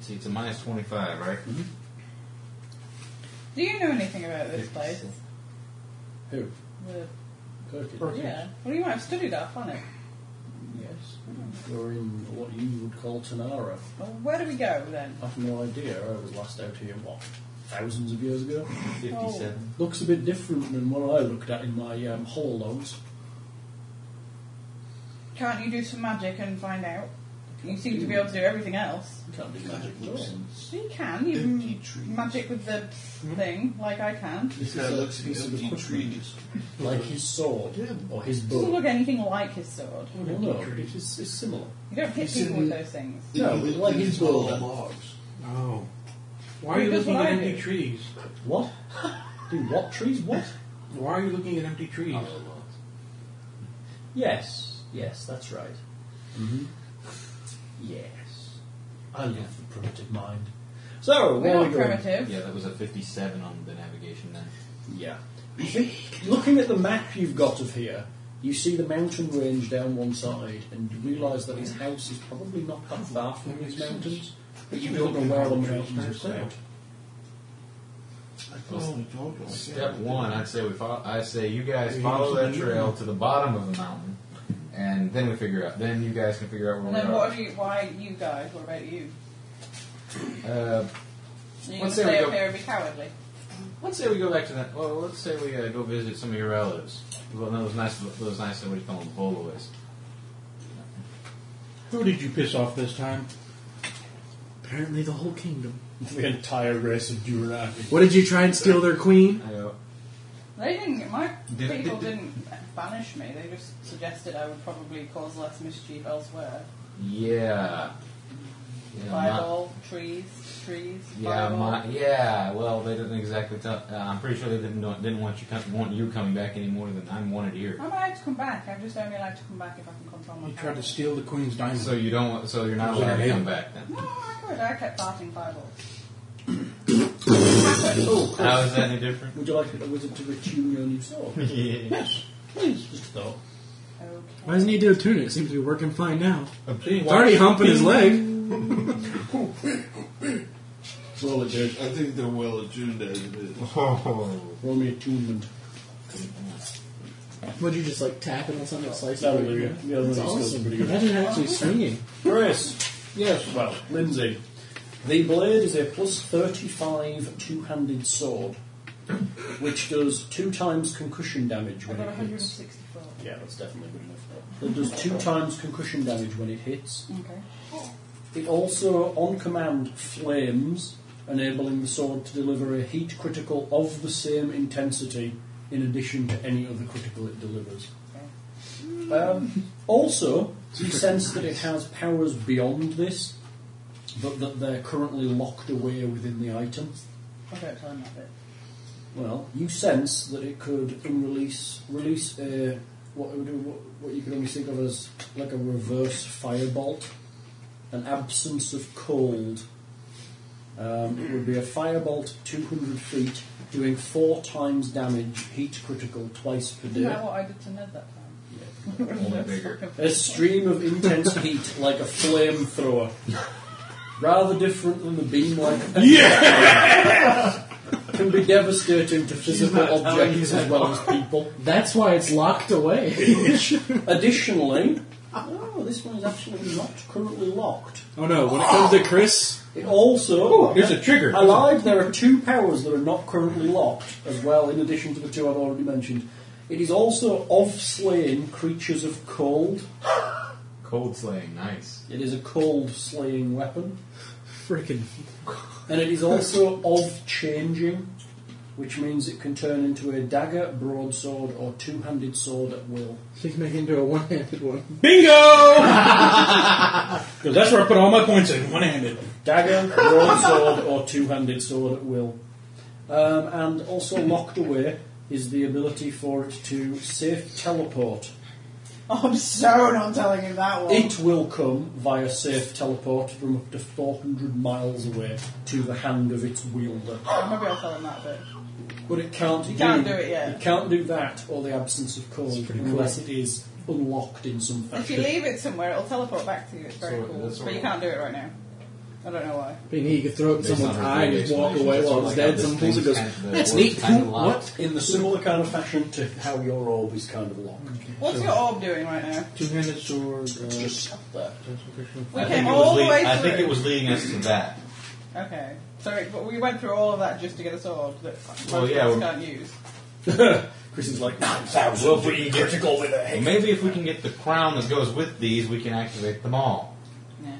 G: See, it's a minus 25, right?
D: Do you know anything about this place?
E: Who?
D: The-
E: Kirkin.
D: yeah. Well, you might have studied our planet.
E: Yes. You're in what you would call Tanara.
D: Well, where do we go then?
E: I have no idea. I was last out here, what, thousands of years ago?
G: 57.
E: Looks a bit different than what I looked at in my um, hall logs.
D: Oh, Can't you do some magic and find out? You seem to be able to do everything else.
E: Can't do magic weapons.
D: You can. You can magic with the
G: Hmm?
D: thing, like I can.
G: This guy looks at an empty tree.
E: Like his sword or his
D: It doesn't
G: Oh.
E: bow.
D: look anything like his sword.
E: Well, no, it's, it's similar.
D: You don't hit people with those things.
E: No, it's like his bow.
C: logs.
H: No. Oh. Why are you
D: Because
H: looking
D: what
H: at
D: I
H: empty
D: do-
H: trees?
E: What? Do what trees? What?
H: Why are you looking at empty trees?
E: Oh. Yes, yes, that's right. Yes. Mm-hmm. I live the primitive mind. So,
D: We're
E: where are
D: not
E: we going?
D: primitive.
G: Yeah, that was a 57 on the navigation there.
E: Yeah. You think- Looking at the map you've got of here, you see the mountain range down one side, and you realise that his house is probably not that far from these mountains, but you don't know where the mountains are. found.
G: Step one, I'd say we follow, I say you guys follow that trail to the bottom of the mountain, and then we figure out. Then you guys can figure out
D: And
G: where
D: then
G: we
D: what
G: are.
D: have you? Why you guys? What about you?
G: Uh,
D: Are you
G: Let's say
D: stay
G: we
D: up
G: go-
D: here and be cowardly?
G: let's say we go back to that. Well, let's say we uh, go visit some of your relatives. Well, no, those nice, those nice. What do you call them? Bolois.
H: Who did you piss off this time?
F: Apparently, the whole kingdom.
E: The entire race of Duranaki.
F: What did you try and steal their queen?
G: I go.
D: They didn't. My
G: Did-
D: people
G: did-
D: didn't banish me. They just suggested I would probably cause less mischief elsewhere.
G: Yeah. Yeah. my-
D: Fireball, trees, trees.
G: yeah,
D: fireball.
G: my, yeah. Well, they didn't exactly tell. Uh, I'm pretty sure they didn't know, didn't want you com- want you coming back any more than I'm wanted here.
D: I'm allowed to come back. I'm just only allowed to come back if I can control my.
H: You tried to
D: powers.
H: steal the queen's diamond.
G: So you don't. want- So you're not allowed to come back then.
D: No, I could. I kept farting fireballs.
G: How is that any different?
E: Would you like a wizard to attune your new sword?
G: yeah.
E: Please, just a thought.
F: Why doesn't he do a tune? It seems to be working fine now.
G: See,
F: It's already humping his leg.
E: Roll it, Judge.
C: I think they're well attuned as it is.
G: Oh.
E: Roll me attunement.
F: Would you just like tap it on something, slice
E: That
F: it?
E: would be good. Yeah,
F: That's
E: that's
F: awesome.
E: pretty good.
F: Imagine actually swinging.
E: Chris. Yes. Well, Lindsay. The blade is a plus 35 two handed sword, which does two times concussion damage
D: I
E: when
D: got
E: it hits.
D: 164.
E: Yeah, that's definitely good enough. It does two times concussion damage when it hits.
D: Okay.
E: It also, on command, flames, enabling the sword to deliver a heat critical of the same intensity in addition to any other critical it delivers. Um, also, you sense that it has powers beyond this, but that they're currently locked away within the item.
D: I don't tell him that bit.
E: Well, you sense that it could in release release a what, would- what what you could only think of as like a reverse firebolt, an absence of cold. Um, it would be a firebolt 200 feet, doing four times damage, heat critical twice per day.
D: Isn't that what I did to Ned that time?
G: Only bigger.
E: A stream of intense heat like a flamethrower. Rather different than the beam like Can be devastating to physical objects as well as people.
F: That's why it's locked away.
E: Additionally, oh, this one is absolutely not currently locked.
F: oh no! When it comes to Chris,
E: It also.
H: Here's a trigger.
E: I lied, there are two powers that are not currently locked as well, in addition to the two I've already mentioned. It is also of slain creatures of cold.
G: Cold slaying, nice.
E: It is a cold slaying weapon.
F: freaking
E: And it is also of changing, which means it can turn into a dagger, broadsword, or two handed sword at will.
F: she can make it into a one-handed one.
H: Bingo! Because that's where I put all my points in, one-handed.
E: Dagger, broadsword, or two handed sword at will. Um, and also locked away is the ability for it to safe teleport.
D: I'm so not telling him that one.
E: It will come via safe teleport from up to 400 miles away to the hand of its wielder.
D: Maybe I'll tell him that bit.
E: But it can't
D: You
E: do,
D: can't do it yet.
E: It can't do that or the absence of cold unless it is unlocked in some
D: If you
E: fashion.
D: leave it somewhere, it'll teleport back to you. It's very
G: So,
D: cool.
G: that's
D: But you
G: all.
D: can't do it right now. I don't know why.
F: Being neat, you could throw it in
G: Based
F: someone's
G: on
F: eye and
G: her
F: just walk
G: explanation,
F: away
G: that's
F: while it's
G: like how
F: dead.
G: this
F: Someone pulls it,
G: thing's
F: goes,
G: kind of-
F: "That's
G: well,
F: neat,
G: it's kind
F: cool."
G: of locked."
F: What?
E: in the similar kind of fashion to how your orb is kind of locked.
D: What's your orb doing right now?
H: Two-handed sword. Uh,
E: Just sat there.
D: We
G: I
D: came
G: think, it
D: all
G: was
D: the way
G: lead-
D: through.
G: I think it was leading us to that.
D: Okay. So, it, but we went through all of that just to get a sword that most
G: Well,
D: of
G: yeah,
D: us
G: we-
D: can't use.
E: Chris is like, 9,000
G: Well, if we can get-
E: critical with a
G: Well, maybe if we can get the crown that goes with these, we can activate them all.
D: Yeah.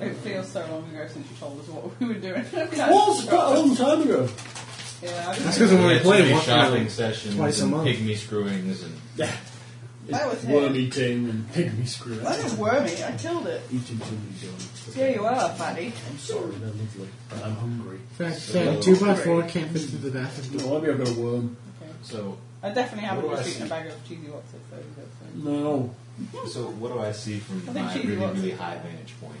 D: It feels so long ago since you told us what we were doing. it
E: was quite a long time ago.
D: Yeah, I
J: That's
D: just,
J: because I'm only
G: Yeah, too
J: playing
G: many
J: one
G: shopping sessions
J: twice a
G: and
J: month.
G: pygmy screwings and
D: that was
E: Worm
D: him.
E: eating and pygmy screw.
D: That is wormy. I killed it.
E: Eating too many donuts.
D: Yeah, you are, fatty.
E: I'm sorry, they're lovely. And I'm hungry.
J: Fact, fact, two by four can't fit through the bathroom.
E: No, maybe I've got a worm.
G: so.
D: I definitely haven't
G: What do Oh, I
D: just eaten a
G: see?
D: bag of cheesy what's it though.
E: No.
G: So what do I see from
D: I think
G: my
D: she
G: really
D: wants-
G: really high vantage point?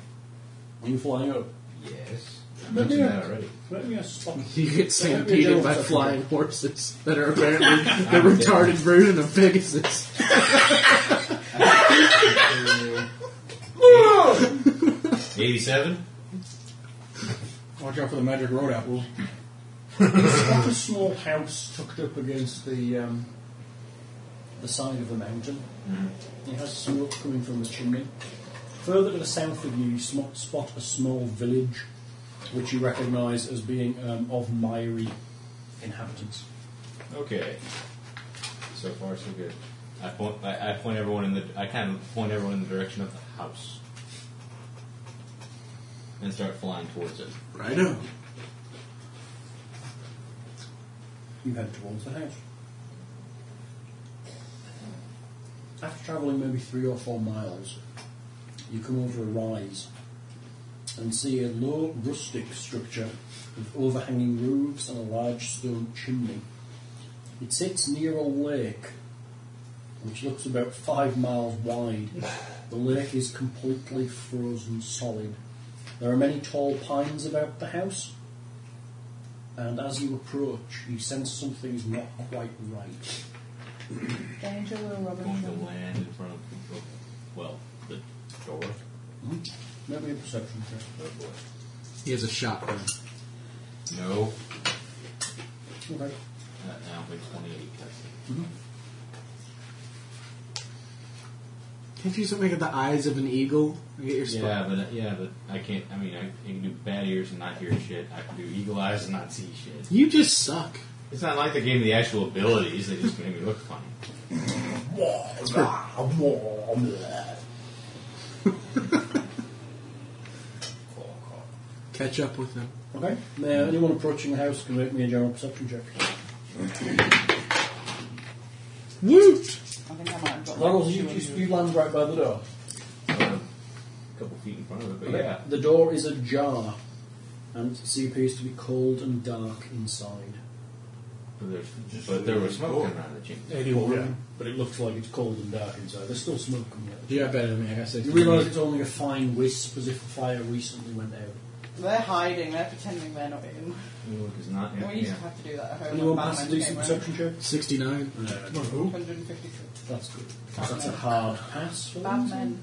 E: Are you flying up?
G: Yes, I
E: But
G: mentioned
E: yeah.
G: that already.
E: Let me stop.
J: You get
E: Yeah,
J: stampeded
E: yeah,
J: by
E: yeah.
J: flying horses that are apparently the retarded version of Pegasus.
G: Eighty-seven.
H: Watch out for the magic road apples.
E: It's like a small house tucked up against the um, the side of the mountain. It has smoke coming from the chimney. Further to the south of you, you sm- spot a small village, which you recognise as being um, of Mairi inhabitants.
G: Okay. So far, so good. I point. I, I point everyone in the. I kind of point everyone in the direction of the house, and start flying towards it.
J: Right on.
E: You head towards the house. After travelling maybe three or four miles, you come over a rise and see a low rustic structure with overhanging roofs and a large stone chimney. It sits near a lake which looks about five miles wide. The lake is completely frozen solid. There are many tall pines about the house, and as you approach, you sense something's not quite right.
D: Danger, little
G: Going to
D: Robinson.
G: land in front of. of- Well, the door.
E: Maybe a perception check.
G: Oh boy.
J: He has a shotgun.
G: No.
E: Okay.
G: Not now. Wait, twenty-eight. That's
J: Can't you use something like the eyes of an eagle? and Get your
G: it.
J: spot.
G: Yeah, but uh, yeah, but I can't. I mean, I, I can do bad ears and not hear shit. I can do eagle eyes and not see shit.
J: You just suck.
G: It's not like they gave me the actual abilities. They just made me look funny.
J: Catch up with them.
E: Okay. Now, anyone approaching the house can make me a general perception check.
J: Woo!
D: I think I might have got
E: Laurel, you, you, you land right by the door.
G: Uh, a couple feet in front of it, but
E: Okay.
G: Oh, yeah.
E: The door is ajar, and it appears to be cold and dark inside.
G: But, there's, but there was smoke coming out of the chimney.
E: Anyone? But it looks like it's cold and dark inside. There's still smoke coming out.
J: You got better than me. I got six.
E: You realise it's only a fine wisp, as if the fire recently went out.
D: They're hiding. They're pretending they're not in.
G: Smoke is not.
D: We used
G: yeah.
D: to have to do that at home.
E: Anyone
D: when
E: pass a
D: Batman came
E: decent
D: round.
E: perception check?
J: 69.
E: No.
D: 153.
E: That's good. That's a hard pass. for
D: Bad
E: them.
D: men.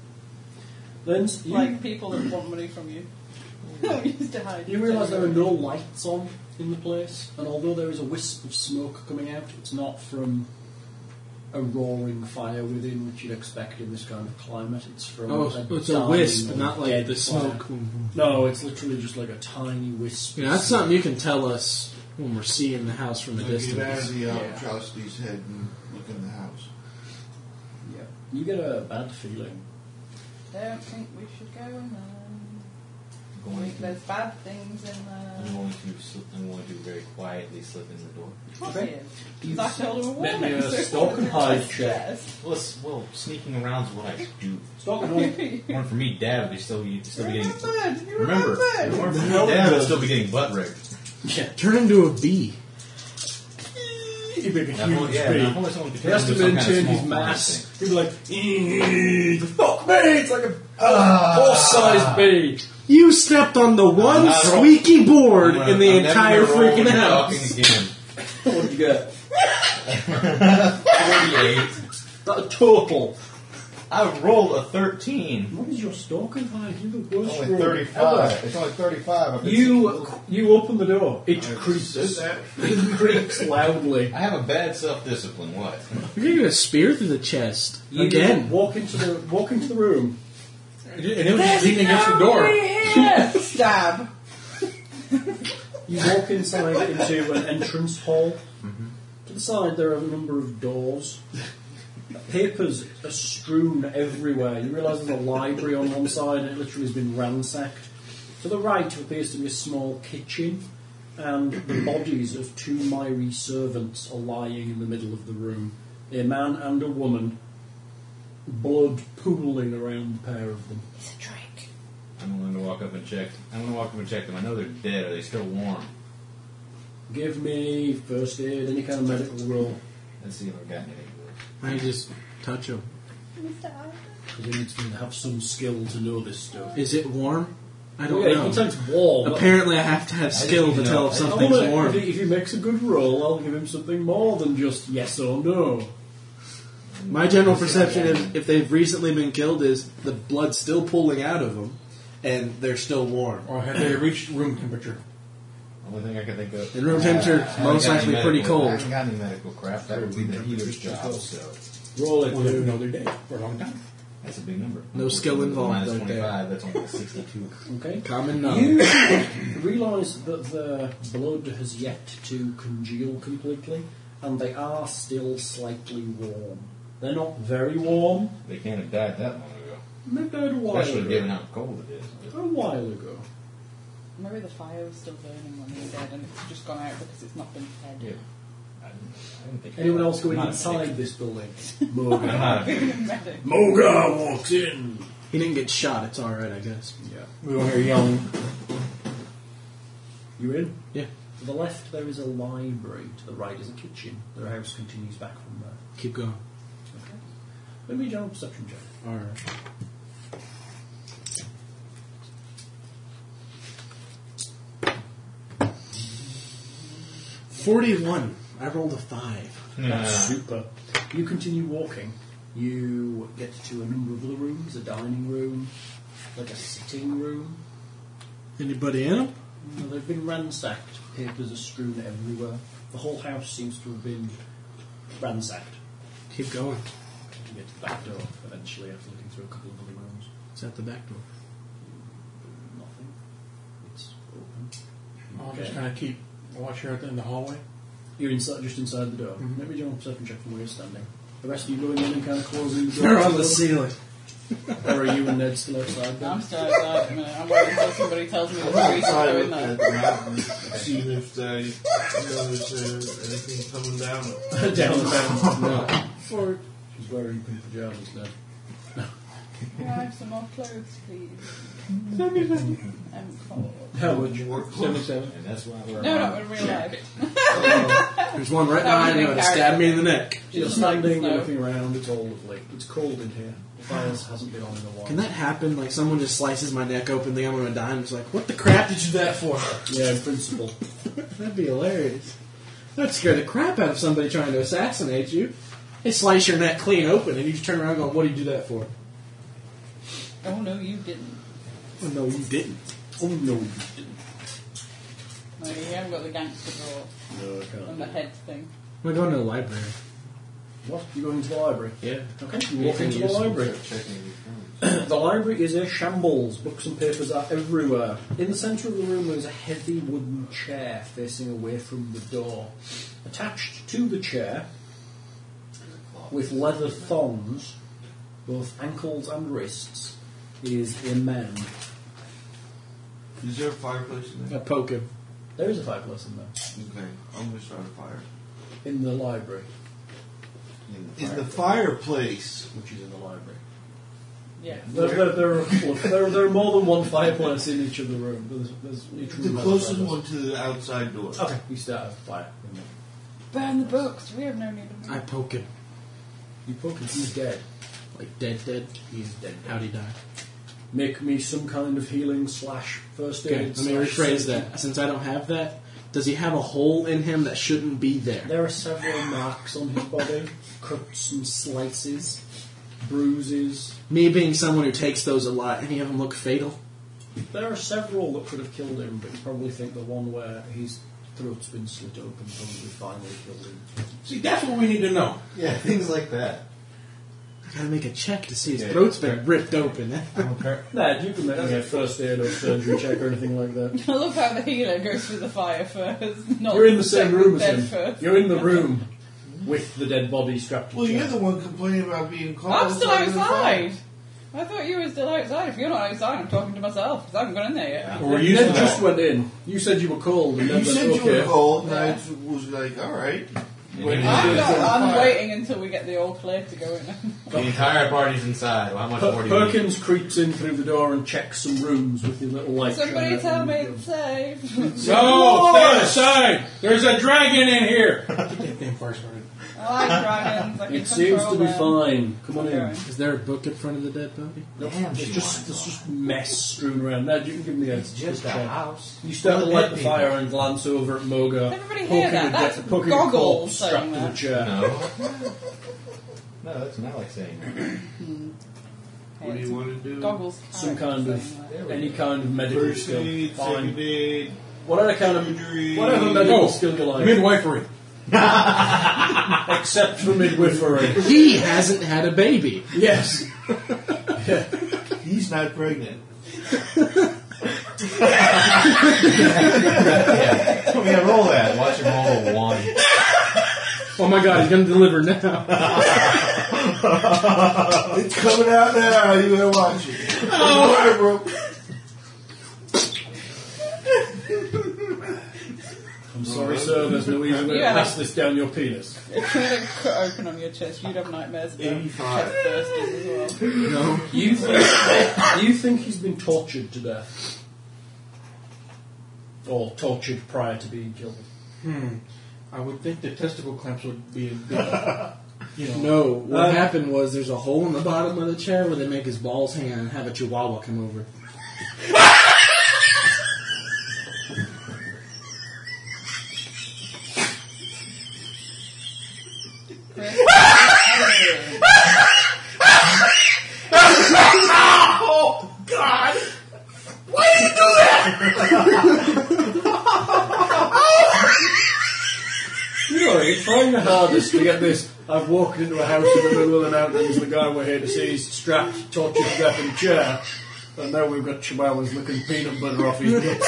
E: Then you,
D: Like people that want money from you. we used to hide.
E: you realise there are no lights on in the place, and although there is a wisp of smoke coming out, it's not from a roaring fire within, which you'd expect in this kind of climate. It's from
J: Oh,
E: a
J: it's a
E: dying
J: wisp,
E: or
J: not like
E: dead
J: the
E: fire.
J: smoke.
E: No, it's literally just like a tiny wisp.
J: You know, that's something you can tell us when we're seeing the house from a
C: Get out of
J: distance.
C: the albatross's head and look in the house.
E: Yeah. You get a bad feeling.
D: Don't think we should go in there.
G: Going
D: We- There's bad things in uh,
G: I'm
D: there.
G: going to slip, I'm going to very quietly slip in the door.
D: Of course
E: Okay.
D: he is. 'Cause I told him a
E: Let
D: warning.
E: me, uh,
D: so he
E: stalk
D: wasn't
E: and hide
D: upstairs.
G: Well, it's, well, sneaking around is what I do.
E: Stop and hold.
G: One for me, dad would still be still be getting.
D: Remembered! You
G: Remember,
D: remembered!
G: if it weren't for me, dad would still be getting butt raped.
E: Yeah.
J: Turn into a bee.
E: He'd be a
G: And I've
E: huge
G: only- yeah, and
E: bee.
G: I've only someone could
E: He has to
G: do some kind of
E: maintain
G: small
E: his mass.
G: thing.
E: He'd be like, fuck me! It's like a ah,
J: Ah.
E: horse-sized bee.
J: You stepped on the one
G: not wrong.
J: squeaky board
G: I'm gonna-
J: in the
G: I'm never
J: entire
G: gonna roll
J: freaking
G: when you're
J: house.
G: Talking again.
E: What did you get?
G: Forty-eight.
E: That total.
G: I rolled a thirteen.
E: What is your stalking high? You're the worst
G: Only
E: rogue
G: thirty-five. It's only thirty-five. I've
E: ever.
G: been
E: You you open the door. It
C: Is
E: creaks.
C: that
E: It creaks loudly.
G: I have a bad self-discipline. What?
J: You're gonna get a spear through the chest.
E: You
J: Again.
E: walk into the walk into the room.
H: And it was just leaning against the door.
D: Stab!
E: You walk inside into an entrance hall. To the side, there are a number of doors. Papers are strewn everywhere. You realise there's a library on one side and it literally has been ransacked. To the right appears to be a small kitchen, and the bodies of two miry servants are lying in the middle of the room. A man and a woman, blood pooling around the pair of them.
K: It's a drink.
G: I'm willing to walk up and check. I'm going to walk up and check them. I know they're dead. Are they still warm?
E: Give me first aid, any kind of medical roll,
G: Let's see if I've got anything.
J: I just touch him.
K: Mr. Oliver.
E: because you need to have some skill to know this stuff.
J: Is it warm? I
E: Well,
J: don't
E: yeah, you
J: know.
E: can tell it's warm.
J: Apparently, I have to have skill to
G: know.
J: tell if
G: I- I
E: I
J: something's
E: wanna-
J: warm.
E: If he, if he makes a good roll, I'll give him something more than just yes or no.
J: My general perception is if they've recently been killed is the blood's still pooling out of them and they're still warm.
H: Or have they reached room temperature?
G: Only thing I can think of.
J: And room temperature
G: I haven't
J: most
G: got
J: likely
G: any medical-
J: pretty cold.
G: I haven't got any medical crap. That would be the healer's job. So
E: Roll it.
H: Well, they know they're dead for a long time.
G: that's a big number.
J: No skill involved,
G: Minus
J: okay.
G: 25. That's only 62.
E: Okay.
J: Common
E: You
J: knowledge.
E: realise that their blood has yet to congeal completely, and they are still slightly warm. They're not very warm.
G: They can't have died that long ago.
E: They died a while
G: Especially
E: ago.
G: given how cold it is.
E: A while ago.
D: Maybe the fire was still burning when they were dead and it's just gone out because it's not been fed.
G: Yeah. I didn't, I didn't think
E: Anyone else going
G: Not a
E: inside this building?
G: I'm
E: Moga.
G: not a-
D: Medic.
E: Moga walks in.
J: He didn't get shot, it's alright, I guess.
E: Yeah.
H: We don't hear yelling.
E: You in?
J: Yeah.
E: To the left there is a library. To the right is a kitchen. Their house continues back from there.
J: Keep going.
E: Okay. Let me general perception check.
J: Alright. Forty-one. I rolled a five.
E: That's super. You continue walking. You get to a number of other rooms, a dining room, like a sitting room.
J: Anybody in 'em?
E: Now, they've been ransacked. Papers are strewn everywhere. The whole house seems to have been ransacked.
J: Keep going.
E: You get to the back door eventually after looking through a couple of other rooms.
J: It's at the back door.
E: Nothing. It's open.
H: I'll
E: Okay.
H: just kind of keep watch here in the hallway.
E: You're inside, just inside the door.
J: Mm-hmm.
E: Let me do a perception check from where you're standing. The rest of you going in and kind of closing the door.
J: They're
E: to
J: on the
E: them?
J: ceiling.
E: Or are you and Ned still outside?
D: I'm
E: Then?
D: still outside at the minute. I'm waiting until somebody tells me the streets are
C: outside
D: doing
C: looking
D: that.
C: at the mountains, seeing if they, you know, is there anything coming down.
E: Down the no. Forward. She's wearing pink pajamas now.
D: Can I have some more clothes, please? Um, I'm cold.
E: How would you?
C: Work
H: Seventy-seven.
G: And that's why we're.
D: No, no, in real life.
J: There's one right
D: That
J: behind
D: was
J: you
D: a
J: and
D: big
J: stabbed
D: character.
J: me in the neck.
E: You're
D: Just like
E: standing, you're
D: snow.
E: looking around, it's all lovely. It's cold in here. The fire hasn't been on in a while.
J: Can that happen? Like someone just slices my neck open, think I'm gonna die, and it's like, what the crap did you do that for?
E: Yeah, in principle.
J: That'd be hilarious. That'd scare the crap out of somebody trying to assassinate you. They slice your neck clean open, and you just turn around going, what did you do that for?
D: Oh no, you didn't.
J: Well, no, you didn't.
E: Oh no.
D: No, you haven't got the gangster draw
E: No, I can't.
D: and the head thing.
J: We're going to the library.
E: What? You're going to the library?
J: Yeah.
E: Okay, you walk
J: Anything
E: into the
J: useful?
E: library. the library is a shambles. Books and papers are everywhere. In the centre of the room there is a heavy wooden chair facing away from the door. Attached to the chair, with leather thongs, both ankles and wrists, is a man.
C: Is there a fireplace in
J: I
C: there?
J: poke him.
E: There is a fireplace in there.
C: Okay, I'm gonna start a fire.
E: In the library.
C: In the fireplace.
E: Which is in the library.
D: Yeah.
E: There, there, there, are, a couple of- there, there are more than one fireplace in each of the room. There's, there's each room
C: The
E: has a
C: closest
E: fireplace.
C: one to the outside door.
E: Okay, you start a fire. in there.
D: Burn the books. We have no need of
J: I
D: them.
J: poke him.
E: You poke him, he's dead.
J: Like, dead, dead.
E: He's dead.
J: How'd he die?
E: Make me some kind of healing slash first aid.
J: Okay, let me
E: slash
J: rephrase
E: safety.
J: that. Since I don't have that, does he have a hole in him that shouldn't be there?
E: There are several marks on his body, cuts and slices, bruises.
J: Me being someone who takes those a lot, any of them look fatal?
E: There are several that could have killed him, but you probably think the one where his throat's been slit open probably finally killed him.
H: See, that's what we need to know.
G: Yeah, things like that.
J: I gotta make a check to see his
G: Yeah,
J: throat's
G: yeah.
J: been ripped open.
E: Nah, you can make a first aid or surgery check or anything like that.
D: I love how the healer goes through the fire first. Not
E: You're in the same room as
D: dead
E: him.
D: First.
E: You're in the room. with the dead body strapped to
C: Well,
E: the
C: you're
E: chair.
C: the one complaining about being cold.
D: I'm still
C: so I'm gonna
D: outside.
C: fight.
D: I thought you were still outside. If you're not outside, I'm talking to myself 'cause I haven't gone in there yet.
H: Or
E: you
H: you
E: then just went in. You said you were cold. And
C: You
E: then
C: said
E: went,
C: you were
E: "Okay."
C: cold, and I j- was like, all right.
G: The,
D: I'm, not, I'm
C: fire.
D: waiting until we get the all clear to go in.
G: entire party's inside. Well, how much more
E: Per-
G: do you need?
E: Perkins creeps in through the door and checks some rooms with his little light.
D: Somebody
E: shine
D: tell
E: and-
D: me it's safe.
B: No, stay aside. There's a dragon in here.
H: Get damn fire started.
D: I like dragons. I can
E: It seems to
D: control
E: be
D: them.
E: fine. Come on in.
D: Okay.
J: Is there a book in front of the dead body?
E: Nope, There's just there's just mess strewn around. Now you can give me a
G: Just a
E: check.
G: house.
E: You start to light the fire and glance over at Moga.
D: Everybody
E: poking
D: hear that?
E: a
D: That's
E: dead- poking a
D: goggles
E: corpse
D: saying
E: strapped to the
D: that.
E: chair.
G: No. no, that's not like saying that.
C: What do you want to do?
D: Goggles.
E: Some
D: carrot
E: kind
D: thing like
E: of
D: that.
E: any kind of medical
C: First
E: skill.
C: aid, second
E: Fine.
C: aid,
E: Whatever kind of
C: surgery.
E: whatever medical
H: Oh,
E: skill you like,
H: Midwifery.
E: except for midwifery.
J: He hasn't had a baby.
E: yes.
C: He's not pregnant.
G: Oh, yeah, roll that. Watch him roll a one.
J: Oh my god, he's gonna deliver now.
C: It's coming out now. You better watch it. Oh, bro.
E: I'm sorry, sir. There's no easy way to
D: Yeah.
E: pass this down your penis.
D: If you had a cut open on your chest, you'd have nightmares about chest
C: 85.
D: bursters as well.
J: No.
E: You think, you think he's been tortured to death? Or tortured prior to being killed?
H: I would think the testicle clamps would be a bit, you know.
J: No, what
H: Uh,
J: happened was there's a hole in the bottom of the chair where they make his balls hang out and have a chihuahua come over.
E: You know, he's trying the hardest to get this. I've walked into a house in the middle of the mountains, the guy we're here to see is strapped, tortured to death in a chair, and now we've got chihuahuas licking peanut butter off his nuts.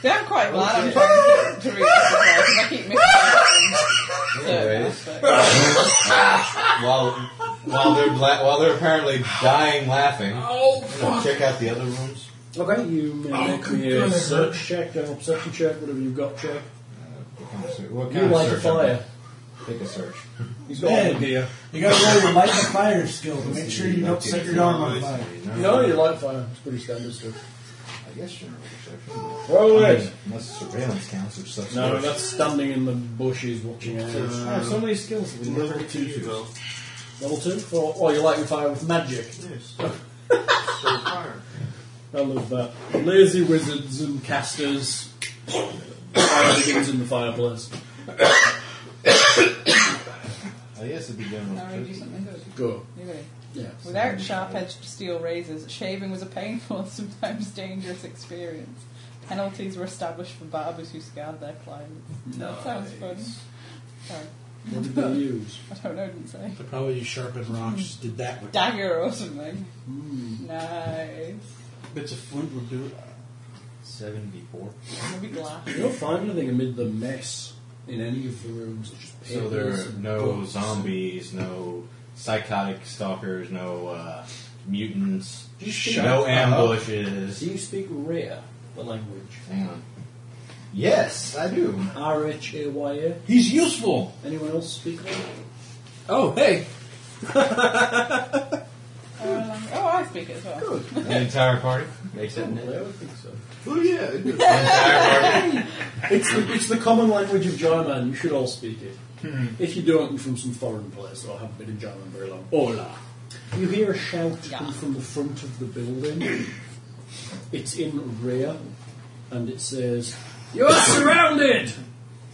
D: See, I'm quite glad I'm trying to, to read this as well, 'cause I keep missing out on certain
G: Anyways.
D: aspects.
G: While while they're bla- while they're apparently dying laughing. Oh, Check out the other rooms.
E: Okay, you may make me a search check, an obsession check, whatever you've got check.
G: What kind of search? What
E: You
G: kind of
E: light a
G: search?
E: fire.
G: Pick a search.
E: He's got an idea.
H: You gotta roll the light and fire skill to make sure you don't set your arm on fire.
E: No, you light a fire. It's pretty standard stuff.
G: I guess general perception.
E: Roll
G: I
E: it.
G: mean, Unless surveillance counts or such.
E: No, that's standing in the bushes watching out.
C: Uh,
G: I have so many skills that we never
C: Level
G: get to
C: two,
G: use.
C: though.
E: Level two? Or, or you're lighting fire with magic.
C: Yes. So far.
E: I love that. Lazy wizards and casters. Fire begins in the fireplace.
G: I guess it'd be general.
D: Now we do something good.
E: Go.
D: You ready?
E: Yeah.
D: Without sharp-edged steel razors, shaving was a painful and sometimes dangerous experience. Penalties were established for barbers who scarred their clients. That sounds fun. Sorry,
E: What did they use?
D: I don't know, I didn't say.
F: They probably used sharpened rocks, just did that with
D: Dagger or something. Nice.
H: Bits of flint would do it.
G: Seventy-four.
D: Maybe glass.
E: You don't find anything amid the mess in any of the rooms. It's just
G: So
E: papers
G: there are
E: and
G: no
E: books.
G: zombies, no psychotic stalkers, no uh, mutants,
E: You shut
G: no
E: up.
G: ambushes.
E: Do you speak Rhea, the language?
G: Hang on. Yes, I do.
E: R H A Y A.
H: He's useful!
E: Anyone else speak Rhea?
J: Oh, hey!
D: Oh, I speak it as well.
G: The entire party, except Nick.
E: I would think so.
C: Oh, yeah. I do.
G: The entire party.
E: It's the, it's the common language of Jarman. You should all speak it. If you don't, you're from some foreign place or haven't been in Jarman very long. Hola. You hear a shout
D: Yeah.
E: come from the front of the building. It's in rear, and it says, "You are surrounded.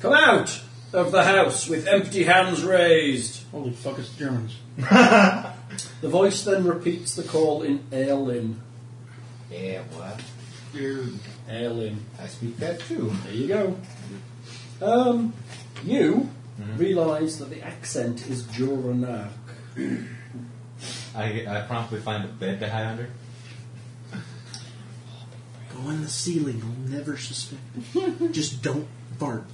E: Come out of the house with empty hands raised."
H: Holy fuck, it's Germans.
E: The voice then repeats the call in Aelin.
G: Yeah, what?
C: Dude.
E: Aelin.
G: I speak that too.
E: There you go. Um, you realise that the accent is Joranak.
G: I, I promptly find a bed to hide under.
J: Go on the ceiling, you'll never suspect it. Just don't fart.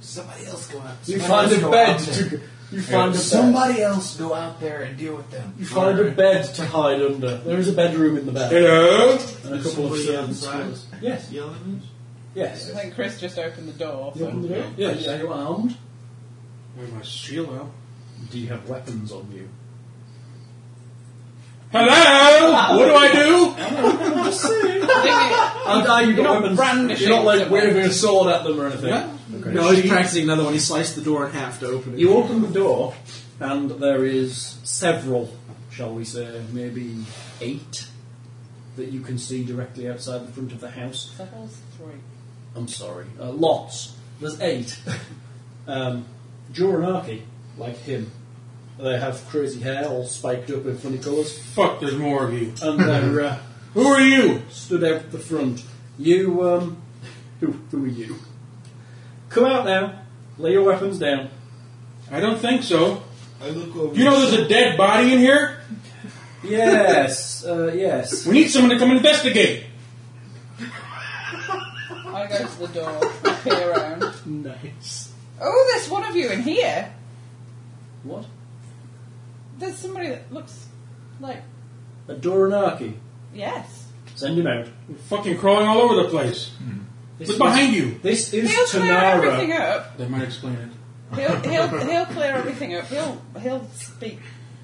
G: Somebody else go out.
E: You find
G: somebody else
E: a
G: go
E: bed
G: out
E: to
G: there.
E: you find a bed.
G: Somebody else go out there and deal with them.
E: You find a bed to hide under. There is a bedroom in the back.
G: Hello?
E: And a couple of servants' quarters. Yes,
C: Yelling
E: yes.
D: I think Chris just opened the door.
E: You open the door? Yes. Are you armed?
H: Where's my shield out?
E: Do you have weapons on you?
H: Hello! What do I do?
E: And are you got weapons?
D: brandishing
E: You're not like
D: the
E: waving a sword at them or anything.
J: No, he's practicing another one. He sliced the door in half to open it.
E: You open the door, and there is several, shall we say, maybe eight that you can see directly outside the front of the house.
D: The whole's three.
E: I'm sorry, uh, lots. There's eight. um, Juranaki, like him, they have crazy hair, all spiked up in funny colours,
H: Fuck, there's more of you.
E: and they're uh,
H: Who are you?
E: stood out the front. You, um, who, who are you? Come out now. Lay your weapons down.
H: I don't think so.
C: I look over.
H: You know there's a dead body in here?
E: Yes, uh, yes.
H: We need someone to come investigate.
D: I go to the door, I peer around.
E: Nice.
D: Oh, there's one of you in here.
E: What?
D: There's somebody that looks like
E: A Doranaki.
D: yes.
E: Send him out.
H: You're fucking crawling all over the place.
E: This
H: Look behind you.
E: This is
D: He'll clear everything
E: Tanara.
D: up.
H: That might explain it.
D: He'll he'll he'll clear everything up. He'll he'll speak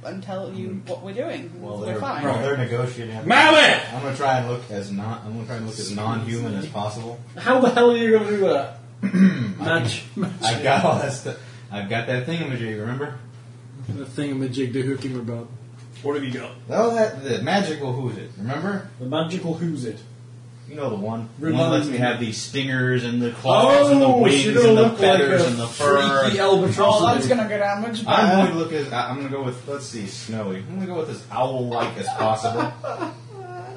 D: and tell you what we're doing.
G: Well,
D: we're
G: they're,
D: fine.
G: well, they're negotiating. at the-
H: Mallet!
G: I'm gonna try and look as non. I'm gonna try and look as non-human as possible.
E: How the hell are you going to do that? Match.
G: I've got all that stuff. I've got that thingamajig. Remember?
J: The thingamajig to hook him about.
E: What have you got?
G: Oh, that the magical who's it? Remember?
E: The magical who's it?
G: You know the one. The
E: Remind
G: one lets me
E: me.
G: have these stingers and the claws and the wings
E: she's
G: and
E: gonna
G: the
E: Oh, look like
G: feathers
E: a
G: and the fur.
E: freaky albatross.
D: Oh, that's gonna go down much
G: I'm
D: better.
G: going to look as I- I'm going to go with let's see, snowy. I'm going to go with as owl-like as possible,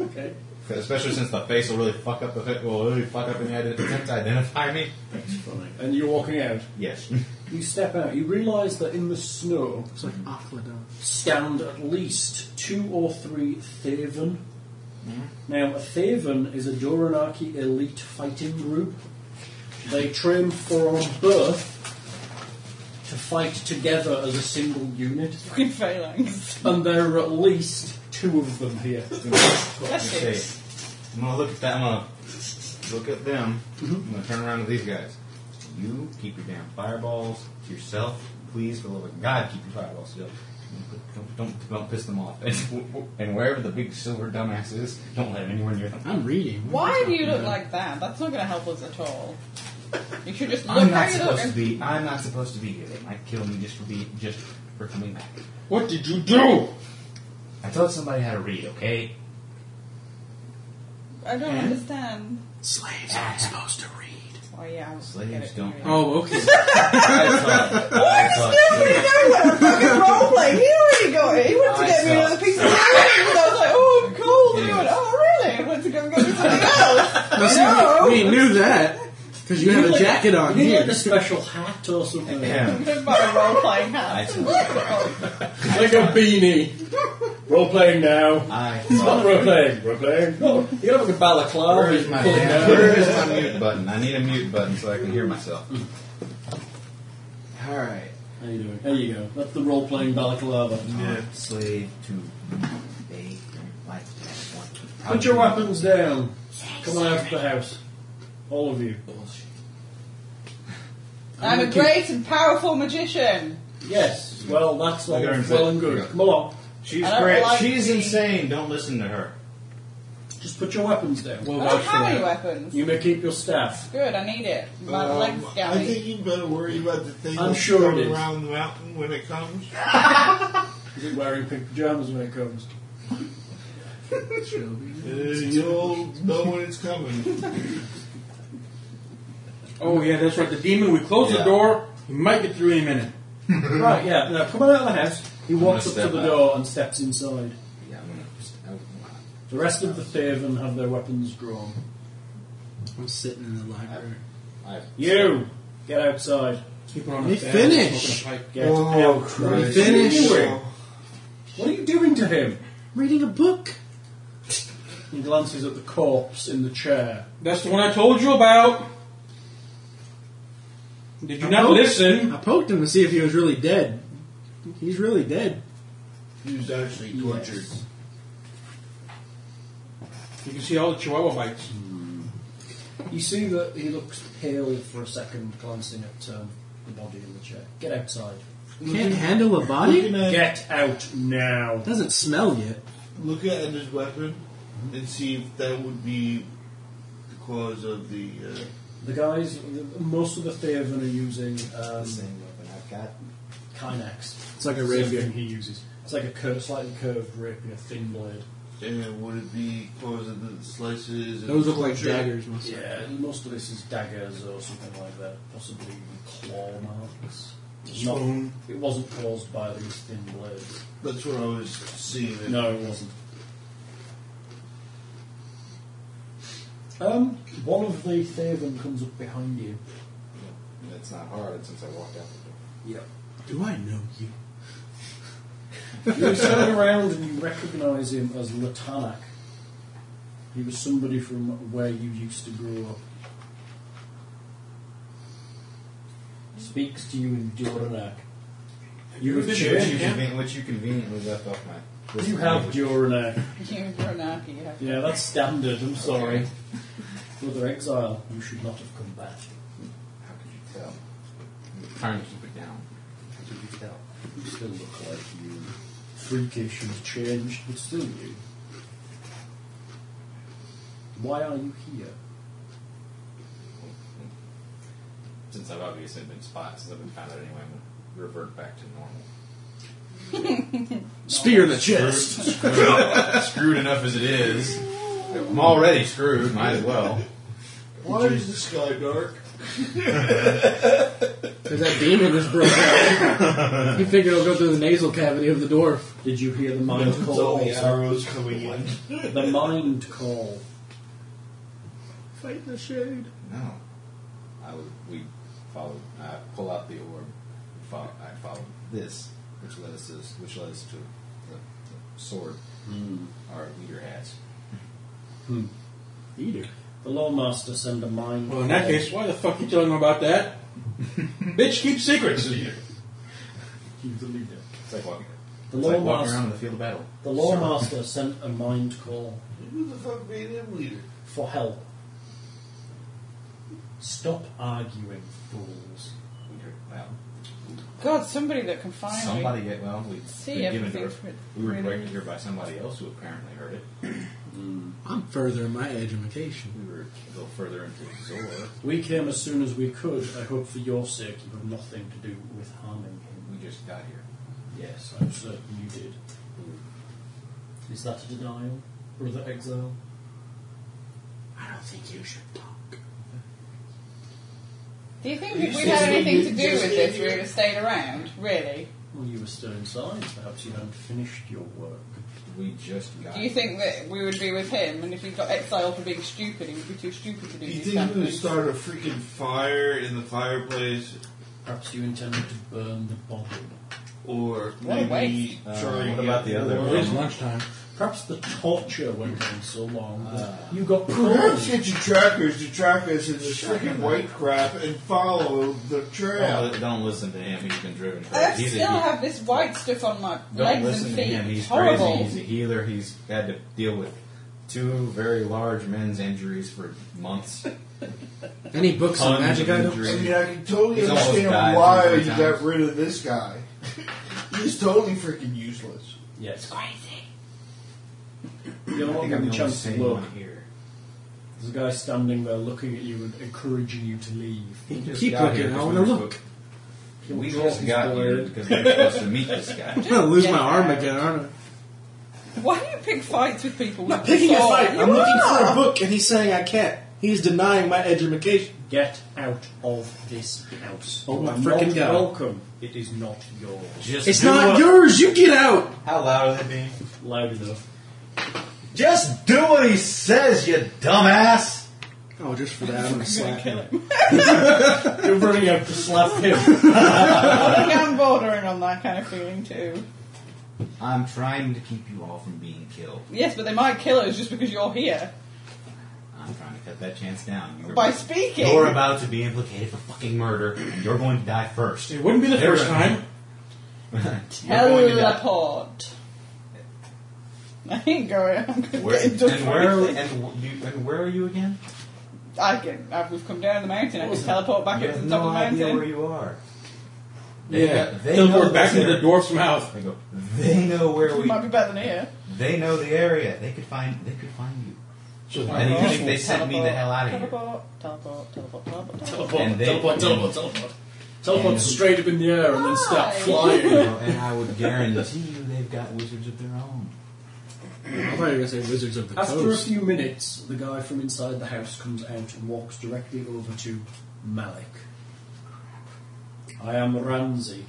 E: okay.
G: 'Cause especially since the face will really fuck up the fa- will really fuck up any ident- attempt to identify me.
E: That's funny. And you're walking out.
G: Yes,
E: You step out. You realise that in the snow
J: It's like Aquadon.
E: stand at least two or three Thaven.
G: Hmm?
E: Now, a Thaven is a Doranaki elite fighting group. They train from birth to fight together as a single unit,
D: Fucking phalanx.
E: and there are at least two of them here.
D: That's
G: Okay.
D: it.
G: I'm going to look at that. I'm going to look at them.
H: Mm-hmm.
G: I'm going to turn around to these guys. You keep your damn fireballs to yourself, please. For the love of God, keep your fireballs to yourself. Don't, don't, don't piss them off. And, and wherever the big silver dumbass is, don't let him anywhere near them.
J: I'm reading.
D: Why do you look like that? That's not gonna help us at all. You should just
G: I'm
D: look
G: not
D: how you look.
G: supposed to
D: And
G: be. I'm not supposed to be here. They might kill me just for being just for coming back.
H: What did you do?
G: I told somebody how to read. Okay.
D: I don't understand.
J: Slaves
G: Ah.
J: aren't supposed to read.
D: Oh yeah, I'll
G: Slaves
D: get it.
G: don't-
J: Oh, okay.
G: I saw. it. I saw. it.
D: fucking roleplay. He already got it. He went to get me another piece of food. And I was like, oh, I'm cold. And he went, oh, really? I went to go and get me something else.
J: No, see,
D: No.
J: we, we knew that because you have a
E: like-
J: jacket on
E: You need
J: here.
E: like a special hat or something.
G: Ahem.
D: I'm going to buy a roleplay
G: I
D: hat.
E: like a beanie. Role playing now.
G: I
E: It's not
G: saw.
E: role playing. Role playing. No, you got like a balaclava.
G: Where is
E: you
G: my
E: pull it
G: damn,
E: down.
G: Where is my mute button? I need a mute button so I can hear myself. All right.
E: How you doing? There you go. That's the role playing balaclava.
G: Slave to they don't like that one.
E: Put your weapons down. Come on out of the house. All of you.
D: I'm a great and powerful magician.
E: Yes. Well, that's all
G: Look at her and
E: well
G: say-
E: and
G: look
E: good.
G: at-
E: Come along.
G: She's
D: I don't
G: great.
D: like
G: She's
D: being-
G: insane. Don't listen to her.
E: Just put your weapons down.
D: I don't have any weapons.
E: You may keep your staff.
D: Good, I need it. My
G: Um,
D: legs
C: Um, I think
D: gouty.
C: you better worry about the thing
E: I'm
C: that's
E: sure it
C: coming
E: is.
C: around the mountain when it comes.
E: Is it wearing pink pajamas when it comes?
C: Uh, you'll know when it's coming.
H: Oh, yeah, that's right. The demon, we close
G: Yeah.
H: the door. He might get through any minute.
E: right, yeah. Now, come on out of the house. He walks up
G: gonna
E: to
G: step
E: the
G: out.
E: door and steps inside.
G: Yeah, I'm gonna. Just,
E: The rest of the Thaven have their weapons drawn.
J: I'm sitting in the library.
G: I,
E: You! Get outside.
H: Keep it on
J: He
H: the fan,
J: finished.
H: smoking a pipe.
E: Get
C: Oh,
E: out.
C: Christ.
E: What are you
J: Finish.
E: doing? What are you doing to him?
J: Reading a book.
E: He glances at the corpse in the chair.
H: That's the one I told you about.
L: Did you not listen?
H: I poked him to see if he was really dead. He's really dead.
C: He was actually tortured.
L: You can see all the Chihuahua bites.
E: You see that he looks pale for a second, glancing at um, the body in the chair. Get outside.
H: Can't handle a body?
C: Looking
E: Uh,
C: at,
M: Get out now.
H: Doesn't smell yet.
C: look at his weapon and see if that would be the cause of the. Uh,
E: The guys, most of the Theovan are using um,
G: Same weapon I've got.
E: Kynax.
H: It's like a
M: Same
H: rapier.
M: thing he uses.
E: It's like a cur- slightly curved rapier, thin blade.
C: and would it be cause of the slices? And
H: Those look like
C: torture?
H: daggers. must-
E: Yeah, most of this is daggers or something like that, possibly even claw marks. It's not- it wasn't caused by these thin blades.
C: That's what I was seeing. It.
E: No, it wasn't. Um, one of the Thaven comes up behind you.
G: It's not hard since I walked out the
H: Do I know you?
E: You turn around and you recognise him as Latanak. He was somebody from where you used to grow up. Speaks to you in Duranak. You have
G: door. Which you,
E: changed.
G: conven- which you conveniently left off my.
E: You have Duranak.
D: You're an anarchy, you have to.
E: Yeah, that's standard. I'm sorry. Brother Exile, you should not have come back.
G: How could you tell? I'm trying to keep it down. How could you tell?
E: You still look like you. Freakish, you've changed, but still you. Why are you here?
G: Since I've obviously been spotted, since I've been found out anyway, I'm going to revert back to normal.
H: Spear in the chest.
G: screwed enough as it is. I'm already screwed, might as well.
C: Why is the sky dark?
H: Because that demon just broke out. he figured it'll go through the nasal cavity of the dwarf.
E: Did you hear the mind
C: It's all
E: call?
C: the arrows coming in.
E: The mind call.
H: Fight the shade.
G: No. I would, we followed, I pull out the orb. Fo- I followed this, which led us to, which led us to the, the sword our leader has.
H: Eater.
E: The Lawmaster send a mind
L: Well, in that
E: call.
L: case, why the fuck you telling them about that? Bitch, keep secrets.
E: He's the leader.
G: It's like walking,
E: The
G: it's like walking
E: Lawmaster
G: around in the field of battle.
E: the Lawmaster sent a mind call
C: Who the fuck made him leader?
E: for help. Stop arguing, fools.
G: Leader, Well,
D: God, somebody that can finally
G: somebody get well. We
D: see
G: we'd given it to
D: everything's
G: her.
D: re-
G: We were
D: really-
G: directed here by somebody else who apparently heard it. Hmm.
H: I'm further in my education.
G: We were a little further into the Zor.
E: We came as soon as we could. I hope for your sake you have nothing to do with harming him.
G: We just got here.
E: Yes, I'm certain you did. Is that a denial, Brother Exile?
H: I don't think you should talk.
D: Do you think if we had anything to do with this, we would have stayed around? Really?
E: Well, you were still inside. Perhaps you hadn't finished your work.
G: We just got
D: Do you think that we would be with him, and if he got exiled for being stupid, he would be too stupid to
C: Do
D: do
C: you
D: these
C: think
D: kind
C: we're
D: of
C: gonna
D: things?
C: start a freaking fire in the fireplace,
E: Perhaps you intended to burn the body.
C: or
D: What a
C: maybe
G: Uh,
C: try
G: what
C: and
G: about
C: get
G: the other
C: more-
G: one?
L: lunchtime.
E: Perhaps the torture went on so long that
G: Ah.
E: you got pulled.
C: Perhaps get your trackers to track us in this freaking white crap and follow the
G: Don't,
C: trail.
G: li- don't listen to him. He's been driven crazy.
D: I
G: he's
D: still
G: a, he-
D: have this white stuff on my
G: don't
D: legs
G: listen
D: and
G: to
D: feet.
G: him. He's
D: it's horrible.
G: crazy. He's a healer. He's had to deal with two very large men's injuries for months.
H: Any books on
G: Tons of
H: magic items?
G: injuries.
C: I mean, I can totally
G: He's almost
C: understand
G: died
C: why
G: three
C: you
G: times.
C: got rid of this guy. He's totally freaking useless.
E: Yes.
D: Crazy.
E: You're not
G: I
E: given
G: think I'm
E: a
G: the only
E: chance to
G: sane
E: look.
G: one here.
E: There's a guy standing there looking at you and encouraging you to leave.
G: He just
H: Keep
G: got
H: looking,
G: here
H: I
G: because
H: wanna
G: we were
H: look.
G: supposed- We just got here
E: Blade.
G: because we were supposed to meet this guy.
H: I'm gonna lose my
D: Yeah.
H: arm again, aren't I?
D: Why do you pick fights with people?
N: I'm picking a fight. I'm
D: You
N: looking
D: are.
N: for a book, and he's saying I can't. He's denying my education.
E: Get out of this house.
N: Oh,
E: You
N: my
E: are
N: frickin'
E: not
N: God.
E: welcome. It is not yours.
G: Just
N: It's
G: do
N: not
G: what-
N: yours. You get out.
G: How loud are they being?
E: Loud enough.
G: Just do what he says, you dumbass!
H: Oh, just for that, I'm gonna slap him.
E: You're running up to slap him.
D: I think I'm bordering on that kind of feeling too.
G: I'm trying to keep you all from being killed.
D: Yes, but they might kill us just because you're here.
G: I'm trying to cut that chance down. You're,
D: By speaking.
G: you're about to be implicated for fucking murder, and you're going to die first.
H: It wouldn't be the
G: There
H: first
G: it-
H: time.
G: You're going to die.
D: Teleport. I ain't going. I'm going to
G: Where,
D: get
G: and
D: into
G: where
D: everything.
G: and, w- you, and where are you again?
D: I can. I, we've come down the mountain. I just teleport back
G: you
D: up to
G: have
D: the
G: no
D: top of the
G: idea where
D: mountain.
G: you are.
H: Yeah.
G: got-
H: Then
G: know
H: we're back
G: this
H: into the
G: area.
H: dwarf's mouth.
G: They go. They know where
D: It
G: we.
D: might be better than here.
G: They know the area. They could find. They could find you.
H: So
G: And you think they sent
D: Teleport,
G: me the hell out of here?
D: teleport, Teleport, teleport, teleport, teleport.
E: Teleport,
G: And they-
E: teleport, teleport, teleport. Teleport
G: And-
E: straight up in the air and then start
D: Why?
G: You
E: flying.
G: know, and I would guarantee you they've got wizards of their own.
J: I thought you were going to say Wizards of the
E: After a
J: Coast.
E: few minutes, the guy from inside the house comes out and walks directly over to Malik. I am Ramsey.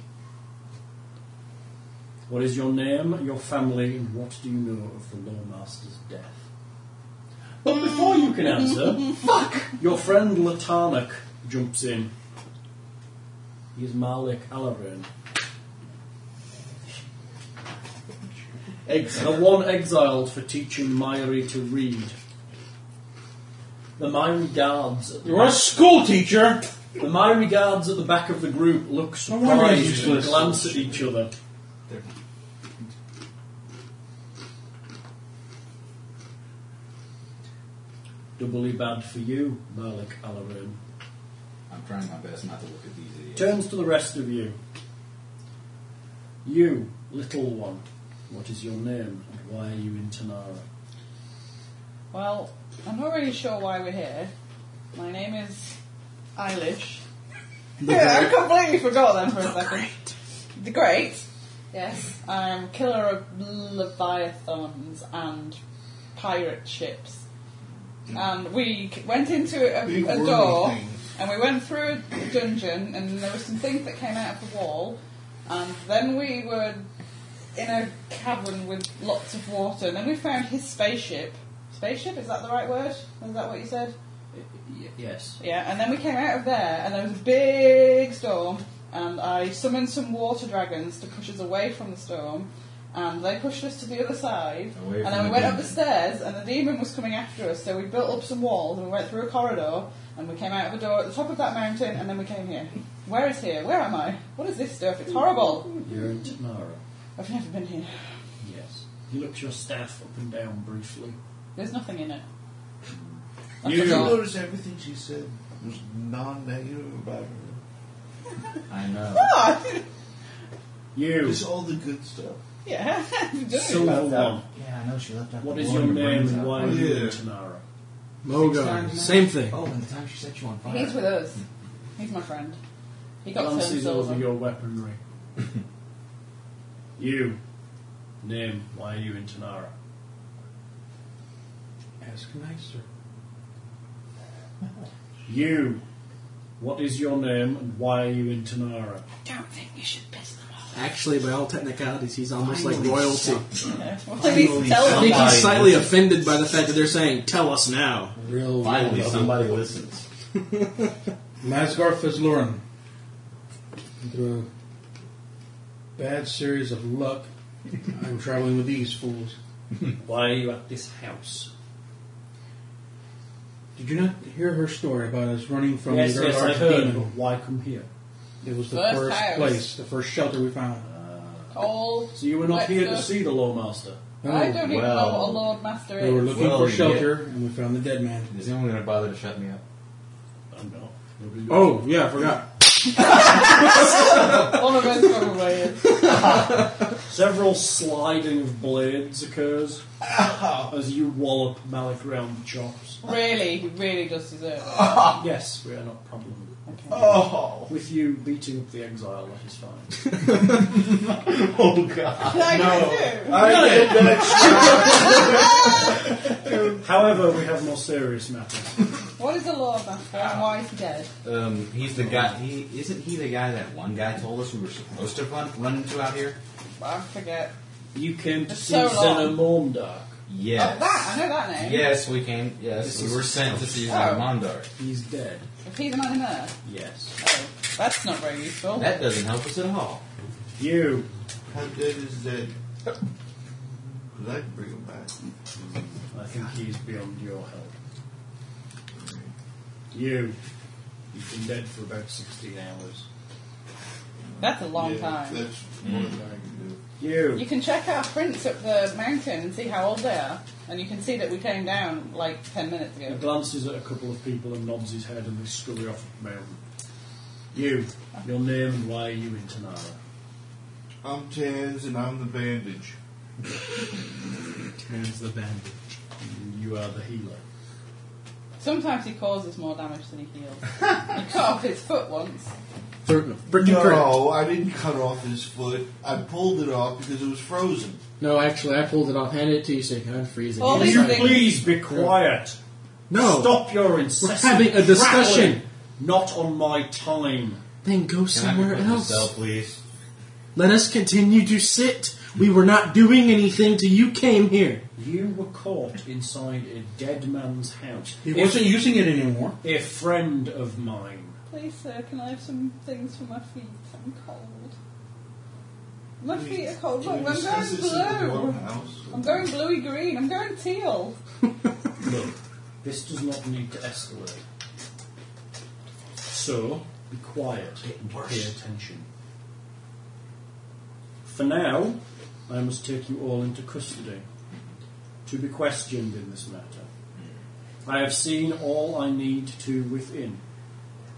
E: What is your name, your family, and what do you know of the Lawmaster's death? But before you can answer, fuck! Your friend Latarnak jumps in. He is Malik Alarin. Ex- the one exiled for teaching Myri to read. The Myri guards at the
H: You're a school teacher.
E: the Myri guards at the back of the group look
H: wonder he's
E: surprised and
H: useless.
E: glance at each other. Doubly bad for you, Malik Alarim.
G: I'm trying my best not to look at these idiots.
E: Turns to the rest of you. You, little one, what is your name and why are you in Tanara?
D: Well, I'm not really sure why we're here. My name is Eilish. yeah, I completely forgot then for a second. The Great. Yes, I'm killer of leviathans and pirate ships. And we c- went into a,
H: Big
D: a
H: wormy
D: door,
H: things.
D: and we went through a dungeon, and there were some things that came out of the wall, and then we were in a cavern with lots of water, and then we found his spaceship. Spaceship? Is that the right word? Is that what you said?
E: yes.
D: Yeah, and then we came out of there, and there was a big storm, and I summoned some water dragons to push us away from the storm, and they pushed us to the other side,
G: Away
D: and
G: from
D: then we
G: the
D: went up
G: demon.
D: the stairs, and the demon was coming after us, so we built up some walls, and we went through a corridor, and we came out of a door at the top of that mountain, and then we came here. Where is here? Where am I? What is this stuff? It's horrible.
E: You're in Tanara.
D: I've never been here.
E: Yes. He looks your staff up and down briefly.
D: There's nothing in it. I
C: You
D: forgot.
C: notice everything she said was non-negative about her.
G: I know.
E: You,
C: It's all the good stuff.
D: Yeah, I'm doing
E: silver
D: about that.
E: one,
G: Yeah, I know she left out.
E: what
G: the
E: is
G: one
E: your
G: that
E: name
G: brings
E: and
G: up-
E: why are you in
C: Yeah.
E: Tanara?
F: Mogar. Same thing.
G: Oh, and the time she set you on fire.
D: He's with us. He's my friend. He got turned
E: Glances
D: silver.
E: over your weaponry. you, name, why are you in Tanara?
H: Ask nicer.
E: You, what is your name and why are you in Tanara?
D: don't think you should piss them off.
F: Actually, by all technicalities, he's almost like royalty.
D: Yeah. Well, at least tell
F: I
D: them.
F: think he's
G: Somebody
F: slightly
G: listens.
F: offended by the fact that they're saying, tell us now.
H: Real
G: Finally, somebody listens.
H: Masgar Fizlurin. Through a bad series of luck, I'm traveling with these fools.
E: Why are you at this house?
H: Did you not hear her story about us running from
E: yes,
H: the
E: yes, I
H: Dark
E: heard, but
H: Demon?
E: why come here?
H: It was the
D: First
H: first
D: house.
H: place, the first shelter we found.
D: Call.
E: So you were not
D: Let's
E: here
D: go.
E: to see Oh, the Lawmaster.
D: I
H: Oh,
D: don't even know what a
G: well.
D: Lord Master
H: We were
D: is.
H: looking
G: Well,
H: for
G: yeah.
H: shelter, and we found the dead man.
G: Is anyone going to bother to shut me up?
E: I'm not. Nobody's got-
F: Oh, yeah, I forgot.
D: One of us got away. is.
E: Several sliding of blades occurs
D: Oh.
E: as you wallop Malik round the chops.
D: Really, he really does deserve it.
E: Ah, Yes, we are not problem.
D: Okay.
G: Oh!
E: With you beating up the exile, that is fine.
G: Oh, God.
D: Like you
E: Ah.
D: do.
E: However, we have more serious matters.
D: What is a Lord Master and why is he dead?
G: Um, he's the guy. He isn't he the guy that one guy told us we were supposed to run run into out here?
D: I forget.
E: You came to
D: It's
E: see
D: so long.
E: Xenomordark.
G: Yes.
D: Oh, that, I know that name.
G: Yes, we came. Yes, we were sent to see
D: Oh.
G: Mondar.
E: He's dead.
D: Is he the man in there?
E: Yes.
D: Oh, that's not very useful.
G: That doesn't help us at all.
E: You.
C: How dead is dead? Because I can bring him back.
E: I think he's beyond your help.
H: You. You've been dead for about 16 hours.
D: That's a long
C: yeah,
D: time.
C: That's more than I can do.
H: You.
D: You can check our prints up the mountain and see how old they are, and you can see that we came down like ten minutes
E: He
D: ago.
E: glances at a couple of people and nods his head and they scurry off the mountain. You, your name and why are you in Tanara?
C: I'm Tans and I'm the bandage.
J: Turns the bandage.
E: You are the healer.
D: Sometimes he causes more damage than he heals. he cut off his foot once.
J: Brick and crack.
C: No, I didn't cut off his foot. I pulled it off because it was frozen.
J: No, actually, I pulled it off, handed it to you, saying, I'm freezing.
D: All
J: You
D: these
J: suck.
D: things-
E: Please be quiet.
J: no!
E: Stop your incessant
J: We're having a discussion.
E: prattling. Not on my time.
J: Then go
G: Can I
J: somewhere
G: record
J: else.
G: myself, please?
J: Let us continue to sit. We were not doing anything till you came here.
E: You were caught inside a dead man's house.
H: He wasn't using it anymore.
E: A friend of mine.
D: Please, sir, can I have some things for my feet? I'm cold. Oh, My feet are cold. Look, I'm going blue. I'm going bluey green. I'm going teal.
E: Look, this does not need to escalate. So, be quiet and pay attention. For now, I must take you all into custody to be questioned in this matter. I have seen all I need to within.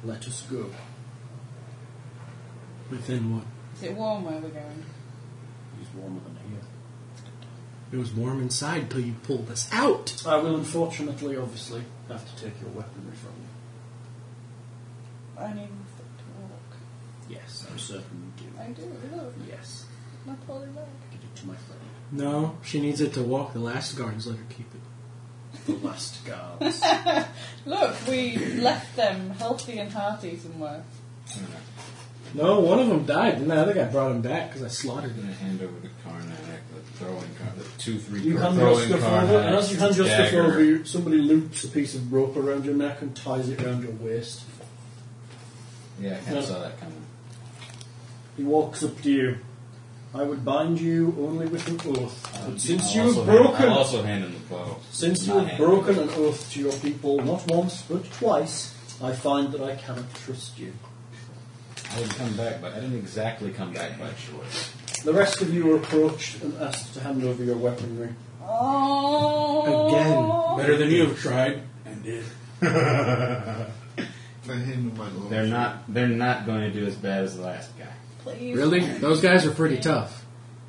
E: Let us go.
J: Within what?
D: Is it warm where we're going?
E: He's warmer than here.
J: It was warm inside till you pulled us out.
E: I will unfortunately, obviously, have to take your weaponry from you.
D: I need my foot to walk.
E: Yes, I'm certain you
D: I do. Look,
E: do. Yes.
D: my poorly leg.
E: Give it to my friend.
J: No, she needs it to walk the last guards. Let her keep it.
E: The last guards.
D: Look, we left them healthy and hearty somewhere.
J: No, one of them died, and the other guy brought him back because I slaughtered
G: I'm
J: him.
G: gonna hand over the Karnak, the throwing Karnak, the two, three
E: You hand your
G: throwing
E: stuff over, and as you hand your stuff
G: dagger.
E: over, you- somebody loops a piece of rope around your neck and ties it around your waist.
G: Yeah, I kind
E: No.
G: of saw that coming.
E: He walks up to you. I would bind you only with an oath, but since
G: I'll
E: you
G: also
E: have
G: hand-
E: broken,
G: I'll also hand him the bow.
E: since you
G: Not
E: have
G: hand him.
E: broken an oath to your people not once but twice, I find that I cannot trust you.
G: I would come back, but I didn't exactly come back by choice.
E: The rest of you are approached and asked to hand over your weaponry.
D: Oh.
H: Better than you have tried and did.
C: I handled my little
G: They're not. They're not going to do as bad as the last guy.
D: Please.
J: Really? Those guys are pretty tough.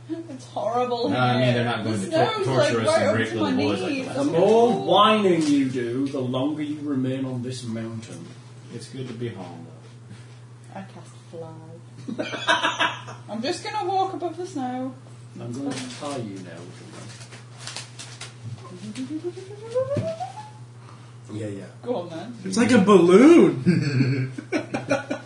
D: It's horrible.
G: No,
D: here.
G: I mean, they're not going
D: The
G: to tor-
D: snow's,
G: torture
D: like,
G: us
D: right
G: and
D: up
G: break
D: to
G: little
D: my
G: boys like
D: knees.
G: that.
E: The more whining you do, the longer you remain on this mountain.
G: It's good to be home. though.
D: I cast fly. I'm just gonna walk above the snow.
E: I'm going to tie you now. With
H: Yeah, yeah.
D: Go on then.
J: It's like a balloon.
E: a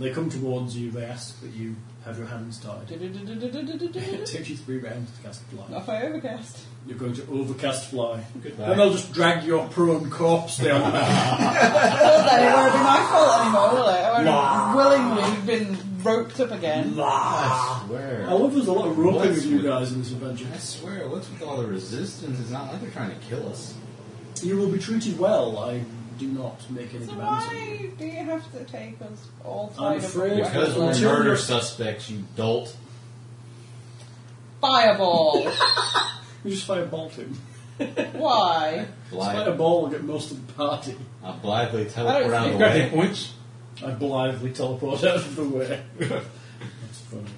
E: they come towards you. They ask that you have your hands tied. It takes you three rounds to cast fly.
D: Off I overcast.
E: You're going to overcast fly.
G: Goodbye.
E: Then they'll just drag your prone corpse down.
D: Well, then it won't be my fault anymore, will it? I won't have willingly been roped up again. Ah.
G: I swear.
D: Oh,
E: I love there's a lot of roping
G: What's
E: of you
G: with-
E: guys in this adventure.
G: I swear. What's with all the resistance? It's not like they're trying to kill us.
E: You will be treated well. I do not make any
D: So
E: demands.
D: why do you have to take us all tied
E: I'm
D: up?
E: afraid
G: Because we're
E: until
G: murder
E: you're-
G: suspects, you dolt.
D: Fireball.
E: You just firebolt him.
D: why?
G: Bli-
E: Fireball will get most of the party.
G: I'll blithely
D: I
G: teleport
D: don't
G: out of
D: think-
G: the
H: Got any
G: way.
H: points?
E: I blithely teleport out of the way. That's funny.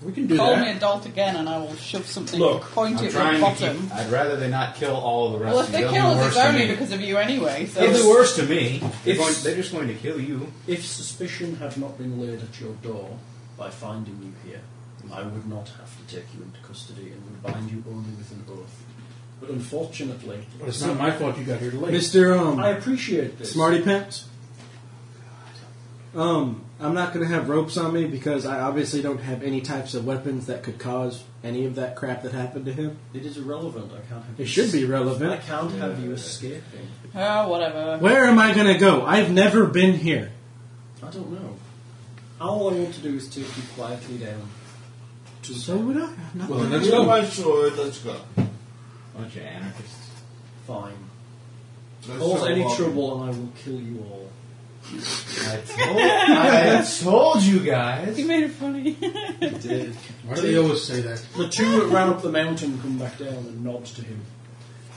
H: We can do
D: Call
H: that.
D: me adult again and I will shove something
E: Look,
G: I'm
D: pointy at
G: trying
D: the
G: to keep-
D: bottom.
G: I'd rather they not kill all of the rest
D: well,
G: of
D: if
G: you.
D: they
G: They'll
D: kill
G: do
D: us,
G: worse
D: it's
G: to
D: only
G: me.
D: because of you anyway. So
G: They'll do worse to me. They're,
E: If-
G: going, they're just going to kill you.
E: If suspicion had not been laid at your door by finding you here, I would not have to take you into custody and would bind you only with an oath. But unfortunately,
H: But it's not my fault you got here late.
J: Mr.
E: I
J: Um,
E: appreciate this.
J: Smarty Pants? Um, I'm not going to have ropes on me because I obviously don't have any types of weapons that could cause any of that crap that happened to him.
E: It is irrelevant. I can't have
J: It
E: you
J: should be
E: I
J: relevant.
E: can't have you escaping.
D: Oh, whatever.
J: Where am I going to go? I've never been here.
E: I don't know. All I want to do is take you quietly down.
J: So would I. I'm not
H: Well,
J: gonna-
H: let's
C: Give me
H: go.
C: my sword. Let's go.
G: Bunch of anarchists.
E: Fine.
C: Let's
E: Cause
C: start
E: any
C: walking.
E: trouble and I will kill you all.
G: I told, I told you guys.
D: You made it funny.
H: Why do they always say that?
E: The two that ran up the mountain come back down and nod to him.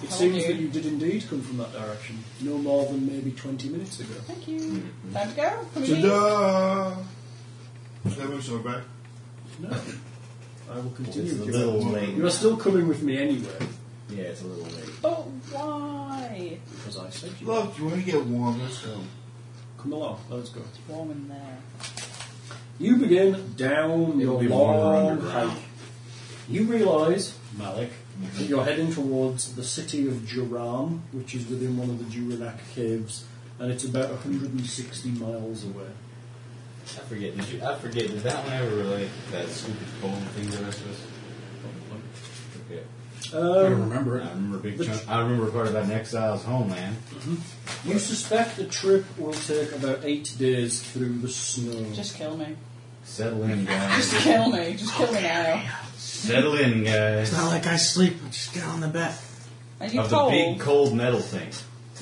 E: It seems that you did indeed come from that direction, no more than maybe 20 minutes ago.
D: Thank you. Time to go. Can we leave?
C: Ta-da! That moves so back.
E: No. I will continue
G: It's a
E: with you.
G: little late.
E: You are still coming with me anyway,
G: Yeah, it's a little late.
D: But why?
E: because I said you.
C: Love, do you want to get warm? Let's go.
E: Come along, let's go.
D: It's warm in there.
E: You begin down your
G: be warmer
E: long
G: underground.
E: hike. You realise, Malik, that you're heading towards the city of Duram, which is within one of the Duranak caves, and it's about 160 miles away.
G: I forget. Did you? I forget. Did that one ever relate to that stupid phone thing the rest of us? Okay.
H: I don't
E: Um,
H: remember it.
G: I remember a big
E: The
G: chunk. I remember part about an exile's homeland.
E: you suspect the trip will take about eight days through the snow.
D: Just kill me.
G: Settle in, guys.
D: Just kill me. Just kill me now.
G: Settle in, guys.
F: It's not like I sleep. I just get on the bed.
D: Are you
G: Of the
D: cold?
G: big cold metal thing.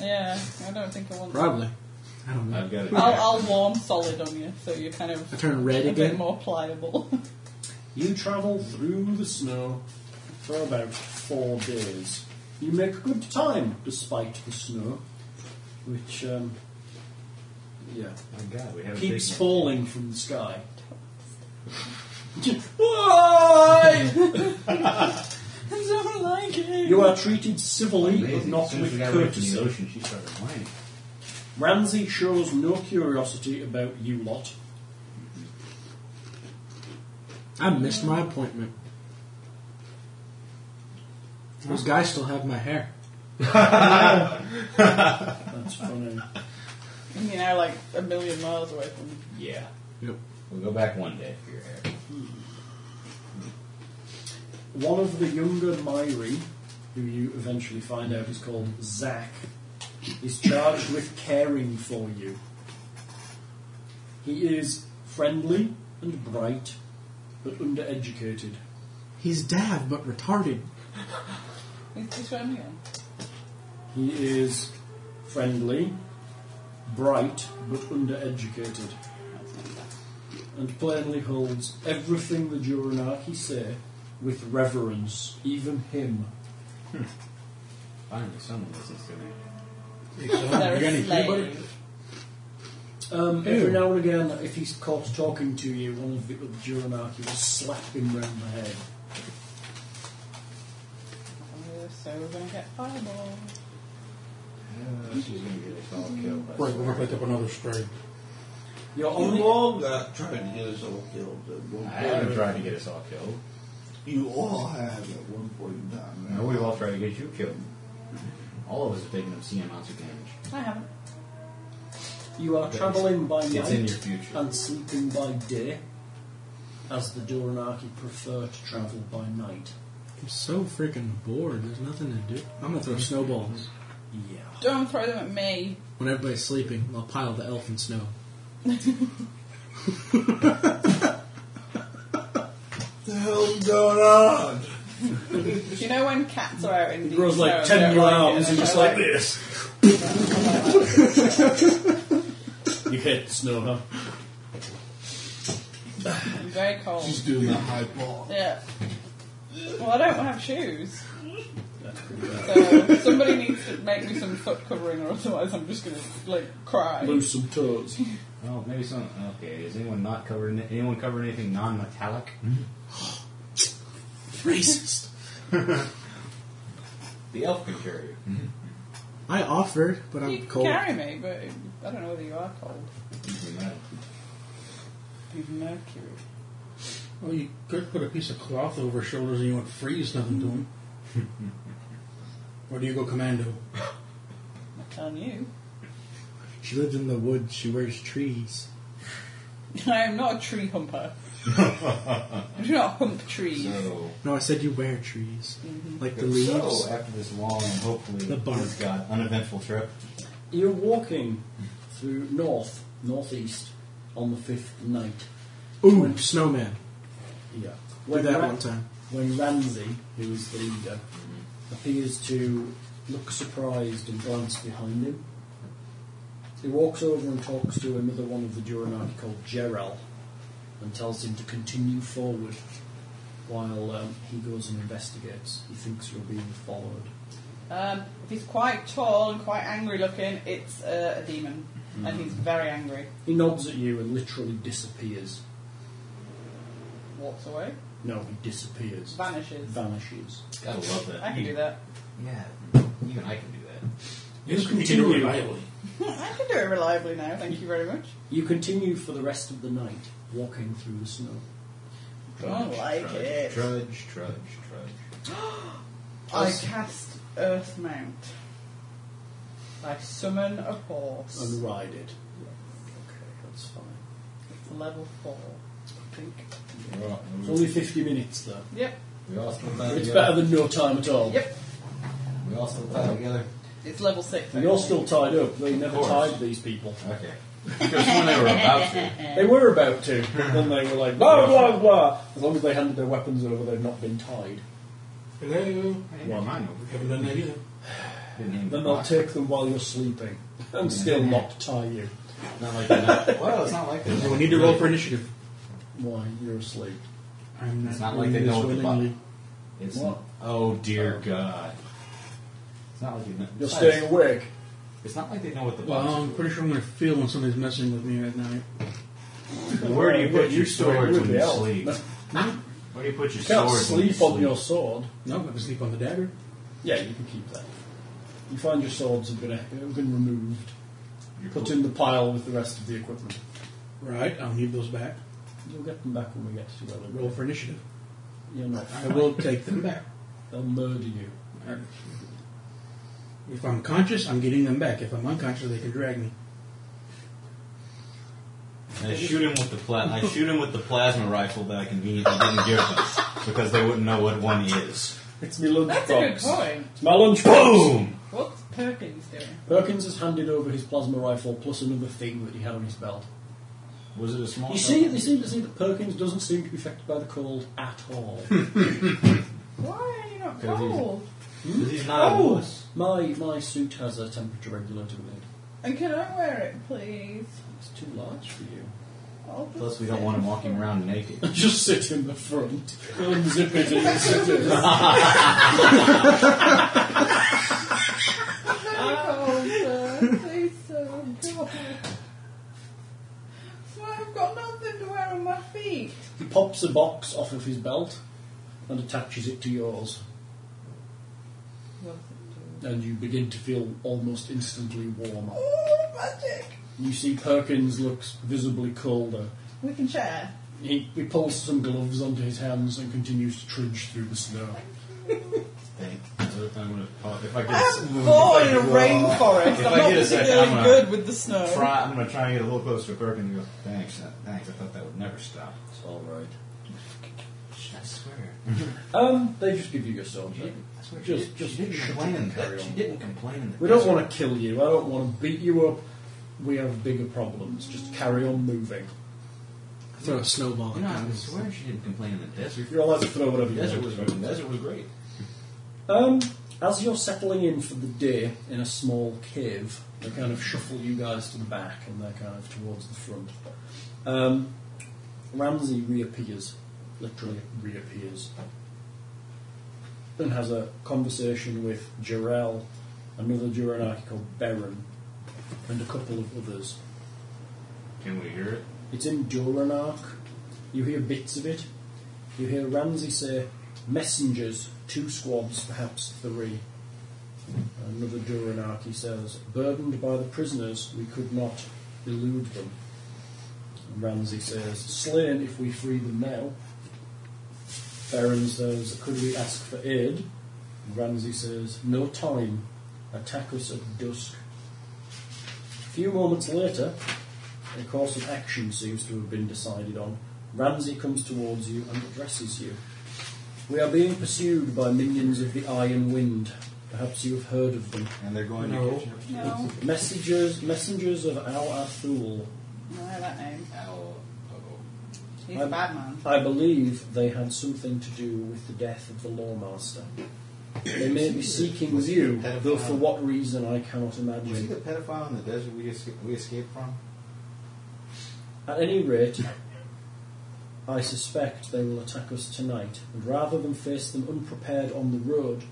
D: Yeah, I don't think I want. To.
F: Probably. I don't know.
G: I've got it.
D: I'll, I'll warm solid on you, so you're kind of
F: I turn red
D: a bit
F: again.
D: more pliable.
E: You travel through the snow for about four days. You make good time despite the snow, which, um, yeah,
G: Oh my God, we have a
E: keeps
G: big
E: falling from the sky. Why?
D: I don't like it.
E: You are treated civilly, but
G: Amazing. As
E: not
G: soon
E: with
G: as we got away from the
E: courtesy.
G: ocean, she started whining.
E: Ramsey shows no curiosity about you lot.
F: I missed my appointment. Those guys still have my hair.
E: That's funny.
D: You're now like a million miles away from.
G: Yeah.
F: Yep.
G: We'll go back one day for your hair.
E: One of the younger Myri, who you eventually find out is called Zack, is charged with caring for you. He is friendly and bright, but undereducated.
F: He's dav but retarded.
D: Is this where I'm going?
E: He is friendly, bright, but undereducated. And plainly holds everything the Juranaki say with reverence, even him.
G: Finally, someone listens to me.
D: They're a slave.
E: Um, every now and again, if he's caught talking to you, one of the other Juranaki will slap him round the head.
D: Uh, So we're going to get fireball.
G: Uh, she's gonna get us all killed. by
H: Right, we're
G: someone.
H: going to pick up another stray.
E: You're
C: You
E: only,
C: all got tried to get us all killed at one
G: Oh, I
C: point.
G: haven't tried to get us all killed.
C: You all have at one point in time.
G: No, we've all tried to get you killed. All of us have taken obscene amounts of damage.
D: I haven't.
E: you are travelling by night
G: It's in your future.
E: and sleeping by day, as the Juranaki prefer to travel by night.
F: I'm so freaking bored. There's nothing to do. I'm gonna throw snowballs.
E: Yeah.
D: Don't throw them at me.
F: When everybody's sleeping, I'll pile the elf in snow.
C: What the hell's going on?
D: Do you know when cats are out in the
E: grows like
D: snow,
E: 10
D: they're
E: year
D: like-
E: arms and
D: they're
E: just like this. you hit the snow, huh?
D: I'm very cold.
C: She's doing the high ball.
D: Yeah. Well, I don't have shoes. So somebody needs to make me some foot covering, or otherwise I'm just gonna like cry.
E: Lose some toes.
G: Well, Oh, maybe some. Okay, is anyone not covered? In, anyone covered in anything non-metallic?
F: Racist.
G: The elf can carry you.
F: I offered, but
D: You
F: I'm
D: can
F: cold.
D: carry me, but I don't know whether you are cold.
G: Even that.
D: You've mercury.
H: Well, you could put a piece of cloth over his shoulders and you wouldn't freeze nothing to him. or do you go commando?
D: I'm telling you,
F: She lives in the woods. She wears trees.
D: I am not a tree humper. I do not hump trees.
G: So,
F: No, I said you wear trees, like the leaves.
G: so after this long and hopefully
F: The bark.
G: this God, uneventful trip,
E: You're walking through north, northeast, on the fifth night.
F: Ooh, snowman.
E: Yeah.
F: Did
E: When
F: that
E: Ra-
F: one time.
E: When Ramsey, who is the leader, appears to looks surprised and glanced behind him. He walks over and talks to another one of the Duranaki called Gerald and tells him to continue forward while um, he goes and investigates. He thinks you're being followed.
D: Um, if he's quite tall and quite angry looking, it's uh, a demon. And he's very angry.
E: He nods at you and literally disappears.
D: Walks away,
E: No, he disappears.
D: vanishes.
E: Vanishes.
G: Gotta love that.
D: I can do that.
G: Yeah, even I can do that.
H: It's continually violent.
D: I can do it reliably now, thank you very much.
E: You continue for the rest of the night, walking through the snow.
D: Don't like it.
G: Trudge, trudge, trudge.
D: I cast Earth Mount. I summon a horse.
E: and ride it. Okay, that's fine.
D: It's level four, I think.
E: It's only 50 minutes though.
D: Yep,
G: We all still tied
E: It's
G: together.
E: better than no time at all.
D: yep.
G: We all still tied together.
D: It's level six.
E: And you're still tied up. They never
G: course.
E: tied these people.
G: Okay. Because when they were about to.
E: They were about to, but then they were like, blah, blah, blah. As long as they handed their weapons over, they've not been tied.
H: Hello.
G: Well, mine
H: Haven't done that either.
G: didn't
E: Then they'll take them while you're sleeping and still not tie you.
G: Not like that. Well, it's not like that.
H: We need to roll for initiative.
E: Why? You're asleep.
H: I'm
G: It's not like they know what the button. It's
E: What?
G: not- oh dear God. It's not like you know.
E: You're staying awake.
G: It's not like they know what the
H: Well,
G: box.
H: I'm pretty sure I'm going to feel when somebody's messing with me at night.
G: Where do you
E: Well,
G: put your
E: you're still awake
G: swords when
E: with the
G: you
E: elf.
G: sleep?
E: You
G: Where do you put your
E: can't
G: swords when you
E: sleep on your sword.
H: No, I'm going to sleep on the dagger.
E: Yeah, you can keep that. You find your swords have been, have been removed.
G: You're
E: Put
G: cool.
E: in the pile with the rest of the equipment.
H: Right, I'll need those back.
E: You'll get them back when we get to Ellen.
H: Roll for initiative.
E: You're not.
H: I will take them back.
E: They'll murder you.
H: If I'm conscious, I'm getting them back. If I'm unconscious, they can drag me.
G: I shoot him with the pla- I shoot him with the plasma rifle that I conveniently didn't give them because they wouldn't know what one is.
E: It's my lunchbox.
D: That's a good point.
E: It's my lunchbox.
G: Boom!
D: What's Perkins doing?
E: Perkins has handed over his plasma rifle plus another thing that he had on his belt.
G: Was it a small?
E: You see, they seem to see that Perkins doesn't seem to be affected by the cold at all.
D: Why are you not
G: 'Cause he's-
D: cold?
G: Because he's not
E: Oh!
G: a wuss.
E: my my suit has a temperature regulator in it.
D: And can I wear it, please?
E: It's too large for you.
D: I'll just
G: Plus, we
D: sit.
G: don't want him walking around naked.
E: Just sit in the front. Unzip it and sit in.
D: Very cold, sir. Please, sir, I'm cold. So I've got nothing to wear on my feet.
E: He pops a box off of his belt and attaches it to yours, and you begin to feel almost instantly warmer.
D: Oh, magic!
E: You see Perkins looks visibly colder.
D: We can share.
E: He, he pulls some gloves onto his hands and continues to trudge through the snow.
G: Thank- I'm gonna, pause- if I get,
D: I'm
G: if
D: born in a
G: I get-
D: rainforest.
G: If
D: I'm
G: I
D: not
G: get a second,
D: particularly
G: I'm gonna
D: good with the snow.
G: Try, I'm going to try and get a little closer to Perkins and go, thanks, uh, thanks. I thought that would never stop.
E: It's all right.
G: I swear.
E: Um, they just give you your sword.
G: She
E: don't
G: didn't- I swear
E: they?
G: she
E: Just,
G: didn't-
E: just
G: she didn't
E: shut
G: complain.
E: it
G: in
E: and
G: the-
E: carry
G: She
E: on.
G: didn't complain. In the
E: We don't want to kill you. I don't want to beat you up. We have bigger problems. Just carry on moving.
O: Throw
F: Oh,
O: a snowball.
G: You know, I
O: at him.
G: swear she didn't complain in the desert.
E: You're allowed to throw whatever
G: The
E: you
G: desert was
E: want.
G: the desert was great.
E: Um, as you're settling in for the day in a small cave, they kind of shuffle you guys to the back and they're kind of towards the front. Um, Ramsey reappears, literally reappears, and has a conversation with Jarrell, another Duranaki called Beren, and a couple of others.
G: Can we hear it?
E: It's in Duranark. You hear bits of it. You hear Ramsey say, messengers, two squads, perhaps three. Another Duranark, he says, burdened by the prisoners, we could not elude them. And Ramsey says, slain if we free them now. Baron says, could we ask for aid? And Ramsey says, no time. Attack us at dusk. A few moments later, a course of action seems to have been decided on. Ramsey comes towards you and addresses you. We are being pursued by minions of the Iron Wind. Perhaps you have heard of them.
G: And they're going
H: No.
G: to catch up.
D: No,
E: Messengers, messengers of Al Athul.
D: no, that name.
G: Ow. Uh-oh.
D: He's a
E: I'm-
D: bad man.
E: I believe they had something to do with the death of the Lawmaster. They may be seeking you, though for what reason I cannot
G: Was he
E: imagine.
G: the pedophile in the desert we, esca- we escaped from?
E: At any rate, I suspect they will attack us tonight, and rather than face them unprepared on the road,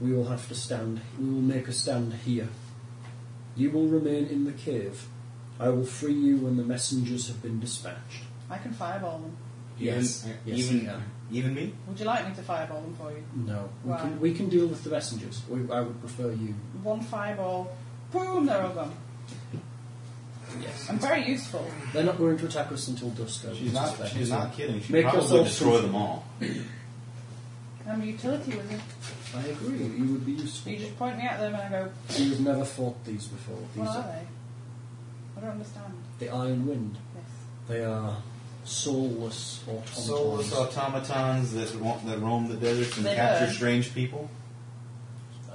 E: we will have to stand. We will make a stand here. You will remain in the cave. I will free you when the messengers have been dispatched.
D: I can fireball them.
E: Yes.
G: Even, uh,
E: Yes,
G: even,
E: you can.
G: even me?
D: Would you like me to fireball them for you?
E: No, we
D: Why?
E: can, we can deal with the messengers. We, I would prefer you.
D: One fireball, boom, they're all gone.
E: Yes.
D: I'm very useful.
E: They're not going to attack us until dusk. I would
G: She's not,
E: suspect.
G: she's not kidding. She
E: Make
G: probably
E: yourself
G: destroy
E: some-
G: them all.
D: I'm a utility wizard.
E: I agree. You would be useful.
D: You just point me at them and I go,
E: You've never fought these before. These
D: what are
E: are
D: they? I don't understand.
E: the Iron Wind.
D: Yes.
E: They are soulless automatons.
G: Soulless automatons that, wa- that roam the deserts and
D: They
G: capture
D: are.
G: strange people.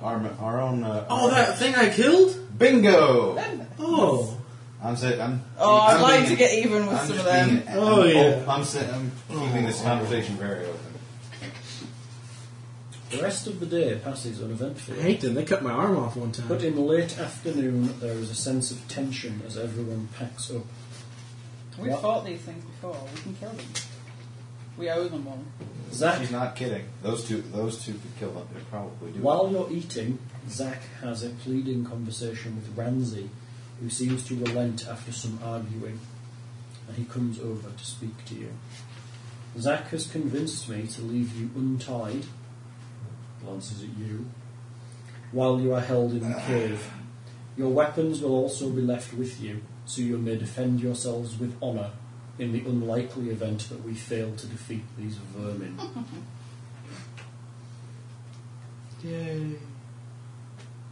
G: Our, our own. Uh,
F: Oh,
G: our-
F: that thing I killed?
G: bingo!
D: Them.
F: Oh.
G: I'm saying I'm.
D: Oh, I'd
G: I'm
D: like
G: being-
D: to get even with
G: I'm
D: some of
G: just
D: them.
G: being-
F: Oh,
G: I'm,
F: yeah.
G: op- I'm, sa- I'm keeping this conversation very open.
E: The rest of the day passes uneventfully.
F: I hate them. They cut my arm off one time.
E: But in the late afternoon, there is a sense of tension as everyone packs up.
D: We've
E: What?
D: fought these things before. We can kill them. We owe them one.
E: Zach,
G: She's not kidding. Those two, those two could kill them. They probably do.
E: while you're eating, Zach has a pleading conversation with Ramsey, who seems to relent after some arguing, and he comes over to speak to you. Zach has convinced me to leave you untied, glances at you, while you are held in the cave. Your weapons will also be left with you, so you may defend yourselves with honour in the unlikely event that we fail to defeat these vermin.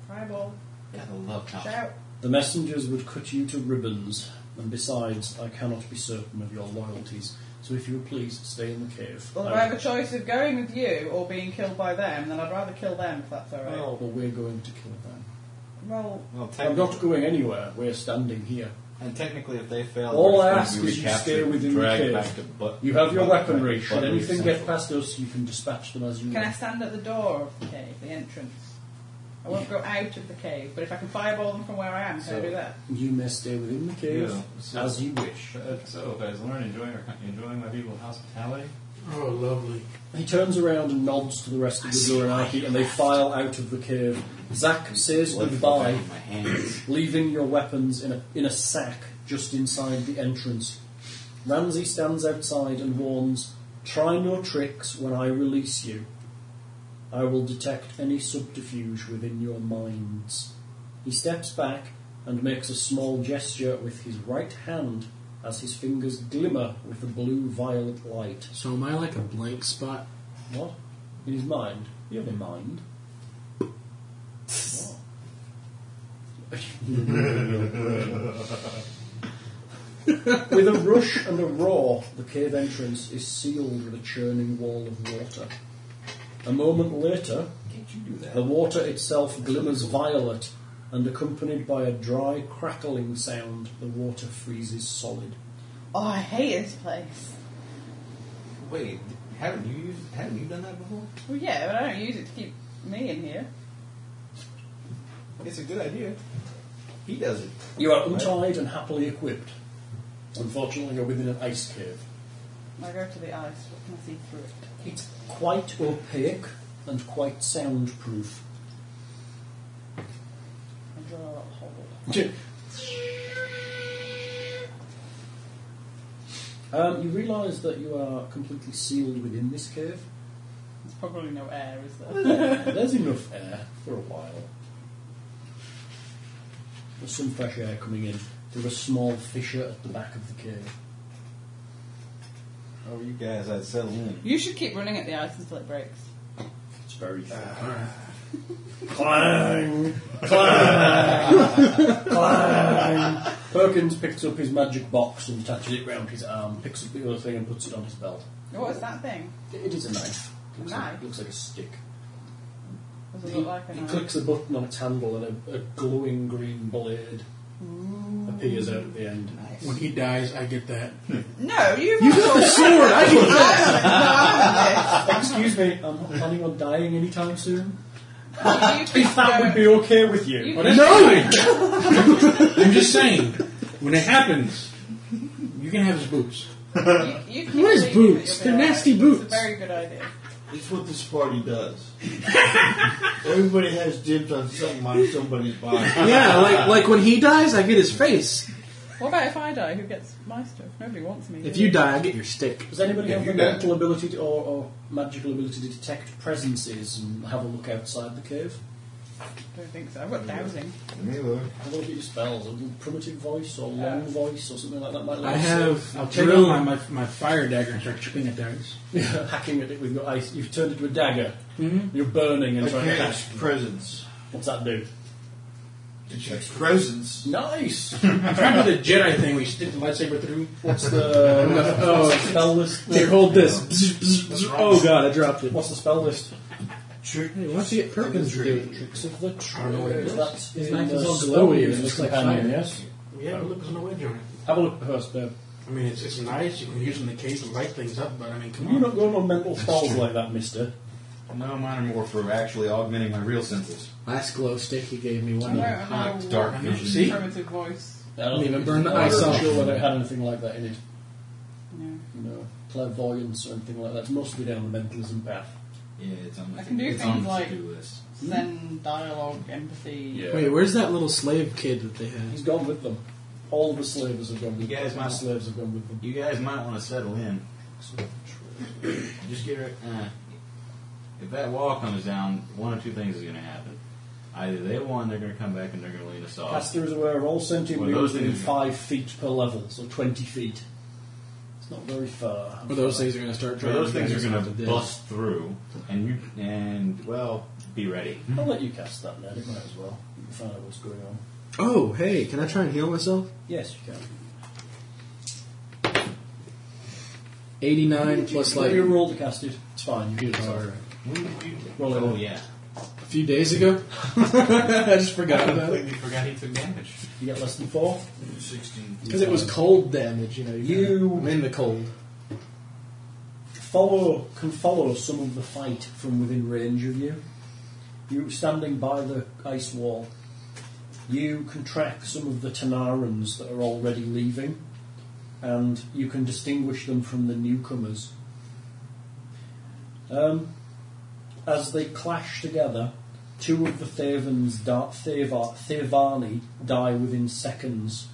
D: Fireball,
G: gotta love Tom.
D: shout.
E: The messengers would cut you to ribbons, and besides, I cannot be certain of your loyalties. So if you would please stay in the cave.
D: Well, if
E: I-
D: I have a choice of going with you or being killed by them, then I'd rather kill them if that's alright.
E: Oh, but we're going to kill them.
D: Well,
G: Well,
E: I'm not
G: technically,
E: going anywhere. We're standing here.
G: and technically, if they fail,
E: All
G: we're
E: I
G: just
E: ask
G: gonna be
E: is you
G: recaptured
E: stay
G: and
E: within the
G: dragged
E: cave.
G: back to But-
E: You have your
G: But-
E: weaponry.
G: But-
E: Should
G: Buttery
E: anything get
G: Central.
E: past us, you can dispatch them as you
D: can I
E: want.
D: stand at the door of the cave, the entrance? I won't go out of the cave, but if I can fireball them from where I am, can I
G: So-
D: do that?
E: You may stay within the cave
G: Yeah, so-
E: as you wish.
G: Uh, So, guys, learn enjoying our, co- enjoying my people hospitality.
H: Oh, lovely.
E: He turns around and nods to the rest of the Duranaki, and they file out of the cave. Zack says goodbye.
G: My hands.
E: leaving your weapons in a, in a sack just inside the entrance. Ramsay stands outside and warns, Try no tricks when I release you. I will detect any subterfuge within your minds. He steps back and makes a small gesture with his right hand as his fingers glimmer with a blue violet light.
F: So am I like a blank spot?
E: What? In his mind? You have a mind. What? with a rush and a roar, the cave entrance is sealed with a churning wall of water. A moment later, the water itself glimmers violet, and accompanied by a dry crackling sound, the water freezes solid.
D: Oh, I hate this place.
G: Wait, haven't you used? Haven't you done that before?
D: Well, yeah, but I don't use it to keep me in here.
G: It's a good idea. He does it.
E: You are untied and happily equipped. Unfortunately, you're within an ice cave.
D: I go to the ice, what can I see through it?
E: It's quite opaque and quite soundproof.
D: I draw a little hole.
E: um, you realise that you are completely sealed within this cave.
D: There's probably no air, is there?
E: There's enough air for a while. There's some fresh air coming in through a small fissure at the back of the cave.
G: Oh, you guys, I'd settle in.
D: You should keep running at the ice until it breaks.
E: It's very thin. Perkins picks up his magic box and attaches it round his arm, picks up the other thing and puts it on his belt.
D: What was that thing?
E: It is a knife. Looks Like,
D: knife?
E: looks like a stick.
D: Does it
E: He,
D: look like
E: he
D: an ice?
E: clicks a button on its handle and a, a glowing green blade appears out at the end.
H: When he dies, I get that.
D: No, you've you got a sword. I can.
E: Excuse me, I'm not planning on dying anytime soon.
D: You keep
E: If that
D: going-
E: would be okay with you.
D: you
H: Well,
D: keep-
H: that's no! I'm just saying, when it happens, you can have his boots.
D: you- you keep
J: What is
D: believing that
J: boots?
D: you'll be
J: They're
D: alright.
J: nasty
D: It's
J: boots.
D: a very good idea.
C: It's what this party does. Everybody has dibs on something on somebody's body.
J: Yeah, like like when he dies, I get his face.
D: What about if I die? Who gets my stuff? Nobody wants me.
J: If you die, I get your stick.
E: Does anybody
G: If
E: have
G: you
E: the
G: don't-
E: mental ability to, or, or magical ability to detect presences and have a look outside the cave?
D: I don't think so. I've got dowsing.
G: Me look.
E: Have a look at your spells, a little primitive voice or long voice or something like that. Might let
J: I
E: us-
J: have
H: I'll take out
J: drill.
H: my, my, my fire dagger and start chipping at daggers.
E: hacking at it with your ice. You've turned it to a dagger. You're burning and
C: I
E: trying to
C: can't
E: catch.
C: presence.
E: What's that do?
C: Presence?
E: Nice.
H: I'm trying to do the Jedi thing where you stick the lightsaber through.
E: What's the oh, spell list?
J: Here, hold this. Bzz, bzz, bzz. Oh god, I dropped it.
E: What's the spell list?
J: Hey, once you get Perkins to do it,
E: Tricks of the
J: don't know what it
E: trade.
J: is.
E: That's
J: His
E: in
J: knife
E: the
J: is all
E: stone
J: glowy and
E: use
J: looks like
E: companion,
J: fire.
E: Yes.
H: Yeah, but look, there's no edge on it.
E: Have a look at her spell.
H: I mean, it's, it's nice. You can use it in the case to light things up, but I mean, come
E: You're
H: on.
E: not going on mental spells like that, Mister.
G: No, mine are more for actually augmenting my real senses.
J: last glow stick he gave me
D: I don't
J: one.
D: know.
J: of-
G: Hot, dark vision.
H: See?
D: Primitive voice.
E: I
J: Didn't even
E: think-
J: burn the
E: I'm
J: ice
E: not
J: off.
E: sure whether it had anything like that in it.
D: No.
E: You know, clairvoyance or anything like that. It's mostly down the mentalism path.
G: Yeah, it's on my
D: I can do
G: it's on
D: things
G: the
D: like-
G: to-do list.
D: Zen dialogue, empathy.
J: Wait, where's that little slave kid that they had?
E: He's gone with them. All the slavers have gone with
G: You
E: them.
G: guys
E: All my
G: might-
E: slaves have gone with them.
G: You guys might want to settle in. Just get rid. Uh, if that wall comes down, one of two things is going to happen. Either they won, they're going to come back, and they're going to lead us off.
E: Caster is aware of all sentient
G: Well,
E: beings
G: those
E: within
G: things-
E: five feet per level, so 20 feet. It's not very far.
J: Or those things are going to start
G: So
J: driving.
G: those things are going
J: back
G: to
J: into this.
G: bust through, and you and well, be ready.
E: I'll let you cast that then, it might as well. You can find out what's going on.
J: Oh, hey, can I try and heal myself?
E: Yes, you can.
J: 89 plus like
E: Let your roll to cast it. It's fine, you do it.
J: Alright.
G: When did you do-
E: Roll it
G: oh
E: up.
G: yeah,
J: a few days ago. I just forgot about it.
G: completely forgot he took damage.
E: You get less than four.
C: 16.
J: Because it was cold damage, you know.
E: You-
J: I'm in the cold.
E: follow can follow some of the fight from within range of you. You standing by the ice wall. You can track some of the Tanarans that are already leaving, and you can distinguish them from the newcomers. Um, as they clash together, two of the Thavans, da- Thava- Thavani, die within seconds.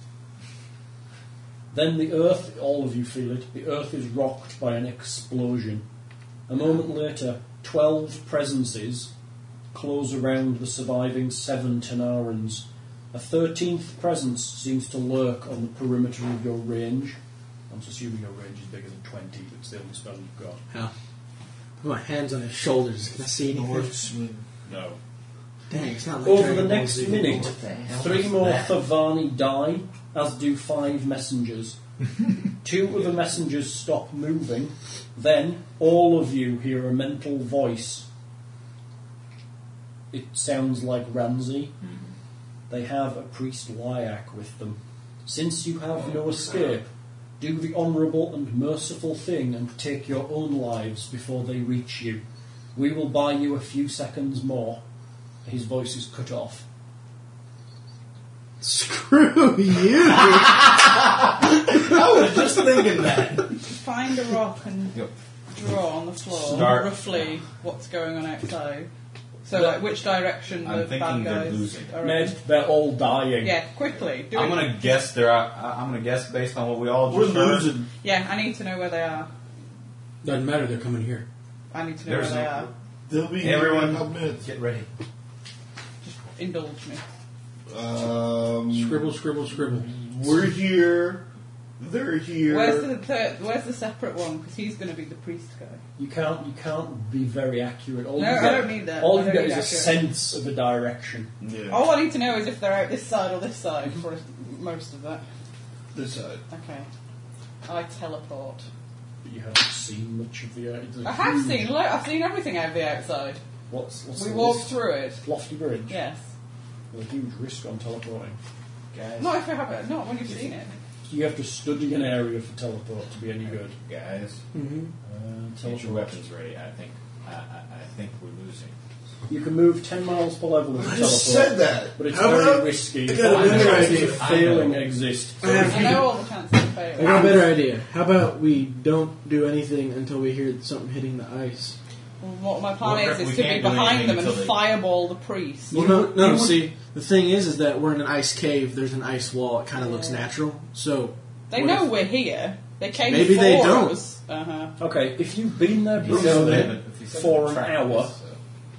E: Then the earth, all of you feel it, the earth is rocked by an explosion. A moment later, twelve presences close around the surviving seven Tenarans. A thirteenth presence seems to lurk on the perimeter of your range. I'm just assuming your range is bigger than 20, but it's the only spell you've got.
J: How? Put my hands on his shoulders. Can I see anything?
E: No.
J: Dang, it's not like
E: Over
J: Dragon
E: the
J: Ball
E: next
J: Z.
E: minute, three
G: was
E: more
G: that?
E: Thavani die, as do five messengers. Two of the messengers stop moving. Then, all of you hear a mental voice. It sounds like Ramsey. They have a priest Lyak with them. Since you have no escape, do the honourable and merciful thing and take your own lives before they reach you. We will buy you a few seconds more. His voice is cut off.
J: Screw you!
G: Just thinking that.
D: Find a rock and
G: Yep.
D: draw on the floor
G: Start.
D: roughly what's going on outside. So, like, which direction
G: I'm
D: the bad
G: thinking they're
D: guys
G: losing.
D: are
E: Ned,
D: in.
E: they're all dying.
D: Yeah, quickly. Do
G: I'm
D: it.
G: gonna guess there. Are, I- I'm gonna guess based on what we all
C: We're
G: just heard.
C: losing.
D: Yeah, I need to know where they are.
H: Doesn't matter, they're coming here.
D: I need to know
G: There's
D: where they
G: no-
D: are.
C: They'll be
G: Everyone-
C: here in a couple minutes.
G: Get ready.
D: Indulge me.
C: Um,
H: Scribble, scribble, scribble.
C: we're here. They're here.
D: Where's the third, Where's the separate one? Because he's going to be the priest guy.
E: You can't you can't be very accurate. All
D: No,
E: you
D: I
E: get,
D: don't need that.
E: All
D: I
E: you
D: don't
E: get
D: need
E: is a
D: accurate.
E: sense of a direction.
C: yeah.
G: Oh.
D: All I need to know is if they're out this side or this side for most of that.
C: This side.
D: Okay. I teleport.
E: But you haven't seen much of the. Uh, the
D: I
G: Hmm.
D: have seen. Look, I've seen everything out the outside.
E: What's, what's
D: We
E: the
D: walked
E: risk?
D: through it.
E: Lofty Bridge.
D: Yes.
E: There's a huge risk on teleporting.
G: Guys,
D: Not if you have it. Not when you've seen it.
E: You have to study an area for teleport to be any good.
G: guys,
E: Uh,
G: get your
E: teleport.
G: weapons ready. I think. I, I, I think we're losing.
E: You can move 10 miles per level
C: I
E: with a teleport.
C: just said that.
E: But it's
F: How
E: very
F: about-
E: risky.
F: I got another
E: Chances
F: idea.
E: of failing exist.
F: I have-
D: I know all the chances of
J: I got a
D: fail.
J: better idea. How about we don't do anything until we hear something hitting the ice?
D: What my plan
B: Well,
D: is
B: we
D: is to be
B: can't do anything
D: behind them and
B: until they-
D: fireball the priest.
J: Well, no, no. See, the thing is, is that we're in an ice cave. There's an ice wall. It kind of looks natural. So
D: They
J: what
D: know
J: if-
D: we're here. They came
J: Maybe they
D: for
J: don't.
D: us. Uh-huh.
E: Okay, if you've been there
G: If you set
E: before,
G: them-
E: then
G: if you set
E: for
G: them
E: an
G: track,
E: hour,
G: so-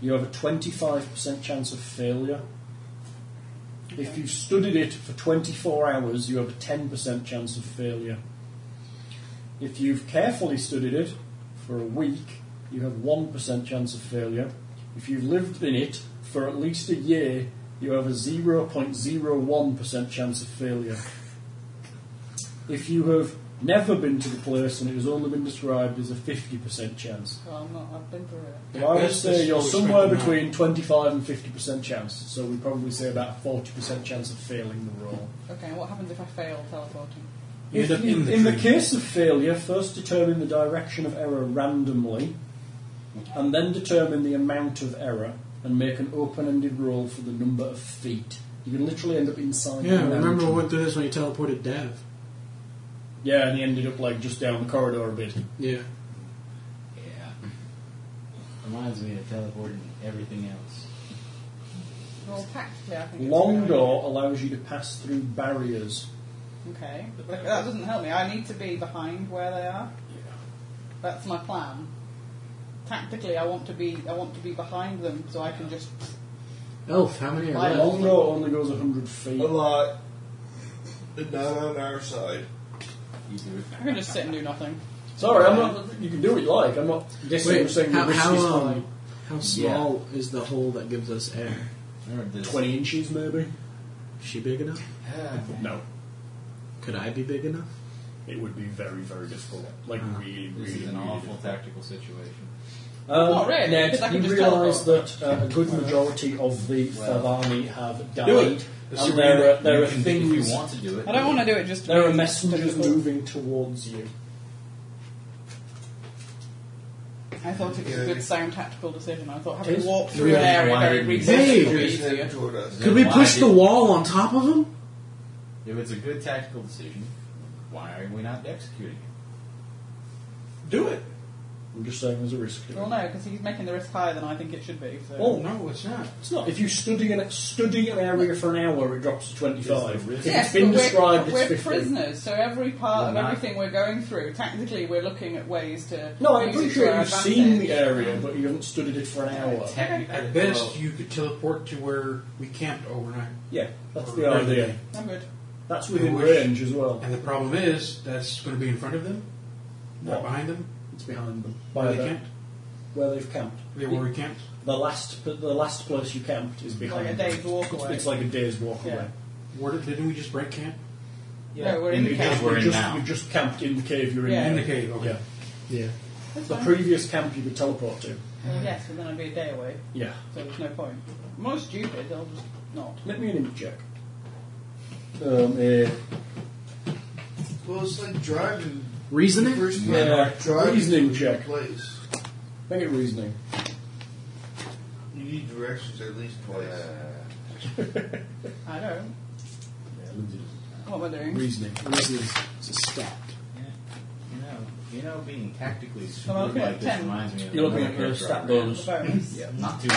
E: you have a 25% chance of failure. If you studied it for 24 hours, you have a 10% chance of failure. If you've carefully studied it for a week, you have 1% chance of failure. If you've lived in it for at least a year, you have a 0.01% chance of failure. If you have never been to the place and it has only been described as a 50% chance.
D: Well, I'm not, I've been through it.
E: Well, I would
H: That's-
E: say
H: that's
E: you're
H: what we
E: somewhere
H: recommend.
E: between 25 and 50% chance, so we probably say about a 40% chance of failing the roll.
D: Okay, and what happens if I fail teleporting?
H: You end
E: If
H: up
E: you-
H: in the tree.
E: case of failure, first determine the direction of error randomly, and then determine the amount of error, and make an open-ended roll for the number of feet. You can literally end up inside.
J: yeah,
E: the
J: remember we
E: mountain.
J: went through this when you teleported Dev.
E: Yeah, and he ended up like just down the corridor a bit.
J: Yeah.
B: Yeah. Reminds me of teleporting everything else.
D: Well, tactically, I think. it's a
E: Long
D: good
E: door allows you to pass through barriers.
D: idea. Okay, but that doesn't help me. I need to be behind where they are. That's my plan. Tactically, I want to be. I want to be behind them so I can just.
J: Elf, how many are
D: Why
J: left?
E: Long door only goes 100 feet.
C: A lot. But not on our side.
G: You do it.
D: I can just sit and do nothing.
E: Sorry, I'm not. You can do what you like. I'm not. This
J: Wait,
E: saying
J: how,
E: the risk
J: how,
E: is
J: um,
E: high.
J: how small is the hole that gives us air?
G: Remember this.
E: Twenty inches, maybe.
J: Is she big enough?
E: No,
J: Could I be big enough?
E: it would be very, very difficult. Like
J: Uh,
E: really, really,
G: This is an
E: really
G: awful
E: difficult.
G: tactical situation.
E: Um,
D: Not really,
E: Ned,
D: because I can
E: you
D: just
E: realise that uh, a good majority of the Favani have died,
J: Do it.
G: This is
E: and there are, there
G: you
E: are
G: can- If
E: things.
G: you want to do it,
D: I don't want to do it just. To
E: There
D: be
E: are messengers
D: difficult.
E: moving towards you.
D: I thought it was a good sound tactical decision. I thought having
E: Is-
D: walked
G: Do
D: through
G: we
D: an
G: have
D: area
G: wide
D: very
G: reach?
D: recently would be
C: Just
D: easier.
C: heading toward us.
J: Could we
G: Why
J: push the
G: did-
J: wall on top of him?
G: If it's a good tactical decision, why are we not executing it?
H: Do it.
E: I'm just saying there's a risk. to it.
D: Well, no, because he's making the risk higher than I think it should be. So.
E: Oh,
H: No, it's not.
E: It's not. If you study an study an area for an hour, it drops to twenty
G: Is
E: five.
G: the risk-
E: If
D: Yes,
E: it's been
D: but we're,
E: described,
D: we're
E: it's fifty.
D: prisoners, so every part of
G: We're not.
D: everything we're going through, tactically, we're looking at ways to.
E: No, I'm
D: use
E: pretty
D: it
E: sure
D: to our
E: you've seen the
D: advantage.
E: area, but you haven't studied it for an hour.
G: Technically,
H: At best,
G: well,
H: you could teleport to where we camped overnight.
E: Yeah, that's the idea.
D: I'm good.
E: That's within
H: You wish-
E: range as well.
H: And the problem is, that's going to be in front of them, not
E: What?
H: behind them,
E: It's behind them.
F: Uh,
H: where
E: By
H: they
E: the-
H: camped.
E: where they've camped.
H: They were camped.
E: The last, the last place you camped is behind.
D: Like a day's walk
E: It's-
D: away.
E: It's like a day's walk
D: Yeah.
E: away.
H: Where, didn't we just break camp?
D: No, we're in
G: In
D: the
G: the cave
D: camp.
G: we're
E: You
G: in
E: just,
G: now.
E: you just camped in the cave you're in.
D: Yeah.
H: In
E: now.
H: the cave, okay.
E: Yeah.
J: Yeah.
D: That's
E: The
D: fine.
E: previous camp you could teleport to.
D: Well, yes, but then I'd be a day away,
E: Yeah.
D: so there's no point. I'm not stupid, I'll just not.
E: Let me an image check. Um, eh,
C: Well, it's like driving.
J: Reasoning?
C: First
E: Yeah.
C: time driving
E: Reasoning
C: to a
E: check.
C: Place.
E: make it reasoning.
C: You need directions at least twice.
D: I don't. What am I doing?
J: Reasoning. Reasoning. It's a stat.
G: You know, you know, being tactically
D: I'm
G: stupid
D: looking at
G: like this
D: 10.
G: reminds me of
E: You're looking
G: another
E: at your
G: character
E: stat
G: I read.
E: bonus.
D: Bonus.
G: Yeah, not too.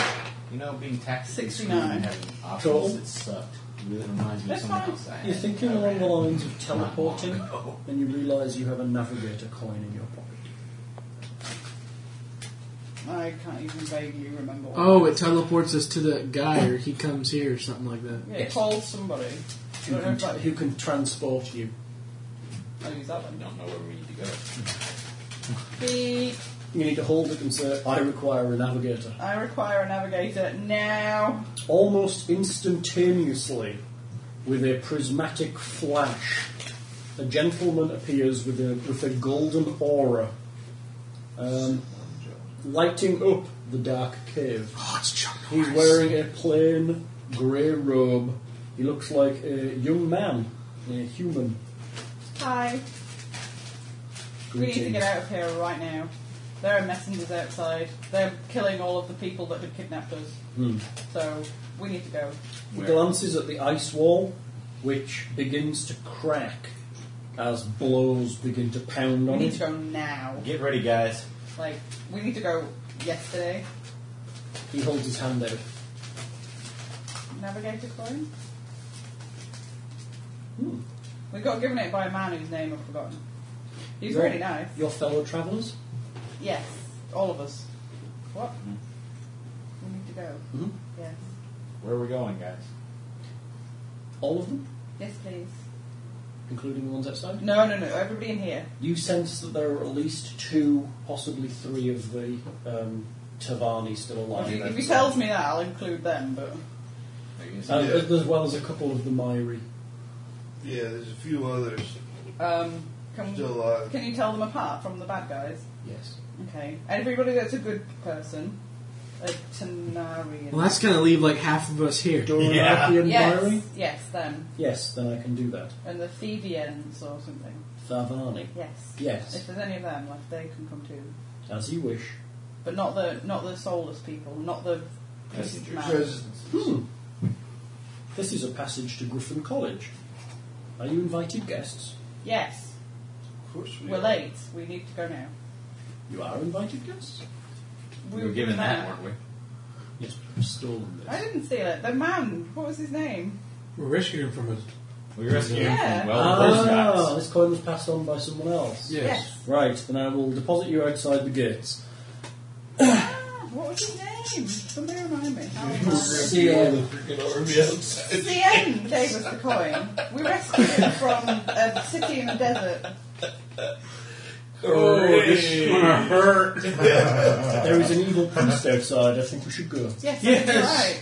G: You know, being tactically stupid
D: 69.
G: and having options
E: Total.
G: that sucked really reminds me of
D: That's
G: someone
D: fine.
G: else. I
E: You're
G: had.
E: thinking along the lines of teleporting,
G: Oh.
E: and you realise you have a navigator coin in your pocket.
D: I can't even vaguely remember what.
J: Oh, it teleports us to the guy, or he comes here, or something like that.
D: Yeah,
E: yes.
D: call somebody. I
E: Who
D: don't know
E: can,
D: if I-
E: who can transport you?
D: I'll use that one.
G: Don't know where we need to go.
D: Beep.
E: You need to hold it and say, I require a navigator.
D: I require a navigator now.
E: Almost instantaneously, with a prismatic flash, a gentleman appears with a, with a golden aura, um, lighting up the dark cave.
J: Oh, it's Chuck
E: He's wearing a plain grey robe. He looks like a young man, a human.
D: Hi. We need to
E: Greetings.
D: get out of here right now. There are messengers outside. They're killing all of the people that had kidnapped us.
E: Hmm.
D: So we need to go.
E: He glances at the ice wall, which begins to crack as blows begin to pound
D: We
E: on
D: need to
E: it.
D: go now.
K: Get ready, guys.
D: Like we need to go yesterday.
E: He holds his hand out.
D: Navigator coin. Hmm. We got given it by a man whose name I've forgotten. He's
E: Right.
D: really nice.
E: Your fellow travellers?
D: Yes, all of us. What? We need to go.
E: Mhm.
D: Yes.
K: Where are we going, guys?
E: All of them?
D: Yes, please.
E: Including the ones outside?
D: No, no, no. Everybody in here.
E: You sense that there are at least two, possibly three of the um, Tavani still alive.
D: If you, if
E: outside.
D: you tells me that, I'll include them. But
E: Uh, as- As well as a couple of the Myri.
C: Yeah, there's a few others
D: um, can
C: still uh, alive.
D: can you tell them apart from the bad guys?
E: Yes.
D: Okay. Everybody that's a good person, a Tanarian.
J: Well, that's gonna leave like half of us here.
E: Doranaki and
D: yes,
E: Myri?
D: yes, them
E: Yes, then I can do that.
D: and the Thievians or something.
E: Thavani.
D: Yes. If
E: Yes,
D: there's any of them left, they can come too.
E: as you wish.
D: But not the not the soulless people, not the beast man.
C: Presents.
E: Hmm. This is a passage to Griffin College. Are you invited guests?
D: Yes,
C: Of course we
D: we're
C: are.
D: late. We need to go now.
E: You are invited guests?
D: We
G: were given that,
D: there.
G: weren't we?
E: Yes, we've stolen
D: I
E: this.
D: didn't see it. The man. What was his name?
H: We're rescuing him from us.
G: We rescued
D: Yeah.
G: him from well those
E: Ah,
G: guys.
E: this coin was passed on by someone else.
D: Yes.
E: Right, then I will deposit you outside the gates.
D: Ah, What was his name? Somebody remind me. How was
E: See you.
D: it? CN gave us the coin. We rescued it from a city in the desert.
E: Oh, this is gonna hurt. there is an evil priest outside. I think we should go.
D: Yes, that's right.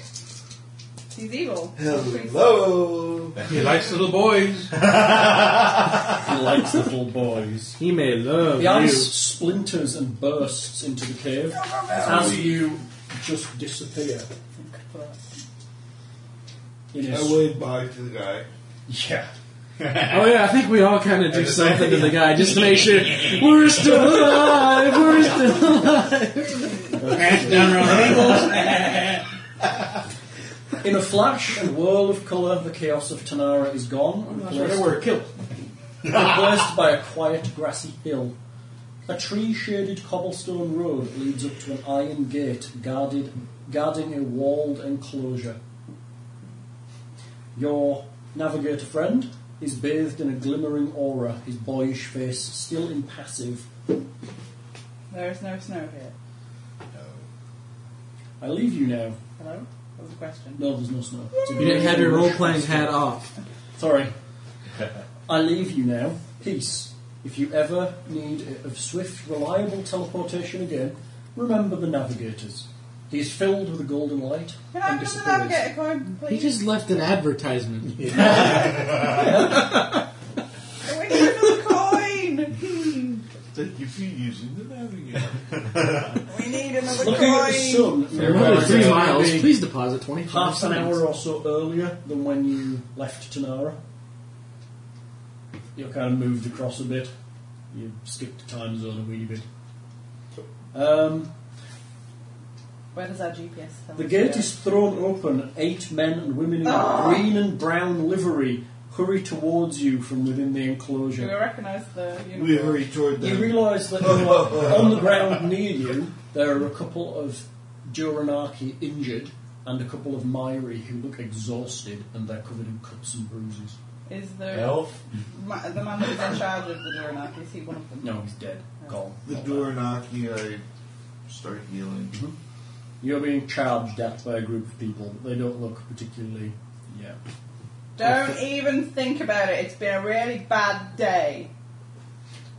D: He's evil.
C: Hello.
H: He likes little boys.
E: He likes little boys.
J: He may love
E: The ice splinters and bursts into the cave as you just disappear. It
C: I
E: is-
C: waved bye to the guy.
E: Yeah.
J: Oh yeah, I think we all kind of do something to the guy just to make sure we're still alive. We're still alive.
H: Hands down around the ankles.
E: In a flash and whirl of colour, the chaos of Tanara is gone, replaced,
H: killed.
E: replaced by a quiet grassy hill. A tree-shaded cobblestone road leads up to an iron gate guarded, guarding a walled enclosure. Your navigator friend is bathed in a glimmering aura, his boyish face still impassive.
D: There is no snow here.
E: I leave you now.
D: Hello? That was a question.
E: No, there's no snow.
J: You didn't have your role playing hat off.
E: Sorry. I leave you now. Peace. If you ever need of swift, reliable teleportation again, remember the navigators. He is filled with a golden light
D: Can I have
E: and
D: another
E: disappears.
D: navigator coin,
J: He
D: please?
J: just left an advertisement.
D: Oh, we need another coin!
C: Thank you for using the navigator.
D: We need another
E: Looking at the
D: coin!
E: sun,
J: For another three miles. Please deposit twenty
E: half an hour or so earlier than when you left Tanara. You kind of moved across a bit. You skipped the time zone a wee bit. Um,
D: Where does our GPS tell
E: The
D: us
E: gate
D: to go?
E: is thrown open, and eight men and women in green and brown livery hurry towards you from within the
D: Do we
E: enclosure.
D: recognise the uniform?
C: we hurry toward
E: You
C: them.
E: realise that you are on the ground near you, there are a couple of Duranaki injured and a couple of Myri who look exhausted and they're covered in cuts and bruises.
D: Is the,
K: Elf?
D: ma- the man that was in charge of the Duranaki, is he one of them?
E: No, he's dead. Gone.
C: The door knocking, I start healing.
E: You're being charged at by a group of people. They don't look particularly. Yeah.
D: Don't even think about it. It's been a really bad day.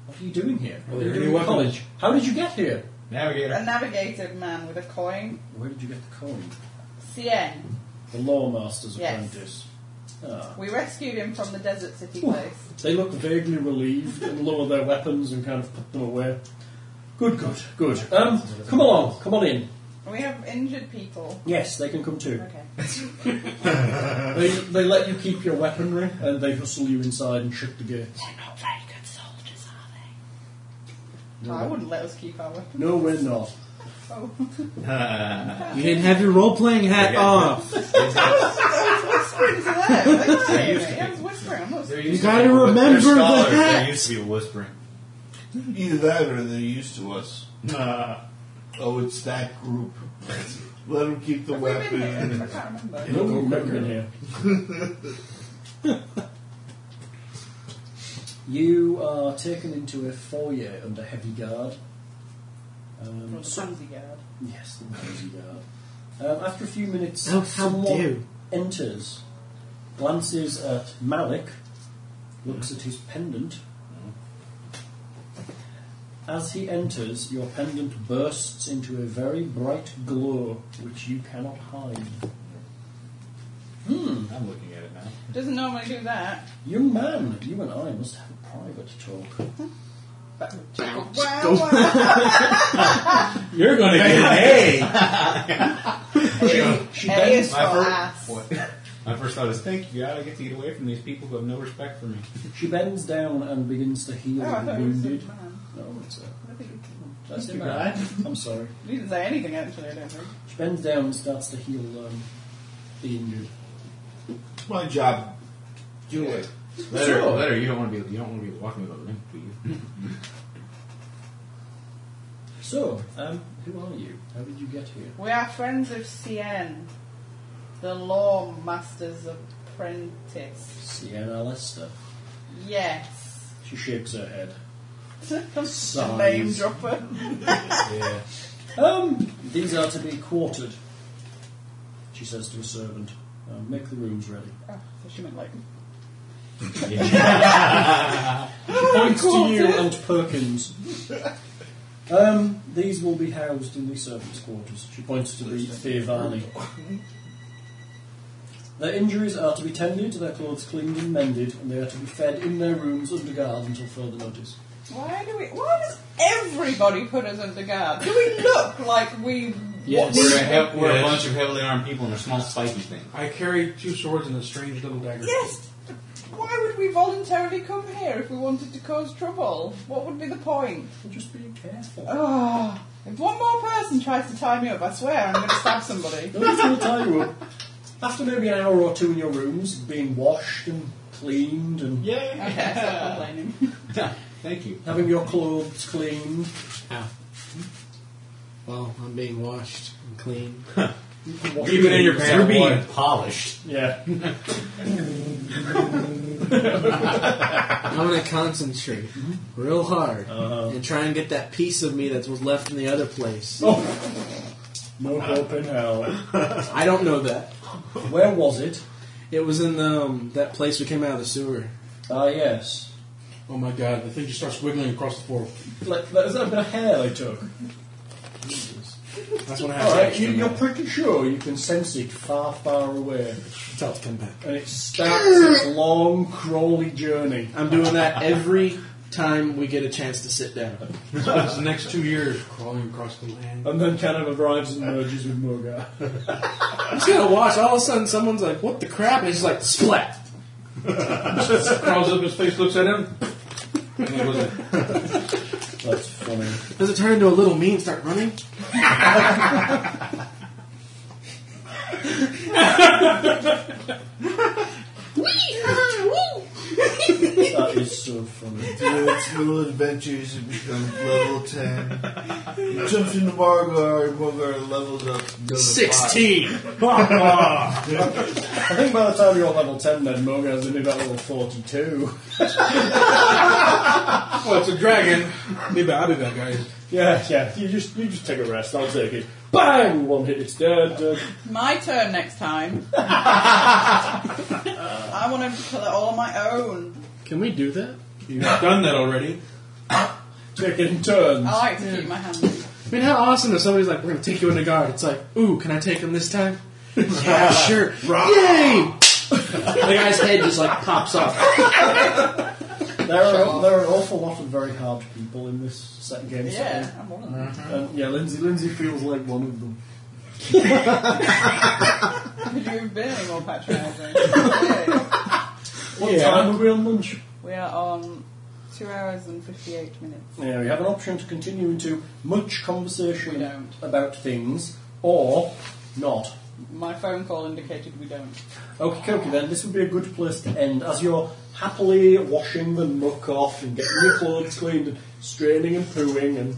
E: What are you doing here?
H: Are
E: What
H: there
E: are you
H: any
E: doing in
H: weapons?
E: college? How did you get here?
K: Navigator.
D: A navigator man with a coin.
E: Where did you get the coin?
D: CN.
E: The Lawmaster's
D: Yes.
E: apprentice. Ah.
D: We rescued him from the desert city place.
E: They look vaguely relieved and lower their weapons and kind of put them away. Good, good, good. Um, come along, come on in.
D: And we have injured people.
E: Yes, they can come too.
D: Okay.
E: They, they let you keep your weaponry and they hustle you inside and shut the gates.
D: They're not very good soldiers, are I wouldn't let us keep our weapons.
E: No, we're not.
D: Oh.
J: You didn't have your role playing hat
G: Yeah.
J: off.
D: Whispering to them. They weren't hearing
G: There used to
D: me. I was whispering. I'm not
J: You gotta remember the
G: There
J: hat.
G: used to be whispering.
C: Either that or they're used to us. Oh, it's that group. Let them keep the
D: Have we
C: weapon.
D: been here? I
C: and-
D: can't remember.
E: No, we've never been here. you are taken into a foyer under heavy guard. Um,
D: From the Pansy Guard.
E: yes, the noisy guard. Um, after a few minutes,
J: Oh, how
E: someone
J: dare.
E: enters, glances at Malik, looks at his pendant. As he enters, your pendant bursts into a very bright glow which you cannot hide. Hmm.
K: I'm looking at it now.
D: Doesn't normally do that.
E: Young man, you and I must have a private talk.
D: But wow, wow.
B: You're going to get an
D: A, A is for
K: My fir-
D: ass.
K: What? My first thought is, thank you, God, I get to get away from these people who have no respect for me.
E: She bends down and begins to heal
D: Oh, I
E: the
D: thought it was um, a man.
E: wounded. No, it's a,
D: I think
E: that's a man. I'm sorry.
D: You didn't say anything actually, I don't think.
E: She bends down and starts to heal um, the injured.
C: My job. Do it.
K: Letter, letter. You don't want to be. You don't want to be walking without limp, do you?
E: So, um, who are you? How did you get here?
D: We are friends of CN, the law master's apprentice.
E: Sienna Lester.
D: Yes.
E: She shakes her head.
D: The name dropper.
E: Yeah. Um, these are to be quartered, she says to a servant. Um, make the rooms ready.
D: Oh, so she meant like
E: Points to you and Perkins. Um, these will be housed in the servants' quarters. She points to the Theovani. Their injuries are to be tended, their clothes cleaned and mended, and they are to be fed in their rooms under guard until further notice.
D: Why do we? Why does everybody put us under guard? Do we look like we?
E: Yes.
K: We're, a, hev- we're a bunch of heavily armed people and a small spiky thing.
H: I carry two swords and a strange little dagger.
D: Yes. Why would we voluntarily come here if we wanted to cause trouble? What would be the point?
E: Just be careful.
D: Oh, if one more person tries to tie me up, I swear I'm going to stab somebody.
E: Nobody's going to tie you up. After maybe an hour or two in your rooms, being washed and cleaned and
K: Yeah.
D: Okay, stop complaining.
K: Thank you.
E: having your clothes cleaned,
F: Well, I'm being washed and clean.
E: you can wash
K: Even in your
E: things.
K: pants, you're being polished.
E: Yeah.
F: I'm gonna concentrate real hard
H: Uh-huh.
F: and try and get that piece of me that was left in the other place.
H: Oh.
E: No hope in hell.
F: I don't know that.
E: Where was it?
F: It was in um, that place we came out of the sewer.
E: Ah, yes.
H: Oh my god, the thing just starts wiggling across the floor.
E: Like, that- is that a bit of hair I took?
H: That's what
F: Oh,
H: happens.
E: Alright, you, you're pretty sure you can sense it far, far away.
F: Tell it to come back.
E: And it starts its long, crawly journey.
F: I'm doing that every time we get a chance to sit down.
H: the next two years crawling across the land.
E: And then kind of arrives and merges with Mogar.
F: I'm just gonna watch. All of a sudden, someone's like, "What the crap?" And it's just like, "Splat."
H: Crawls up his face, looks at him. And it was a-
E: That's funny.
F: Does it turn into a little me and start running?
E: That is so funny.
C: Do its little adventures and becomes level 10. It jumps into Bargar, Bargar levels up. to the
E: I think by the time you're level 10 then, Mogar's only about level 42.
H: well, it's a dragon. Maybe I'll be that guy.
E: Yeah, yeah, you just, you just take a rest, I'll take it. Bang! One hit, it's dead. dead.
D: My turn next time. I want to kill it all on my own.
F: Can we do that?
H: You've done that already.
E: Take it in turns.
D: I like to keep my hands.
F: I mean, how awesome if somebody's like, "We're gonna take you into guard." It's like, "Ooh, can I take him this time?" yeah, sure. Yay! the guy's head just like pops off.
E: There are, there are an awful lot of very hard people in this set game.
D: Yeah, I'm one of them.
H: Mm-hmm.
E: setting. And, um, yeah, Lindsay, Lindsay feels like one of them.
D: Could you have been any more patronising? Okay.
E: What time are we on lunch?
D: we are on Two hours and 58 minutes.
E: Yeah, we have an option to continue into much
D: We
E: conversation
D: don't.
E: about things or not.
D: My phone call indicated we don't.
E: Okay, okay, then this would be a good place to end. As you're happily washing the muck off and getting your clothes cleaned and straining and pooing and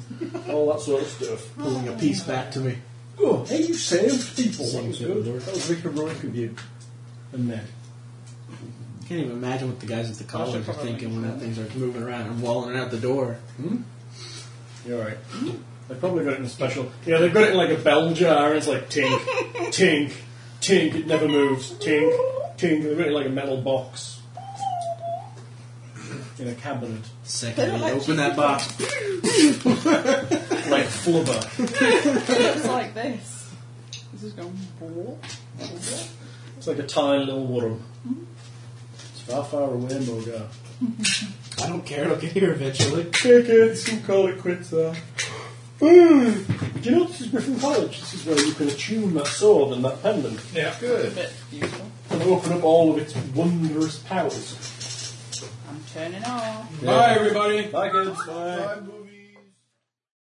E: all that sort of stuff.
F: Pulling a piece back to me.
E: Oh, hey, you saved people. That
F: Saved
E: was good. That was very heroic of you. And then.
F: Can't even imagine what the guys at the
D: should
F: college are
D: probably
F: thinking
D: make a
F: when that things are moving around and walling out the door.
E: You're right. They probably got it in a special. Yeah, they've got it in like a bell jar, and it's like tink, tink, tink. It never moves. Tink, tink. They've got it in like a metal box in a cabinet,
F: The second they open that box,
E: like flubber.
D: It looks like this. This is going. Blah, blah.
E: It's like a tiny little worm. It's far, far away, Mogar.
F: I don't care. It'll get here eventually.
E: Hey kids, who call it quits there? Mm. Do you know this is Griffin College? This is where you can attune that sword and that pendant
D: A bit useful.
E: and open up all of its wondrous powers.
D: I'm turning off.
E: Bye, everybody. Bye, kids. Bye.
C: Five movies.